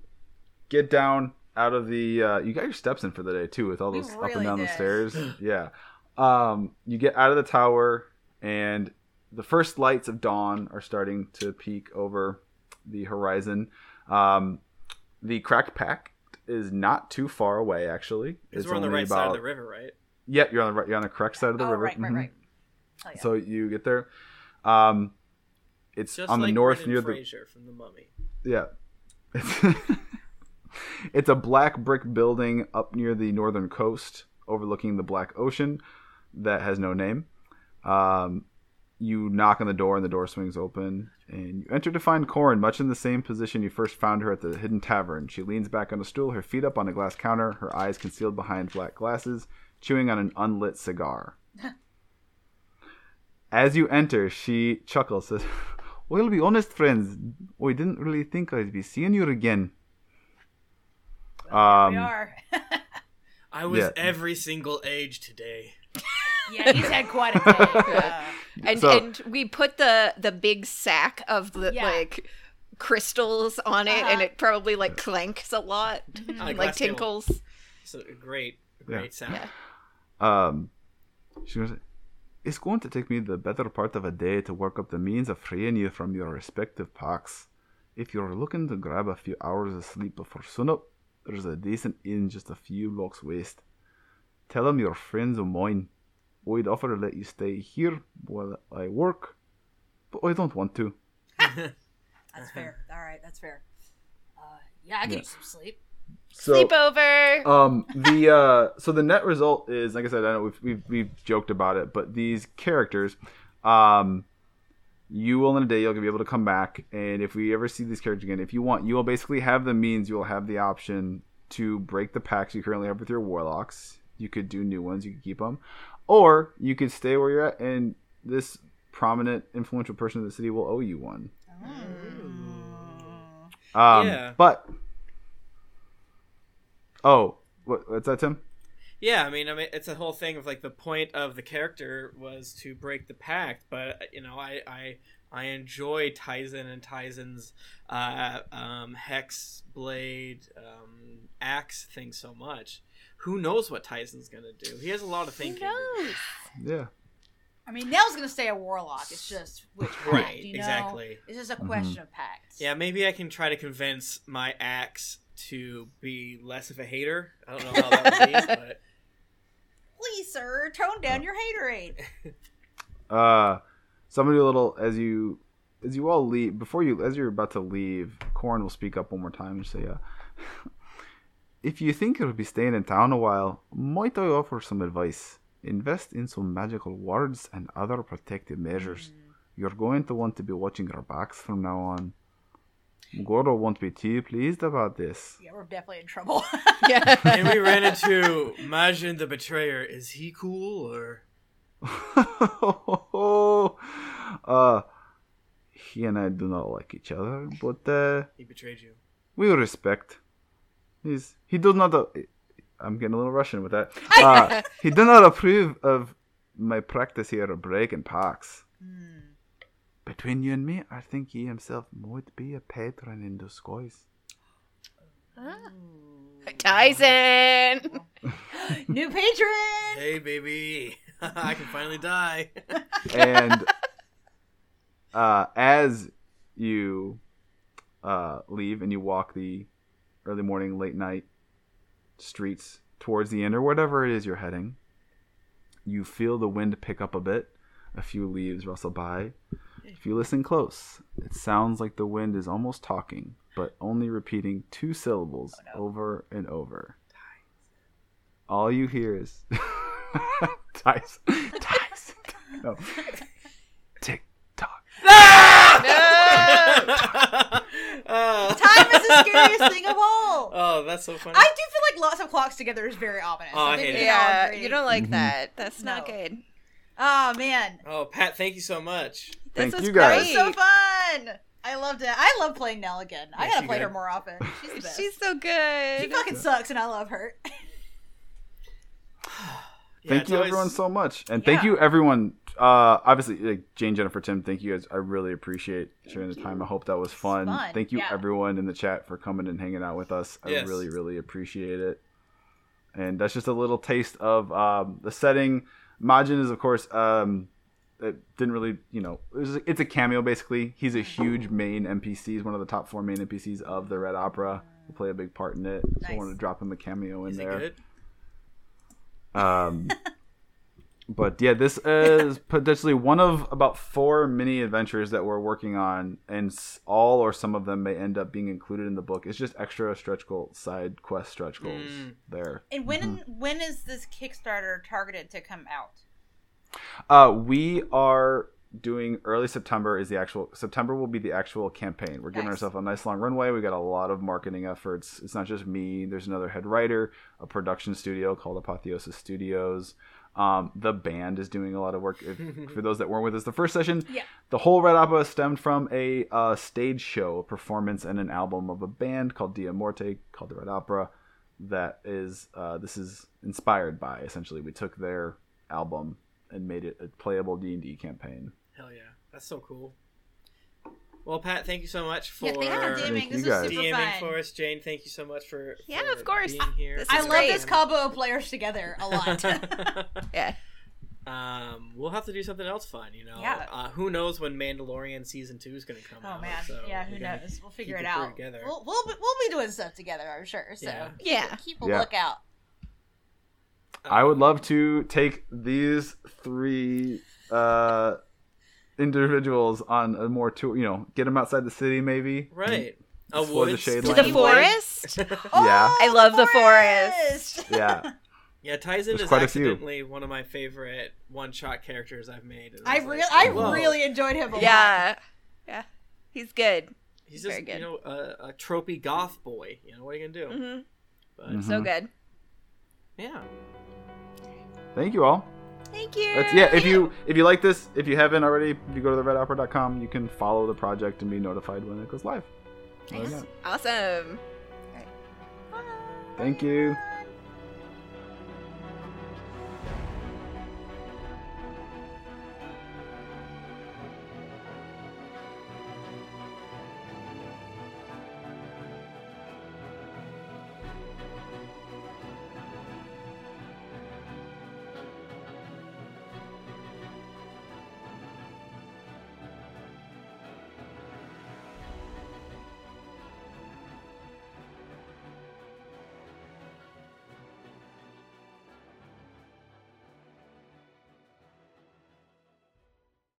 S1: get down out of the. Uh, you got your steps in for the day too, with all
S2: We
S1: those up and
S2: really
S1: down the
S2: did.
S1: stairs.
S2: *laughs*
S1: yeah. Um, you get out of the tower, and the first lights of dawn are starting to peek over the horizon. Um, the cracked pack is not too far away, actually.
S3: Because we're on the
S1: only
S3: right side of
S1: about-
S3: the river, right?
S1: Yeah, you're on the right, you're on the correct side of the
S2: oh,
S1: river.
S2: right, right,
S1: Mhm.
S2: right. Oh, yeah.
S1: So you get there. Um, it's
S3: Just
S1: on
S3: like
S1: the north
S3: Brendan
S1: near
S3: Fraser from The Mummy.
S1: the yeah. It's, *laughs* it's a black brick building up near the northern coast, overlooking the Black Ocean, that has no name. Um, you knock on the door, and the door swings open, and you enter to find Corin, much in the same position you first found her at the hidden tavern. She leans back on a stool, her feet up on a glass counter, her eyes concealed behind black glasses, chewing on an unlit cigar. As you enter, she chuckles, says, *laughs* We'll be honest, friends. We didn't really think I'd be seeing you again.
S2: we
S1: Um,
S2: *laughs* are.
S3: I was
S1: Yeah.
S3: every single age today.
S4: Yeah, he's had quite
S1: *laughs*
S4: a
S2: Uh,
S4: day.
S5: Yeah. And
S1: So-
S5: and we put the the big sack of the
S4: Yeah.
S5: like crystals on it, and
S2: Uh-huh.
S5: it probably like clanks a lot,
S3: On a
S5: and, like
S3: glass table.
S5: tinkles.
S3: It's a great,
S1: Yeah.
S3: great sound.
S5: Yeah.
S1: um, she goes, It's going to take me the better part of a day to work up the means of freeing you from your respective packs. If you're looking to grab a few hours of sleep before sunup, there's a decent inn just a few blocks west. Tell them you're friends of mine. I'd offer to let you stay here while I work, but I don't want to.
S2: That's
S1: *laughs*
S2: fair. All right, that's fair. Uh,
S4: Yeah, I could use some sleep.
S1: So, *laughs*
S5: Sleepover.
S1: um the uh so the net result is like i said i know we've we've, we've joked about it but these characters um you will in a day you'll be able to come back and if we ever see these characters again if you want you will basically have the means you'll have the option to break the packs you currently have with your warlocks you could do new ones you could keep them or you could stay where you're at and this prominent influential person in the city will owe you one
S2: Mm.
S1: um
S3: Yeah.
S1: but oh what, what's that tim
S3: *laughs* Yeah, I mean, I mean, it's a whole thing of like the point of the character was to break the pact, but you know, I I I enjoy Tizen and Tizen's uh, um, hex blade um, axe thing so much. Who knows what Tizen's gonna do? He has a lot of thinking. to do.
S1: yeah
S2: I mean, Nell's gonna stay a warlock. It's just which pact,
S3: Right,
S2: you know?
S3: exactly.
S2: It's just a
S1: Mm-hmm.
S2: question of pacts.
S3: Yeah, maybe I can try to convince my axe to be less of a hater. I don't know how that would be, but
S2: Please, sir, tone
S1: Oh.
S2: down your haterade.
S1: Uh, so I'm gonna do a little as you as you all leave before you as you're about to leave. Corin will speak up one more time and say, uh, *laughs* "If you think you'll be staying in town a while, might I offer some advice? Invest in some magical wards and other protective measures.
S2: Mm,
S1: You're going to want to be watching your backs from now on." Goro won't be too pleased about this. *laughs*
S2: Yeah, we're definitely in trouble. *laughs*
S5: yeah.
S3: and we ran into Majin the Betrayer. Is he cool or?
S1: uh, he and I do not like each other, but uh,
S3: He betrayed you.
S1: We respect. He's he does not. Uh, I'm getting a little Russian with that. Uh, he did not approve of my practice here of breaking parks.
S2: Hmm.
S1: Between you and me, I think he himself might be a patron in disguise.
S5: *laughs*
S7: Tyson.
S2: New
S3: *laughs*
S2: patron.
S3: Hey, baby. I can finally die. *laughs*
S1: and uh, as you uh, leave and you walk the early morning, late night streets towards the end or whatever it is you're heading, you feel the wind pick up a bit. A few leaves rustle by. If you listen close, it sounds like the wind is almost talking, but only repeating two syllables over and over. All you hear is *laughs* Tyson. Tyson. No. Tick tock.
S3: oh,
S2: Time is the scariest thing of
S3: *laughs*
S2: all.
S3: oh, that's so funny.
S2: I do feel like lots of clocks together is very ominous.
S3: Oh, I
S2: think
S3: hate
S2: we
S3: it.
S2: can all
S5: Yeah,
S2: agree.
S5: you don't like
S1: Mhm.
S5: that. That's not
S2: No.
S5: good.
S2: Oh man,
S3: oh, Pat, thank you so much.
S5: This
S1: Thank
S5: was
S1: you
S2: that
S1: guys.
S2: was
S5: great.
S2: so fun. I loved it. I love playing Nell again. I
S3: Yeah,
S2: gotta
S3: she
S2: play her
S3: good.
S2: more often. She's the best.
S5: She's so
S2: she
S5: good.
S2: fucking sucks, and I love her.
S3: Yeah,
S1: thank
S3: it's
S1: you
S3: always-
S1: everyone so much and thank you everyone uh obviously like jane jennifer tim thank you guys i really appreciate sharing the time i hope that was fun,
S2: fun,
S1: thank you
S2: yeah.
S1: everyone in the chat for coming and hanging out with us i
S3: Yes.
S1: really really appreciate it and that's just a little taste of um the setting majin is of course um it didn't really you know it was, it's a cameo basically he's a huge main npc he's one of the top four main npcs of the red opera he played a big part in it so i
S2: Nice.
S1: wanted to drop him a cameo in
S3: Is it
S1: there
S3: good?
S1: um, but yeah, this is potentially one of about four mini adventures that we're working on, and s- all or some of them may end up being included in the book. It's just extra stretch goal side quest stretch goals
S3: Mm.
S1: there.
S2: And when
S1: Mm-hmm.
S2: when is this Kickstarter targeted to come out?
S1: Uh, we are doing early September is the actual September will be the actual campaign. We're giving
S2: Nice.
S1: ourselves a nice long runway. We got a lot of marketing efforts. It's not just me. There's another head writer, a production studio called Apotheosis Studios. Um, the band is doing a lot of work. If, for those that weren't with us the first session,
S2: Yeah.
S1: the whole Red Opera stemmed from a uh, stage show, a performance, and an album of a band called Dia Morte, called the Red Opera. That is, uh, this is inspired by. Essentially, we took their album and made it a playable D and D campaign.
S3: Hell yeah. That's so cool. Well, Pat, thank you so much for
S7: Yeah, thank you for
S2: DMing,
S1: Thank
S2: this
S1: you
S2: was
S1: guys.
S2: super fun.
S3: DMing for us. Jane, thank you so much for,
S7: Yeah,
S3: for
S7: of course.
S3: being here.
S5: This
S2: I
S5: is
S2: love
S5: great.
S2: this *laughs* combo of players together a
S5: *laughs*
S2: lot.
S3: Oh,
S5: Yeah.
S3: *laughs* um, we'll have to do something else fun, you know.
S2: Yeah.
S3: Uh, who knows when Mandalorian season two is going to come out?
S2: oh man,
S3: so
S2: yeah, who
S3: we're gonna-
S2: knows? We'll figure
S3: keep
S2: it
S3: it crew
S2: out.
S3: together.
S2: We'll, we'll be, we'll be doing stuff together, I'm sure. So
S3: Yeah.
S5: Yeah.
S2: keep a
S1: Yeah.
S2: lookout.
S1: I would love to take these three uh, individuals on a more tour. You know, get them outside the city, maybe.
S3: Right. A
S1: Explore the
S3: woods
S1: shade
S5: To
S1: line.
S5: the
S1: Anyway.
S5: forest?
S2: Oh,
S1: Yeah.
S5: I love the forest.
S1: Yeah.
S3: Yeah, Tyson
S1: There's
S3: is
S1: quite a few.
S3: accidentally one of my favorite one-shot characters I've made. and
S2: I
S3: was like,
S2: really I
S3: whoa.
S2: really enjoyed him. A lot.
S5: Yeah. Yeah. He's good.
S3: he's
S5: very
S3: just
S5: good.
S3: you know a, a tropey goth boy. You know what are you gonna do?
S2: Mm-hmm.
S5: hmm
S3: But
S5: So
S1: Mhm.
S5: good.
S3: yeah,
S1: Thank you all.
S5: Thank you.
S1: That's, yeah. If you if you like this, if you haven't already, if you go to the redopera.com, you can follow the project and be notified Oh, when it goes live. Why not?
S5: Awesome.
S1: Thank you.